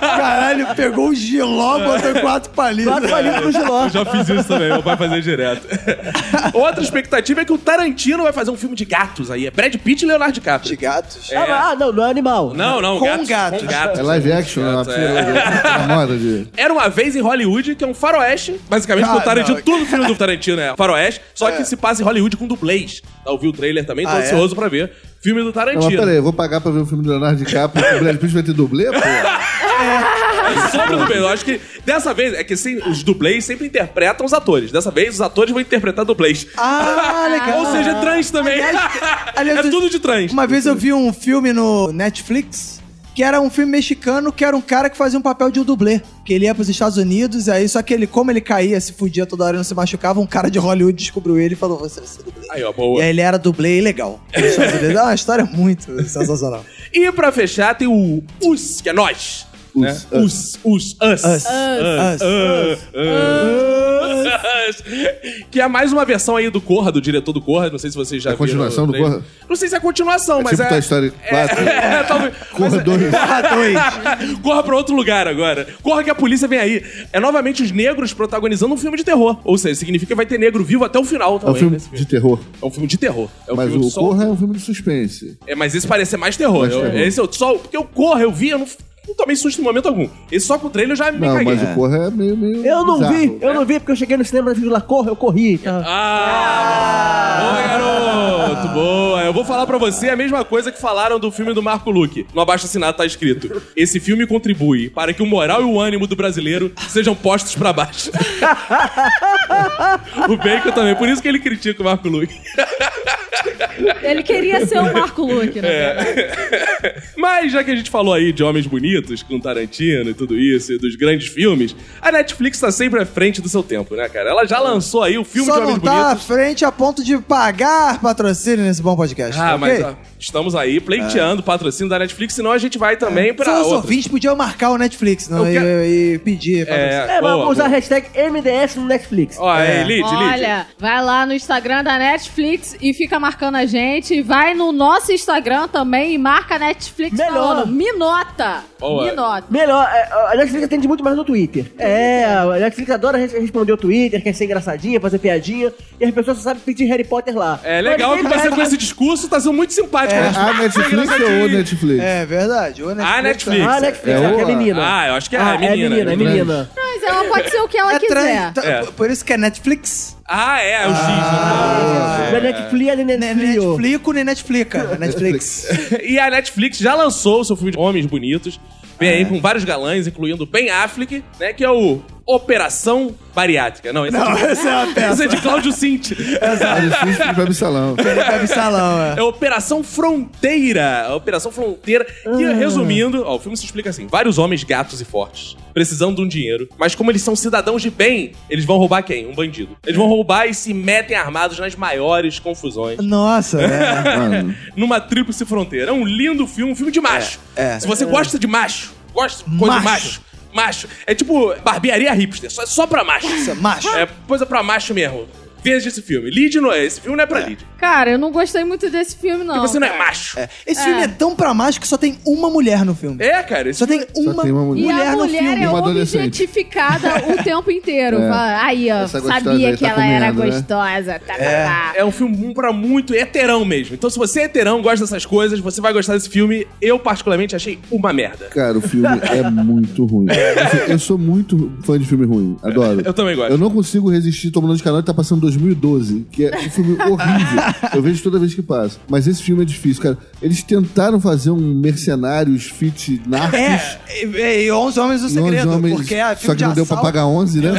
S3: Caralho, pegou o giló, botou É. quatro palitos. É.
S5: Quatro palitos no giló.
S2: Eu já fiz isso também, meu pai fazia direto. Outra expectativa é que o Tarantino vai fazer um filme de gatos aí. É Brad Pitt e Leonardo DiCaprio.
S3: De gatos.
S5: Ah, mas- ah, não, não é animal.
S2: Não, não,
S3: Com
S2: gatos,
S3: gatos.
S2: Com gatos.
S6: É live action, é uma é. moda de.
S2: Era uma vez em Hollywood, que é um faroeste. Basicamente,
S3: Ah,
S2: o Tarantino,
S3: não.
S2: tudo filme do Tarantino é faroeste, só que se passa em Hollywood com dublês. Eu vi o trailer também, tô
S3: Ah, é?
S2: ansioso pra ver. Filme do
S6: Não, mas
S2: Tarantino.
S6: peraí, eu vou pagar pra ver o filme do Leonardo DiCaprio que o Brad Pitt vai ter dublê, pô?
S2: Sobre o dublê. Eu acho que dessa vez, é que assim, os dublês sempre interpretam os atores. Dessa vez, os atores vão interpretar dublês.
S3: Ah, legal.
S2: Ou seja, é trans também.
S3: Aliás, aliás,
S2: é tudo de trans.
S3: Uma vez eu vi um filme no Netflix que era um filme mexicano que era um cara que fazia um papel de um dublê. Que ele ia pros Estados Unidos, aí só que ele, como ele caía, se fudia toda hora e não se machucava, um cara de Hollywood descobriu ele e falou: Você vai ser dublê.
S2: Aí, ó,
S3: E
S2: boa.
S3: aí ele era dublê e legal. Nos Estados Unidos. É uma história muito sensacional.
S2: E pra fechar, tem o US, que é nós. né? Us,
S6: Us,
S2: us, us.
S3: Us. Us.
S2: Us, us. Que é mais uma versão aí do Corra, do diretor do Corra. Não sei se vocês já
S6: É a
S2: viram
S6: continuação
S2: o
S6: do
S2: trailer.
S6: Corra?
S2: Não sei se é continuação, mas
S6: tipo Toy
S2: é.
S6: Story 4.
S2: É, talvez.
S6: Corra dois.
S3: Porra, dois.
S2: Corra pra outro lugar agora. Corra que a polícia vem aí. É novamente os negros protagonizando um filme de terror. Ou seja, significa que vai ter negro vivo até o final
S6: É um
S2: também.
S6: filme
S2: nesse
S6: de terror.
S2: É um filme de terror. É um
S6: Mas
S2: filme
S6: o
S2: de sol-
S6: Corra é um filme de suspense.
S2: É, mas esse parece ser mais terror.
S6: Mais
S2: Eu-
S6: terror.
S2: Esse eu só. Porque eu corro, eu vi, eu não, não tomei susto em momento algum. Esse só com o trailer eu já me
S6: Não,
S2: caguei.
S6: mas o Corra é meio. meio
S5: Eu não
S6: bizarro.
S5: vi, eu não vi porque eu cheguei no cinema e fiz lá, corra, eu corri. Tá.
S2: Ah! Boa, Ah! garoto! Boa! Eu vou falar pra você a mesma coisa que falaram do filme do Marco Luque. No abaixo assinado tá escrito: Esse filme contribui para que o moral e o ânimo do brasileiro sejam postos pra baixo. o Bacon também, por isso que ele critica o Marco Luque.
S4: Ele queria ser o Marco Luque, né?
S2: Mas já que a gente falou aí de homens bonitos, com Tarantino e tudo isso, e dos grandes filmes, a Netflix tá sempre à frente do seu tempo, né, cara? Ela já lançou aí o filme
S3: Só
S2: de homens
S3: não tá à
S2: bonitos.
S3: frente a ponto de pagar patrocínio nesse bom podcast.
S2: Ah,
S3: ok? É.
S2: mas ó, estamos aí pleiteando o patrocínio da Netflix, senão a gente vai também pra
S3: Só um os
S2: outra.
S3: ouvintes podiam marcar o Netflix não?
S2: Eu
S3: E,
S2: quero-
S3: e pedir. patrocínio.
S5: É, mas
S2: boa,
S5: vou usar a
S2: boa.
S5: hashtag MDS no Netflix.
S2: Ó, é.
S3: É.
S2: Lid, Lid.
S4: Olha, vai lá no Instagram da Netflix e fica marcando a gente. Vai no nosso Instagram também e marca a Netflix
S5: Melhor.
S4: falando. Minota!
S2: Boa.
S4: Minota.
S5: Melhor, é, a Netflix atende muito mais no Twitter. É, a Netflix adora res- responder o Twitter, quer ser engraçadinha, fazer piadinha, e as pessoas só sabem pedir Harry Potter lá.
S2: É legal
S5: Mas
S2: que
S5: ninguém
S2: você
S5: vai-
S2: com esse discurso tá sendo muito simpático. né?
S6: A É, ah, Netflix ou o Netflix?
S3: É verdade. O
S2: Ah, Netflix.
S5: Ah, Netflix,
S6: É
S5: é, que é
S6: o-
S5: menina.
S2: Ah, eu acho que é,
S5: Ah,
S2: menina,
S5: menina, é
S2: menina.
S5: menina.
S4: Mas ela pode ser o que ela
S3: É
S4: quiser.
S3: trans. tá-
S2: É.
S3: Por isso que é Netflix.
S2: Ah, é, é o X.
S3: Não é Netflix
S5: Não é Netflix, é Netflix.
S3: nem Netflica. É Netflix.
S2: E a Netflix já lançou o seu filme de Homens Bonitos. Vem
S3: Ah, é?
S2: aí com vários galãs, incluindo Ben Affleck, né? Que é o Operação Bariátrica. Não, esse é de,
S3: Essa é uma é
S2: esse é de Cláudio Cinti.
S6: Ah, Netflix e Fábio Salão.
S3: Felipe Salão, é.
S2: É Operação Fronteira. A Operação Fronteira. E
S3: Ah.
S2: resumindo, ó, o filme se explica assim: vários homens gatos e fortes, precisando de um dinheiro, mas como eles são cidadãos de bem, eles vão roubar quem? Um bandido. Eles vão roubar e se metem armados nas maiores confusões.
S3: Nossa, é.
S6: Mano,
S2: numa tríplice fronteira. É um lindo filme, um filme de macho.
S3: É, é.
S2: Se você gosta de macho, gosta de coisa de macho,
S3: Macho.
S2: macho. É tipo barbearia hipster, só, só pra macho.
S3: Isso é macho.
S2: É coisa pra macho mesmo. Veja esse filme. Lid não é. Esse filme não é pra Lid.
S4: Cara, eu não gostei muito desse filme, não.
S2: Porque
S3: Tipo assim,
S2: você não é
S4: cara.
S2: macho. É,
S3: Esse filme é tão pra macho que só tem uma mulher no filme.
S2: cara. Esse
S3: Só tem uma,
S6: tem uma mulher.
S4: E a
S3: no
S4: mulher
S3: filme.
S4: é
S6: uma adolescente. É.
S4: objetificada o tempo inteiro. Fala, Aí, ó,
S6: Essa gostosa
S4: sabia
S6: aí
S4: que
S6: tá
S4: ela era
S6: comendo, né?
S4: gostosa. Tá, tá, tá.
S2: É um filme um pra muito heterão mesmo. Então, se você é heterão, gosta dessas coisas, você vai gostar desse filme. Eu, particularmente, achei uma merda.
S6: cara, o filme é muito ruim. Eu sou, eu sou muito fã de filme ruim. Adoro.
S2: Eu também gosto.
S6: Eu não consigo resistir tomando de canal que tá passando 2012, que é um filme horrível. Eu vejo toda vez que passa. Mas esse filme é difícil, cara. Eles tentaram fazer um mercenários fit narcos.
S3: É, e, e 11 Homens do
S6: e uns
S3: Segredo,
S6: homens-
S3: porque é filme
S6: só que
S3: de
S6: não deu pra
S3: assalto.
S6: pagar 11, né?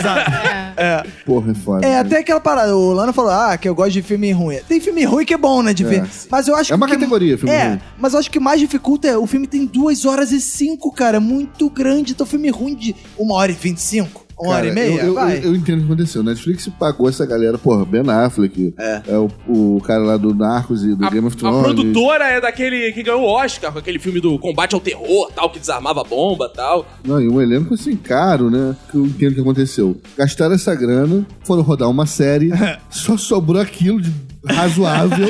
S6: Porra, é foda.
S3: É, até aquela parada. O Lano falou, ah, que eu gosto de filme ruim. Tem filme ruim que é bom, né, de
S6: É.
S3: ver. Mas eu acho
S6: É uma
S3: que-
S6: categoria, filme
S3: É,
S6: ruim.
S3: mas eu acho que mais dificulta é o filme tem 2 horas e 5, cara. É muito grande. Então, filme ruim de 1 hora e 25. Uma hora
S6: Cara,
S3: e meia?
S6: Eu, eu-
S3: Vai.
S6: eu- eu entendo o que aconteceu. Netflix pagou essa galera, porra, Ben Affleck.
S3: É.
S6: o, o cara lá do Narcos e do
S2: A,
S6: Game of Thrones.
S2: a produtora é daquele que ganhou o Oscar com aquele filme do combate ao terror, tal, que desarmava bomba tal.
S6: Não, e um elenco assim caro, né? Que eu entendo o que aconteceu. Gastaram essa grana, foram rodar uma série, só sobrou aquilo de razoável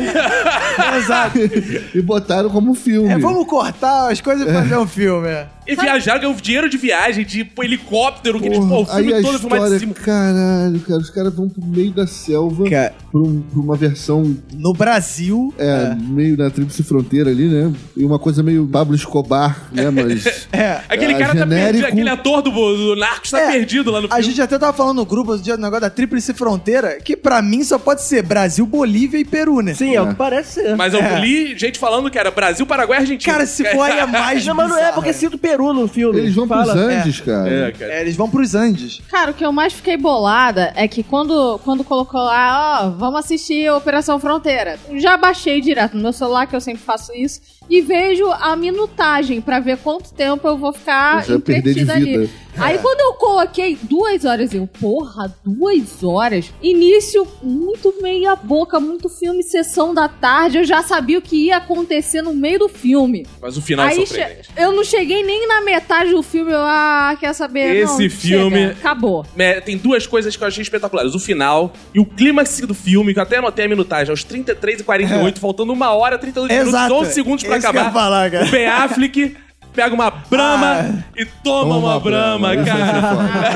S3: Exato.
S6: e botaram como filme.
S3: É, vamos cortar as coisas e fazer um filme. é.
S2: E viajaram, ganhou dinheiro de viagem, de pô, helicóptero, que eles,
S6: Porra,
S2: pô, o filme
S6: aí a
S2: todo filmado de
S6: história,
S2: cima.
S6: caralho, cara, os caras vão pro meio da selva,
S3: Cara,
S6: pra, um- pra uma versão
S3: no Brasil.
S6: é, meio na tríplice fronteira ali, né? E uma coisa meio Pablo Escobar, né? Mas
S3: É.
S2: Aquele
S6: É,
S2: cara tá perdido,
S6: genérico.
S2: aquele ator do, do Narcos tá
S3: É,
S2: perdido lá no
S3: A
S2: filme.
S3: gente até tava falando no grupo outro dia do negócio da Tríplice Fronteira, que pra mim só pode ser Brasil, Bolívia e Peru, né?
S5: Sim, é o que parece ser.
S2: Mas eu
S3: É.
S2: li gente falando que era Brasil, Paraguai e Argentina.
S3: Cara, se for aí é mais
S5: Não, mas não é
S3: bizarro,
S5: porque
S3: né?
S5: cita o Peru no filme.
S6: eles vão
S5: Fala.
S6: pros Andes, cara.
S2: É, cara.
S3: É, eles vão pros Andes.
S4: Cara, o que eu mais fiquei bolada é que quando, quando colocou lá, ó, vamos assistir Operação Fronteira. Já baixei direto no meu celular, que eu sempre faço isso, e vejo a minutagem pra ver quanto tempo eu vou ficar
S6: Você vai perder de
S4: entretida Ah, ali.
S6: vida.
S2: É.
S4: Aí quando eu coloquei duas horas, eu, porra, duas horas? Início muito meia boca, muito filme, sessão da tarde, eu já sabia o que ia acontecer no meio do filme.
S2: Mas o final é
S4: Aí
S2: surpreendente.
S4: che- eu não cheguei nem na metade do filme, eu, ah, quer saber?
S2: Esse
S4: não,
S2: filme-
S4: chega, acabou.
S2: É, tem duas coisas que eu achei espetaculares. O final e o clímax do filme, que eu até anotei a minutagem, aos 33 e 48, faltando uma hora, 32
S3: É. Exato. É
S2: minutos, 11 segundos pra
S3: Isso que eu ia
S2: acabar.
S3: falar, cara. Ah.
S2: O Ben Affleck pega uma brama e toma uma, brama,
S6: Isso
S3: é
S6: vai ser
S2: cara.
S6: foda.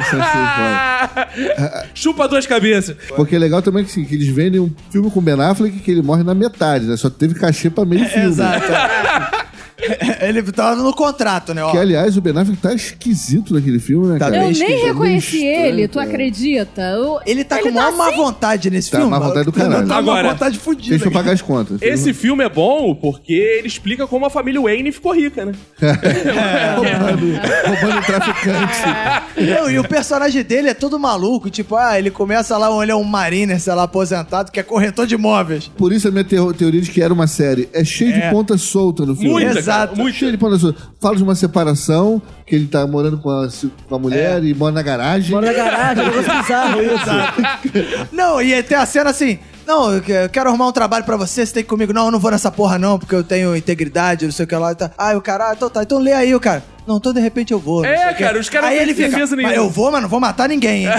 S6: Isso vai ser foda.
S2: Chupa duas cabeças.
S6: Porque é legal também que, assim, que eles vendem um filme com Ben Affleck que ele morre na metade, né? Só teve cachê pra
S2: É,
S6: meio filme.
S3: Exato. Ele tava no contrato, né? Ó.
S6: Que, aliás, o Ben Affleck tá esquisito naquele filme, né,
S3: Tá
S6: cara?
S3: bem
S4: Eu nem
S3: esquisito,
S4: reconheci
S6: meio estranho,
S4: ele, tu
S6: cara.
S4: acredita? Eu-
S3: Ele tá com
S4: tá
S3: maior má vontade nesse
S6: Tá,
S3: filme.
S6: má
S3: maluco.
S6: vontade do caralho.
S3: Tá com uma
S2: Agora,
S3: vontade
S6: Deixa
S3: fodida.
S6: eu pagar as contas.
S2: Esse filme é bom porque ele explica como a família Wayne ficou rica, né?
S6: Roubando, roubando traficante.
S3: Não, e o personagem dele é todo maluco. Tipo, ah, ele começa lá, ele é um mariner, sei lá, aposentado, que é corretor de imóveis.
S6: Por isso a minha teo- teoria de que era uma série. É cheio
S3: É.
S6: de ponta solta no filme.
S2: Muita,
S3: Exato.
S2: cara, muita.
S6: Cheio de ponta solta. Fala de uma separação, que ele tá morando com a, com a mulher e mora na garagem.
S5: Bora na garagem, é um negócio bizarro isso.
S3: Não, e tem a cena assim. Não, eu que- eu quero arrumar um trabalho pra você, você tem que ir comigo. Não, eu não vou nessa porra não, porque eu tenho integridade, não sei o que lá. e Tá. Ah, o cara, ah, então tá, então lê aí o cara. Não, então de repente eu vou. não
S2: É,
S3: sei o quê.
S2: cara, os caras
S3: Aí
S2: não
S3: ele
S2: têm
S3: fica,
S2: defesa
S3: mas
S2: nenhuma."
S3: eu vou, mas não vou matar ninguém, hein?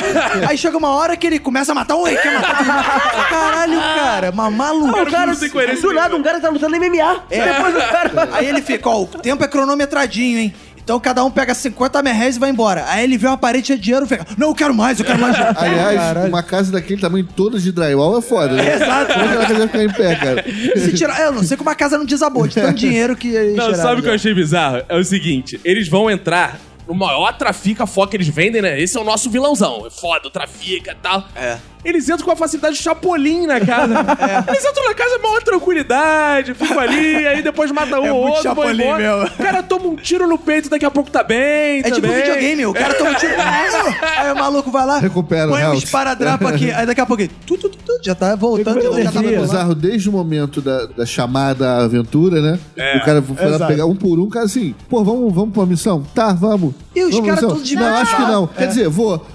S3: aí chega uma hora que ele começa a matar um, ele quer matar todo mundo. Caralho, cara, uma maluca.
S2: Cara, Ah, o cara não tem coerência
S5: Do nada, um cara tá lutando MMA. é Depois o cara...
S3: Aí ele fica, ó, o tempo é cronometradinho, hein? Então cada um pega 50 merréis e vai embora. Aí ele vê uma parede cheia de dinheiro e fica, não, eu quero mais, eu quero mais.
S6: Aliás,
S3: Caralho.
S6: uma casa daquele tamanho toda de drywall é foda, né?
S3: Exato.
S6: Como é que ela vai ficar em pé, cara?
S3: Se tirar, eu não sei como a casa não desabou de tanto dinheiro que eles
S2: Não,
S3: geraram,
S2: sabe o que eu
S3: já.
S2: achei bizarro? É o seguinte, eles vão entrar no maior trafica foca que eles vendem, né? Esse é o nosso vilãozão. É foda, o trafica e tal. É. Eles entram com a facilidade do Chapolin na casa.
S3: É.
S2: Eles entram na casa com maior tranquilidade, ficam ali, aí depois mata um
S3: É
S2: ou
S3: muito
S2: outro, vão
S3: Chapolin
S2: embora.
S3: mesmo.
S2: O cara toma um tiro no peito, daqui a pouco tá bem
S3: É tipo
S2: também.
S3: videogame, o cara toma um tiro. aí o maluco vai lá,
S6: Recupera o
S3: põe um
S6: health.
S3: esparadrapo aqui, aí daqui a pouco ele, tu, tu, tu, tu, já tá voltando de novo, já tá
S6: Tava
S5: Energia.
S3: na
S6: bizarro desde o momento da, da chamada à aventura, né? O cara foi lá
S3: Exato.
S6: pegar um por um, cara assim, pô, vamos, vamos pra missão? Tá, vamos.
S3: E os
S6: Vamos,
S3: caras
S6: missão?
S3: todos de
S6: Não,
S3: mão É.
S6: acho que não. Quer dizer, vou.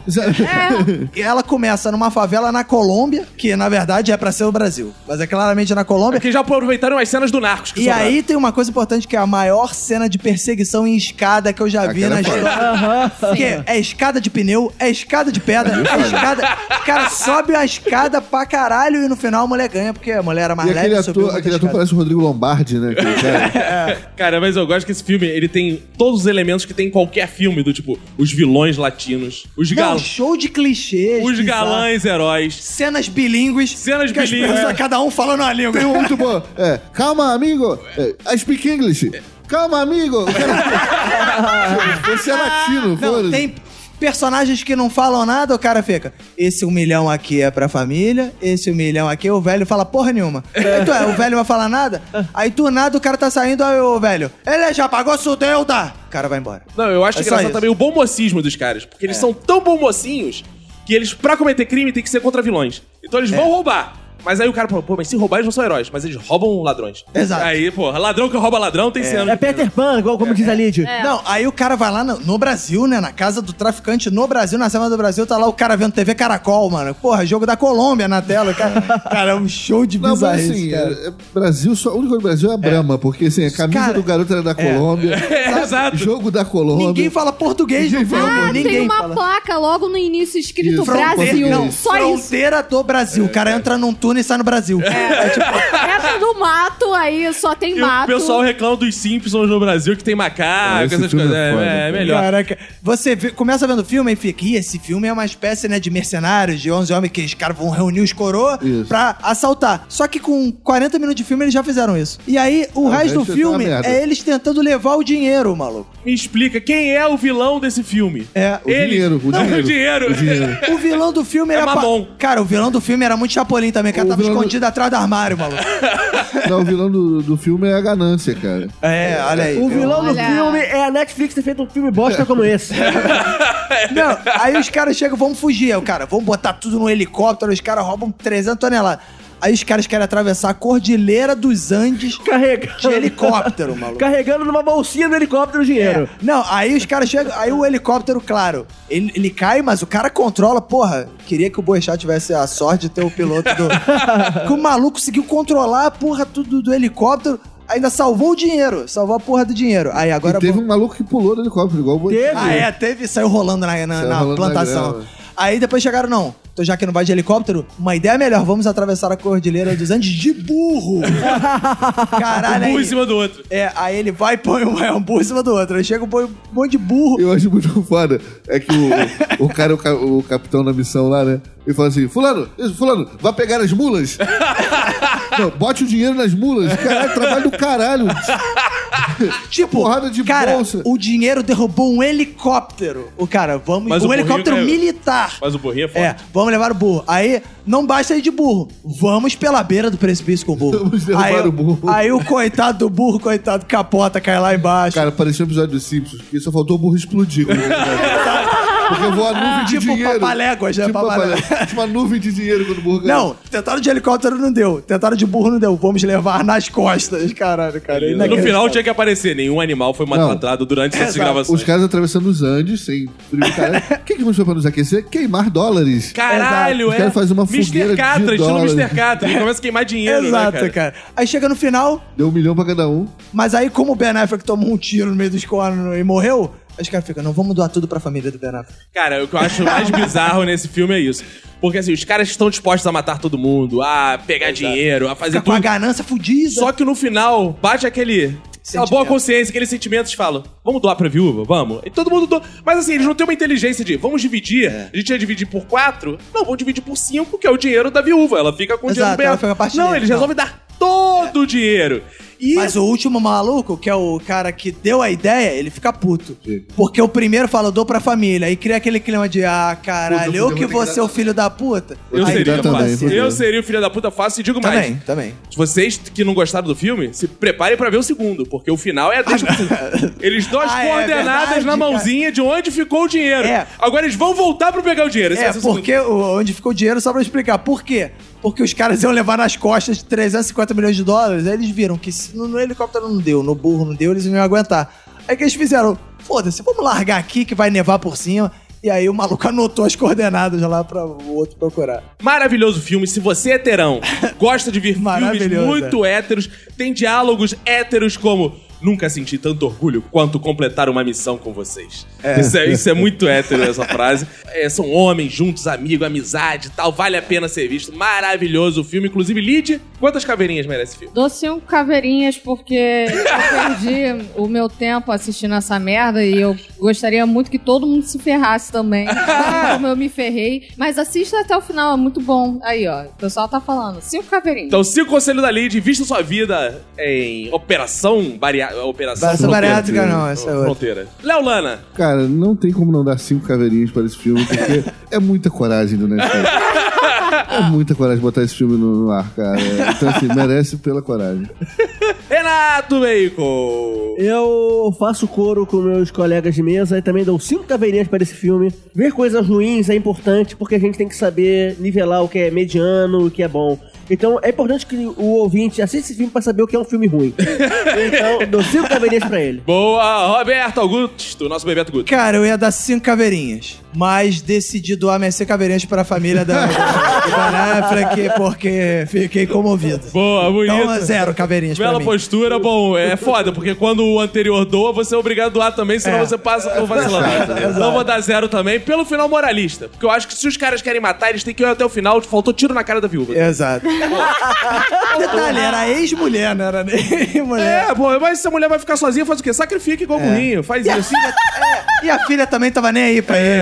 S3: E ela começa numa favela na Colômbia, que na verdade é pra ser o Brasil, mas é claramente na Colômbia.
S2: Porque já aproveitaram as cenas do Narcos que
S3: E
S2: sobraram.
S3: aí tem uma coisa importante que é a maior cena de perseguição em escada que eu já vi
S6: Aquela
S3: na
S6: é foda.
S3: história. Porque é escada de pneu, é escada de pedra, é escada. O cara sobe a escada pra caralho e no final a mulher ganha, porque a mulher era mais
S6: E
S3: leve
S6: aquele
S3: subiu
S6: ator,
S3: muita
S6: aquele ator
S3: escada.
S6: parece o Rodrigo Lombardi, né? Aquele cara.
S2: Cara, mas eu gosto que esse filme, ele tem todos os elementos que tem em qualquer filme, do tipo, os vilões latinos, os,
S3: Não,
S2: gal
S3: show de clichês.
S2: os
S3: bizarro.
S2: galãs heróis,
S3: Cenas bilíngues.
S2: Cenas
S3: que as
S2: bilíngues,
S3: pessoas-
S2: é.
S3: cada um falando uma língua.
S6: Tem um muito bom. É, calma, amigo. É, I speak English. Calma, amigo. O cara- Você é latino,
S3: Ah, Não,
S6: foda-se.
S3: tem personagens que não falam nada, o cara fica. Esse um milhão aqui é pra família, esse um milhão aqui, o velho fala porra nenhuma. Aí tu é, o velho vai falar nada? Aí do nada o cara tá saindo, aí o velho, ele já pagou sua deuda! O cara vai embora.
S2: Não, eu acho
S3: É só
S2: engraçado
S3: isso. É.
S2: também o bom mocismo dos caras. Porque
S3: É.
S2: eles são tão bom mocinhos que eles, pra cometer crime, tem que ser contra vilões. Então eles vão roubar. Mas aí o cara, pô, pô, mas se roubar, eles não são heróis, mas eles roubam ladrões.
S3: Exato.
S2: Aí, porra, ladrão que rouba ladrão tem sendo.
S5: É Peter Pan, igual como diz a Lidia.
S4: É.
S3: Não, aí o cara vai lá no, no Brasil, né? Na casa do traficante no Brasil, na semana do Brasil, tá lá o cara vendo TV Caracol, mano. Porra, jogo da Colômbia na tela. Cara, cara é um show de
S6: Não, mas
S3: bizarrice,
S6: assim,
S3: cara.
S6: é- é Brasil, só, o único do Brasil é a Brahma, porque assim, a camisa
S3: Cara, é.
S6: do garoto era da Colômbia. sabe?
S2: exato.
S6: Jogo da Colômbia.
S3: Ninguém fala português,
S6: Ninguém
S3: não
S6: fala
S3: fala.
S4: Ah,
S3: Ninguém
S4: tem uma
S3: fala.
S4: placa logo no início escrito
S6: Isso.
S4: Brasil.
S6: Fronteira, não,
S4: Só isso.
S3: Fronteira do Brasil. O cara entra num túnel e sai no Brasil. É, tipo,
S4: Entra no mato, aí só tem
S2: E o
S4: mato.
S2: pessoal reclama dos Simpsons no Brasil que tem macaco,
S6: Ah, esse
S2: essas
S6: filme
S2: coisas.
S6: é
S2: É,
S6: foda.
S2: é, é melhor.
S3: Caraca. Você vê- começa vendo o filme e fica, Ih, esse filme é uma espécie, né, de mercenários, de 11 homens que os caras vão reunir os coroa
S6: Isso.
S3: pra assaltar. Só que com 40 minutos de filme eles já fizeram isso. E aí o
S6: Ah,
S3: resto do
S6: deixa eu dar
S3: filme
S6: uma merda.
S3: é eles tentando levar o dinheiro, maluco.
S2: Me explica, quem é o vilão desse filme?
S3: É.
S6: O
S2: Ele-
S6: dinheiro, o
S2: Não,
S6: dinheiro.
S2: o dinheiro.
S6: O dinheiro.
S3: O vilão do filme era. pa-
S2: É Mamon.
S3: Cara, o vilão do filme era muito chapolim também, o cara
S6: O
S3: tava
S6: vilão do-
S3: escondido atrás do armário, maluco.
S6: Não, tá, o vilão do, do filme é a ganância, cara.
S3: É, olha aí.
S5: O vilão do
S4: Olha.
S5: filme é a Netflix ter feito um filme bosta como esse.
S3: Não, aí os caras chegam, vamos fugir. Aí o cara, vamos botar tudo num helicóptero, os caras roubam 300 toneladas. Aí os caras querem atravessar a Cordilheira dos Andes
S5: Carregando.
S3: de helicóptero, maluco. É.
S5: Carregando numa bolsinha no helicóptero o dinheiro.
S3: Não, aí os caras chegam, aí o helicóptero, claro, ele, ele cai, mas o cara controla, porra, queria que o Boechat tivesse a sorte de ter o piloto do... que o maluco conseguiu controlar a porra tudo do helicóptero, ainda salvou o dinheiro, salvou a porra do dinheiro. Aí agora...
S6: e teve um maluco que pulou do helicóptero, igual o Boi-
S5: Teve.
S3: Ah, é, teve, saiu rolando na, na-
S6: Saiu
S3: na
S6: rolando na
S3: plantação.
S6: grama.
S3: Aí depois chegaram, não. Então, já que não vai de helicóptero, uma ideia melhor. Vamos atravessar a Cordilheira dos Andes de burro. Caralho,
S2: Um em
S3: aí,
S2: cima do outro.
S3: é, aí ele vai e põe um, é um burro em cima do outro. Aí chega, põe um monte de burro.
S6: Eu acho muito foda. É que o, o cara, o, ca- o capitão na missão lá, né? Ele fala assim: Fulano, isso, Fulano, vai pegar as mulas? Não, bote o dinheiro nas mulas. Caralho, trabalho do caralho.
S3: tipo,
S6: porrada de
S3: cara,
S6: bolsa.
S3: o dinheiro derrubou um helicóptero. O cara, vamos...
S2: Mas o
S3: um
S2: burrinho
S3: helicóptero
S2: caiu.
S3: militar.
S2: Mas o burrinho é
S3: É,
S2: foda.
S3: vamos levar o burro. Aí, não basta ir de burro. Vamos pela beira do precipício com o burro.
S6: Vamos derrubar
S3: aí,
S6: o burro.
S3: Aí o coitado do burro, coitado, capota, cai lá embaixo.
S6: Cara, parecia um episódio dos Simpsons, que só faltou o burro explodir. quando ele ganhava. Porque voa a nuvem de
S3: Tipo
S6: dinheiro.
S3: papaléguas, né?
S6: Tipo
S3: Papalé-
S6: papalé- Tipo uma nuvem de dinheiro quando o burro ganha.
S3: Não, tentaram de helicóptero não deu. Tentaram de burro não deu. Vamos levar nas costas. Caralho, cara.
S2: E
S3: é
S2: No
S3: Inacreditável.
S2: final tinha que aparecer, nenhum animal foi maltratado durante essas gravações.
S6: é. Os caras atravessando os Andes sem frio, cara. O que, que vamos fazer pra nos aquecer? Queimar dólares.
S2: Caralho,
S6: Os
S2: é.
S6: caras fazem uma fogueira
S2: Mr.
S6: de
S2: Catra, estilo
S6: dólares.
S2: Mr. Catra. Ele começa a queimar dinheiro,
S3: Exato,
S2: né,
S3: cara?
S2: cara?
S3: Aí chega no final,
S6: Deu um milhão pra cada um.
S3: mas aí como o Ben Affleck tomou um tiro no meio dos cornos e morreu, aí os caras ficam, não, vamos doar tudo pra família do Ben Affleck.
S2: Cara, o que eu acho mais bizarro nesse filme é isso. Porque assim, os caras estão dispostos a matar todo mundo, a pegar dinheiro, a fazer
S3: Fica com a
S2: é tudo.
S3: ganância fudida.
S2: Só que no final, bate aquele. Aquela
S3: Sentimento.
S2: boa consciência, aqueles sentimentos falam: vamos doar pra viúva, vamos. E todo mundo doa. Mas assim, eles não têm uma inteligência de vamos dividir.
S3: É.
S2: A gente ia dividir por quatro? Não, vamos dividir por cinco, que é o dinheiro da viúva. Ela fica com o dinheiro
S3: Exato,
S2: do Ben
S3: ela
S2: Affleck.
S3: fica a parte
S2: Não,
S3: dele,
S2: eles
S3: não.
S2: resolvem dar todo o dinheiro. E
S3: Mas o último maluco, que é o cara que deu a ideia, ele fica puto. Porque o primeiro fala, eu dou pra família. E cria aquele clima de, ah, caralho,
S6: Puta,
S3: eu
S6: fudeu,
S3: que
S6: vou ter
S3: vou
S6: que
S3: ser
S6: dar-
S3: o filho da puta.
S2: eu
S3: Aí
S2: seria,
S3: dá
S6: também,
S3: pra
S2: fácil.
S3: ser.
S6: fudeu.
S2: eu seria o filho da puta fácil e digo mais.
S3: Também, também.
S2: Vocês que não gostaram do filme, se preparem pra ver o segundo, porque o final é a deixa. eles dão as
S3: Ah, é
S2: coordenadas
S3: verdade,
S2: na mãozinha de onde ficou o dinheiro.
S3: É.
S2: Agora eles vão voltar pra pegar o dinheiro. Esse
S3: É,
S2: vai ser o segundo.
S3: porque o- onde ficou o dinheiro, só pra explicar. Por quê? Porque os caras iam levar nas costas 350 milhões de dólares. Aí eles viram que se no, no helicóptero não deu, no burro não deu, eles não iam aguentar. Aí o que eles fizeram? Foda-se, vamos largar aqui que vai nevar por cima. E aí o maluco anotou as coordenadas lá pra o outro procurar.
S2: Maravilhoso filme. Se você é heterão, gosta de ver filmes
S3: Maravilhoso, é.
S2: muito héteros, tem diálogos héteros como. Nunca senti tanto orgulho quanto completar uma missão com vocês. Isso, é, isso é muito hétero, essa frase. É, são homens juntos, amigo, amizade e tal. Vale a pena ser visto. Maravilhoso o filme. Inclusive, Lid, quantas caveirinhas merece esse filme?
S4: Dou cinco caveirinhas porque eu perdi o meu tempo assistindo essa merda e eu gostaria muito que todo mundo se ferrasse também, assim como eu me ferrei. Mas assista até o final, é muito bom. Aí, ó, o pessoal tá falando. Cinco caveirinhas.
S2: Então, cinco conselhos da Lid, invista sua vida em Operação Bariátrica. Operação
S3: Essa
S2: Fronteira.
S3: bariátrica não, essa é outra.
S2: Fronteira. Léo Lana,
S6: Cara, não tem como não dar cinco caveirinhas para esse filme, porque é muita coragem do Netflix. É muita coragem botar esse filme no, no ar, cara. Então, assim, merece pela coragem.
S2: Renato Bacon.
S5: Eu faço coro com meus colegas de mesa e também dou cinco caveirinhas para esse filme. Ver coisas ruins é importante porque a gente tem que saber nivelar o que é mediano, o que é bom. Então é importante que o ouvinte assista esse filme pra saber o que é um filme ruim. Então, dou cinco caveirinhas pra ele.
S2: Boa, Roberto Augusto, nosso Bebeto Guto.
S3: Cara, eu ia dar cinco caveirinhas, mas decidi doar minhas cinco caveirinhas pra família da, do Ben Affleck porque fiquei comovido.
S2: Boa, bonito.
S3: Então, zero caveirinhas pra
S2: Bela
S3: mim.
S2: postura, bom, é foda, porque quando o anterior doa, você é obrigado a doar também, senão você passa por vacilando. Não vou dar zero também, pelo final moralista. Porque eu acho que se os caras querem matar, eles têm que ir até o final, tipo, faltou tiro na cara da viúva.
S3: É. Exato. Detalhe, era ex-mulher, não era nem mulher.
S2: É, pô, mas se a mulher vai ficar sozinha, faz o quê? Sacrifica
S3: É.
S2: igual burrinho, faz
S3: E a
S2: isso. assim, né?
S3: filha, é, e a filha também tava nem aí pra ele.
S2: É,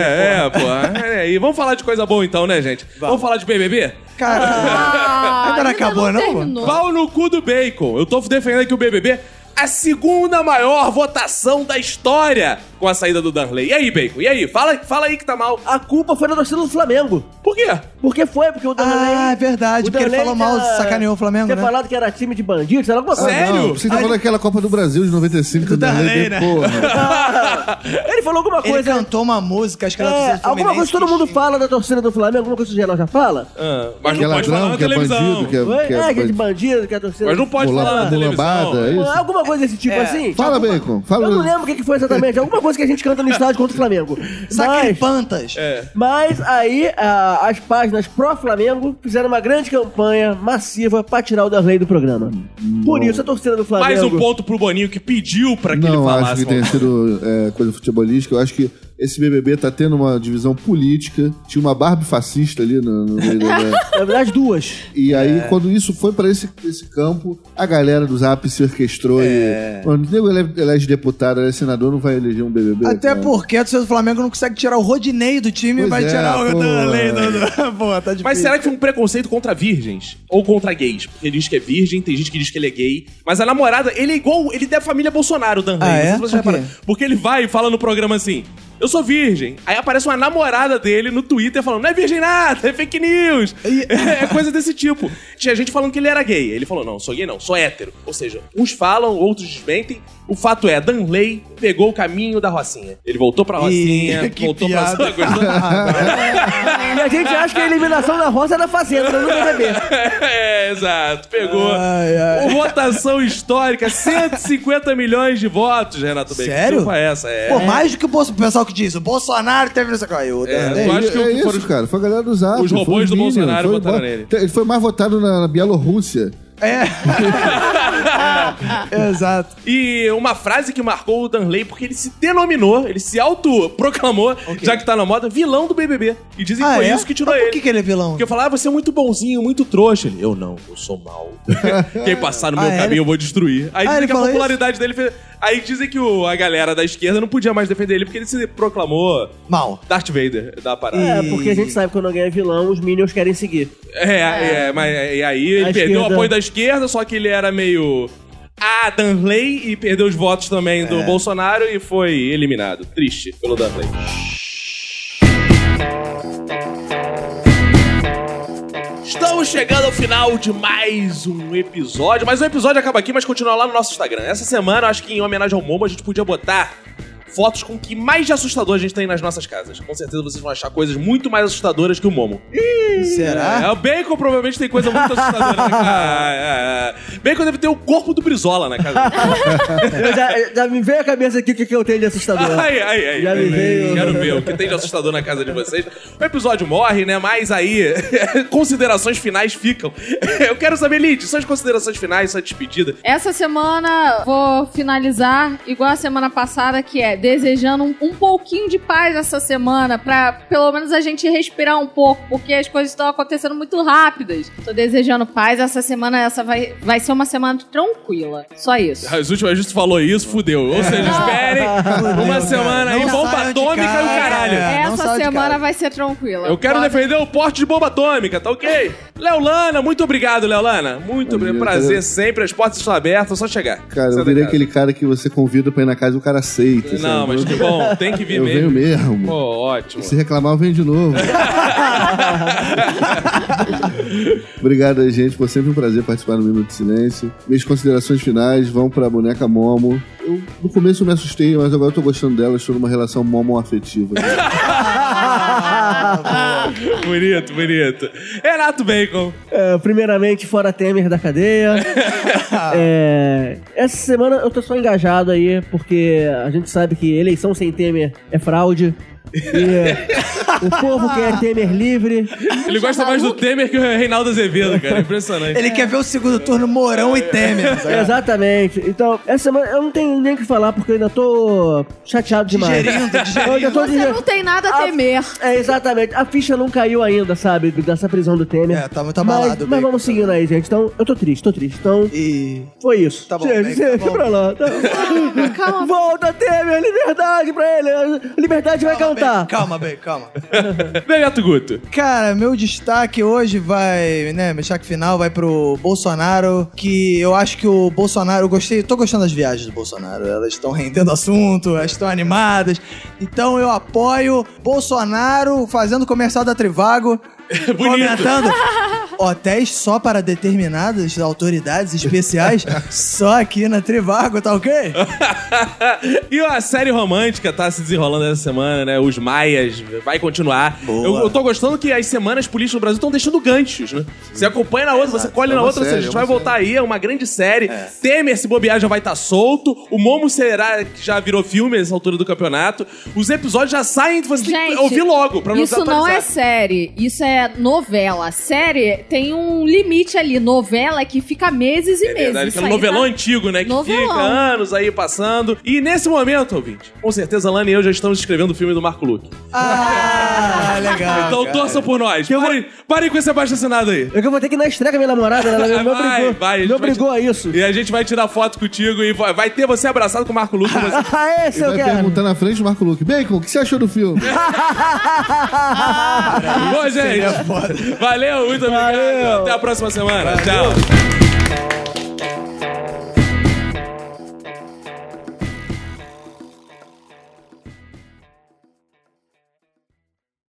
S2: é, pô. É, e vamos falar de coisa boa então, né, gente? Vamos, falar de BBB?
S3: Cara,
S4: Ah,
S3: Agora acabou, né, não?
S4: terminou.
S2: Pau no cu do bacon. Eu tô defendendo aqui o BBB. A segunda maior votação da história com a saída do Darley. E aí, Bacon? E aí? Fala, fala aí que tá mal.
S5: A culpa foi da torcida do Flamengo.
S2: Por quê?
S5: Porque foi, porque o Danley...
S3: ah, é verdade,
S5: o
S3: porque ele
S5: Danley
S3: falou mal,
S5: tá-
S3: sacaneou o Flamengo,
S5: ter
S3: né?
S5: falado que era time de bandido, sei lá alguma coisa.
S2: Sério?
S6: Não, você tá falando daquela Copa do Brasil de 95 do
S3: Darley,
S6: Darley,
S3: né?
S6: porra.
S5: assim. Ele falou alguma
S3: Ele
S5: coisa...
S3: cantou uma música, acho que
S5: É,
S3: era do Fluminense,
S5: alguma coisa que todo mundo
S3: que-
S5: fala da torcida do Flamengo, alguma coisa que o geral já fala?
S2: Ah, mas
S6: Que é
S2: não pode falar
S6: ladrão,
S2: na
S6: que é
S2: televisão.
S6: bandido, que é...
S5: É,
S6: Que
S5: que é de
S6: é
S5: bandido, que é torcida...
S2: Mas não pode É.
S6: Mula-
S2: falar na televisão.
S6: mulambada, é isso?
S5: Alguma coisa desse tipo assim?
S6: Fala,
S5: Alguma-
S6: Bacon, fala.
S5: Eu não lembro o que que foi exatamente. Alguma coisa que a gente canta no estádio contra o Flamengo. Mas,
S3: Sacripantas.
S5: mas aí a- as páginas pró-Flamengo fizeram uma grande campanha massiva pra tirar o Darley do programa. Por isso a torcida do Flamengo...
S2: Mais um ponto pro Boninho que pediu pra que ele
S6: Não,
S2: falasse.
S6: acho que
S2: mano.
S6: tenha sido é, coisa futebolística. Eu acho que esse BBB tá tendo uma divisão política. Tinha uma Barbie fascista ali no, no meio da... da-
S5: Na verdade, duas.
S6: E aí, quando isso foi pra esse, esse campo, a galera do Zap se orquestrou e... Mano, o nego ele- elege deputado, elege senador, não vai eleger um BBB.
S3: Até
S6: cara.
S3: porque a torcida do Flamengo não consegue tirar o Rodinei do time,
S6: Pois
S3: vai
S6: é,
S3: tirar o
S6: pô.
S3: Danley do... do- Pô, tá difícil.
S2: Mas será que foi um preconceito contra virgens? Ou contra gays? Porque ele diz que é virgem, tem gente que diz que ele é gay. Mas a namorada, ele é igual. Ele é da família Bolsonaro, o Dan
S3: Ah,
S2: Reis.
S3: é?
S2: Não sei se você
S3: Por quê?
S2: repararam. Porque ele vai e fala no programa assim. Eu sou virgem. Aí aparece uma namorada dele no Twitter falando: não é virgem nada, é fake news. é coisa desse tipo. Tinha gente falando que ele era gay. Ele falou: não, sou gay não, sou hétero. Ou seja, uns falam, outros desmentem. O fato é, Danley pegou o caminho da Rocinha. Ele voltou pra Rocinha,
S3: que
S2: voltou pra
S3: piada.
S2: coisa.
S5: E a gente acha que a eliminação da roça é na fazenda, não no BBB.
S2: é, exato. Pegou.
S3: Ai, ai.
S2: Uma Votação histórica, 150 milhões de votos, Renato Bacon.
S3: Sério?
S2: Que porra é essa? É.
S3: Pô, mais do que o Bolso- o pessoal que diz, o Bolsonaro teve não sei o que. Aí o né? Danley-
S2: eu acho que
S6: é
S2: o que
S6: isso,
S2: foram-
S6: cara. Foi a galera do Zap.
S2: Os
S6: foi
S2: robôs do
S6: Minions,
S2: Bolsonaro
S6: foi-
S2: votaram nele.
S6: Ele foi mais votado na Bielorrússia.
S3: É, exato.
S2: E uma frase que marcou o Danley, porque ele se denominou, ele se autoproclamou, já que tá na moda, vilão do BBB. E dizem que
S3: Ah,
S2: foi
S3: é?
S2: isso que tirou
S3: Mas
S2: ele.
S3: Por que, que ele é vilão?
S2: Porque eu falava, ah, você é muito bonzinho, muito trouxa. Ele, eu não, eu sou mal. Quem passar no meu
S3: Ah, é?
S2: caminho, eu vou destruir. Aí
S3: Ah,
S2: dizem
S3: ele
S2: que a
S3: falou
S2: popularidade dele fez... Aí dizem que o- a galera da esquerda não podia mais defender ele, porque ele se proclamou
S3: Mal.
S2: Darth Vader da parada.
S5: É, porque a gente sabe que quando alguém é vilão, os Minions querem seguir.
S2: É, é, mas e aí ele
S5: A
S2: perdeu o
S5: esquerda.
S2: apoio da esquerda, só que ele era meio. Ah, Danley e perdeu os votos também do Bolsonaro e foi eliminado. Triste pelo Danley. Estamos chegando ao final de mais um episódio. Mas o episódio acaba aqui, mas continua lá no nosso Instagram. Essa semana, eu acho que em homenagem ao Momo, a gente podia botar fotos com o que mais de assustador a gente tem nas nossas casas. Com certeza vocês vão achar coisas muito mais assustadoras que o Momo. É,
S3: Será?
S2: o Bacon provavelmente tem coisa muito assustadora. na casa. é. Bacon deve ter o corpo do Brizola na casa.
S5: Eu já, já me veio a cabeça aqui o que, que eu tenho de assustador.
S2: ai, ai, ai.
S5: Já me veio.
S2: Quero ver o que tem de assustador na casa de vocês. O episódio morre, né? Mas aí, considerações finais ficam. Eu quero saber, Lid, suas considerações finais, sua despedida.
S4: Essa semana vou finalizar igual a semana passada, que é desejando um, um pouquinho de paz essa semana, pra pelo menos a gente respirar um pouco, porque as coisas estão acontecendo muito rápidas. Tô desejando paz essa semana, essa vai, vai ser uma semana tranquila. Só isso.
S2: As últimas vezes que falou isso, fudeu. Ou seja, esperem uma semana aí,
S3: Não
S2: bomba
S3: saiam de
S2: atômica e o
S3: casa.
S2: caralho.
S3: É, não
S4: essa
S3: sai de
S4: semana
S3: casa.
S4: vai ser tranquila.
S2: Eu quero
S4: Pode-
S2: defender o porte de bomba atômica, tá ok? Leolana, muito obrigado, Leolana. Muito
S6: Valeu,
S2: obrigado. prazer
S6: valeu.
S2: sempre, as portas estão abertas, é só chegar. Sai
S6: Cara, eu
S2: da
S6: virei
S2: casa.
S6: aquele cara que você convida pra ir na casa e o cara aceita.
S2: Não,
S6: sabe?
S2: mas que bom, tem que vir
S6: Eu venho
S2: mesmo.
S6: mesmo.
S2: Pô, ótimo.
S6: Se reclamar, eu venho de novo. Obrigado aí, gente. Foi sempre um prazer participar do Minuto de Silêncio. Minhas considerações finais vão pra boneca Momo. Eu, no começo eu me assustei, mas agora eu tô gostando dela. Estou numa relação Momo afetiva.
S3: Ah,
S2: bonito, bonito. Renato Bacon.
S5: É, primeiramente, fora Temer da cadeia. É, essa semana eu tô só engajado aí, porque a gente sabe que eleição sem Temer é fraude. E é, o povo quer Temer livre.
S2: Ele gosta mais do Temer que o Reinaldo Azevedo, cara. Impressionante.
S3: Ele quer ver o segundo turno Mourão e Temer.
S2: É.
S3: sabe?
S5: Exatamente. Então, essa semana eu não tenho nem o que falar, porque eu ainda tô chateado demais.
S3: Digerindo, digerindo.
S5: Eu ainda tô
S4: Você
S5: digerindo.
S4: não tem nada
S2: Ah,
S4: a temer.
S5: É, exatamente. A ficha não caiu ainda, sabe? Dessa prisão do Temer.
S3: É, tá muito
S5: mas,
S3: abalado.
S5: mas
S3: Bacon.
S5: vamos seguindo aí, gente. Então, eu tô triste, tô triste. Então,
S3: E...
S5: foi isso.
S3: Tá bom,
S5: Chega,
S3: Bacon,
S5: chega
S3: tá bom.
S5: pra lá. Tá-
S4: calma.
S5: Volta, Temer! Liberdade pra ele! A Liberdade vai
S3: Bacon,
S5: contar!
S3: Calma, bem, calma.
S2: Bebeto Guto.
S3: Cara, meu destaque hoje vai, né, meu destaque final vai pro Bolsonaro, que eu acho que o Bolsonaro, eu gostei, tô gostando das viagens do Bolsonaro, elas estão rendendo assunto, elas estão animadas, então eu apoio Bolsonaro fazendo comercial da Trivago, comentando hotéis só para determinadas autoridades especiais, só aqui na Trivago, tá ok?
S2: e a série romântica tá se desenrolando essa semana, né? Os Maias vai continuar.
S3: Boa.
S2: Eu, eu tô gostando que as semanas políticas no Brasil estão deixando ganchos, né? Você acompanha na outra, você colhe
S6: É
S2: na
S6: uma
S2: outra, ou seja,
S6: série,
S2: a gente
S6: é
S2: vai
S6: uma
S2: voltar aí, é uma grande série. Temer, se bobear, já vai estar solto. O Momo será que já virou filme nessa altura do campeonato. Os episódios já saem, você tem
S4: Gente,
S2: que ouvir logo pra não
S4: Isso não é
S2: desatualizar.
S4: série, isso é novela. Série tem um limite ali. Novela é que fica meses e
S2: É
S4: meses.
S2: verdade,
S4: Isso
S2: aquele
S4: aí tá-
S2: novelão antigo, né? Que
S4: Novelão.
S2: fica anos aí passando. E nesse momento, ouvinte, com certeza, Lana e eu já estamos escrevendo o filme do Marco Luque.
S3: Ah, legal.
S2: Então
S3: cara.
S2: torçam por nós. Parem, parem com esse abaixo assinado aí.
S5: É que eu vou ter que ir na estreia com a minha namorada, né? ela me
S2: Vai,
S5: obrigou,
S2: vai, a gente
S5: me
S2: vai
S5: obrigou a isso.
S2: E a gente vai tirar foto contigo e vai vai ter você abraçado com o Marco Luque. Você...
S5: Ah, esse
S6: Ele
S5: eu
S6: vai
S5: quero.
S6: perguntar na frente do Marco Luque. Bacon, o que você achou do filme?
S2: Bom, gente. Valeu, muito obrigado. Até a próxima semana. Tchau.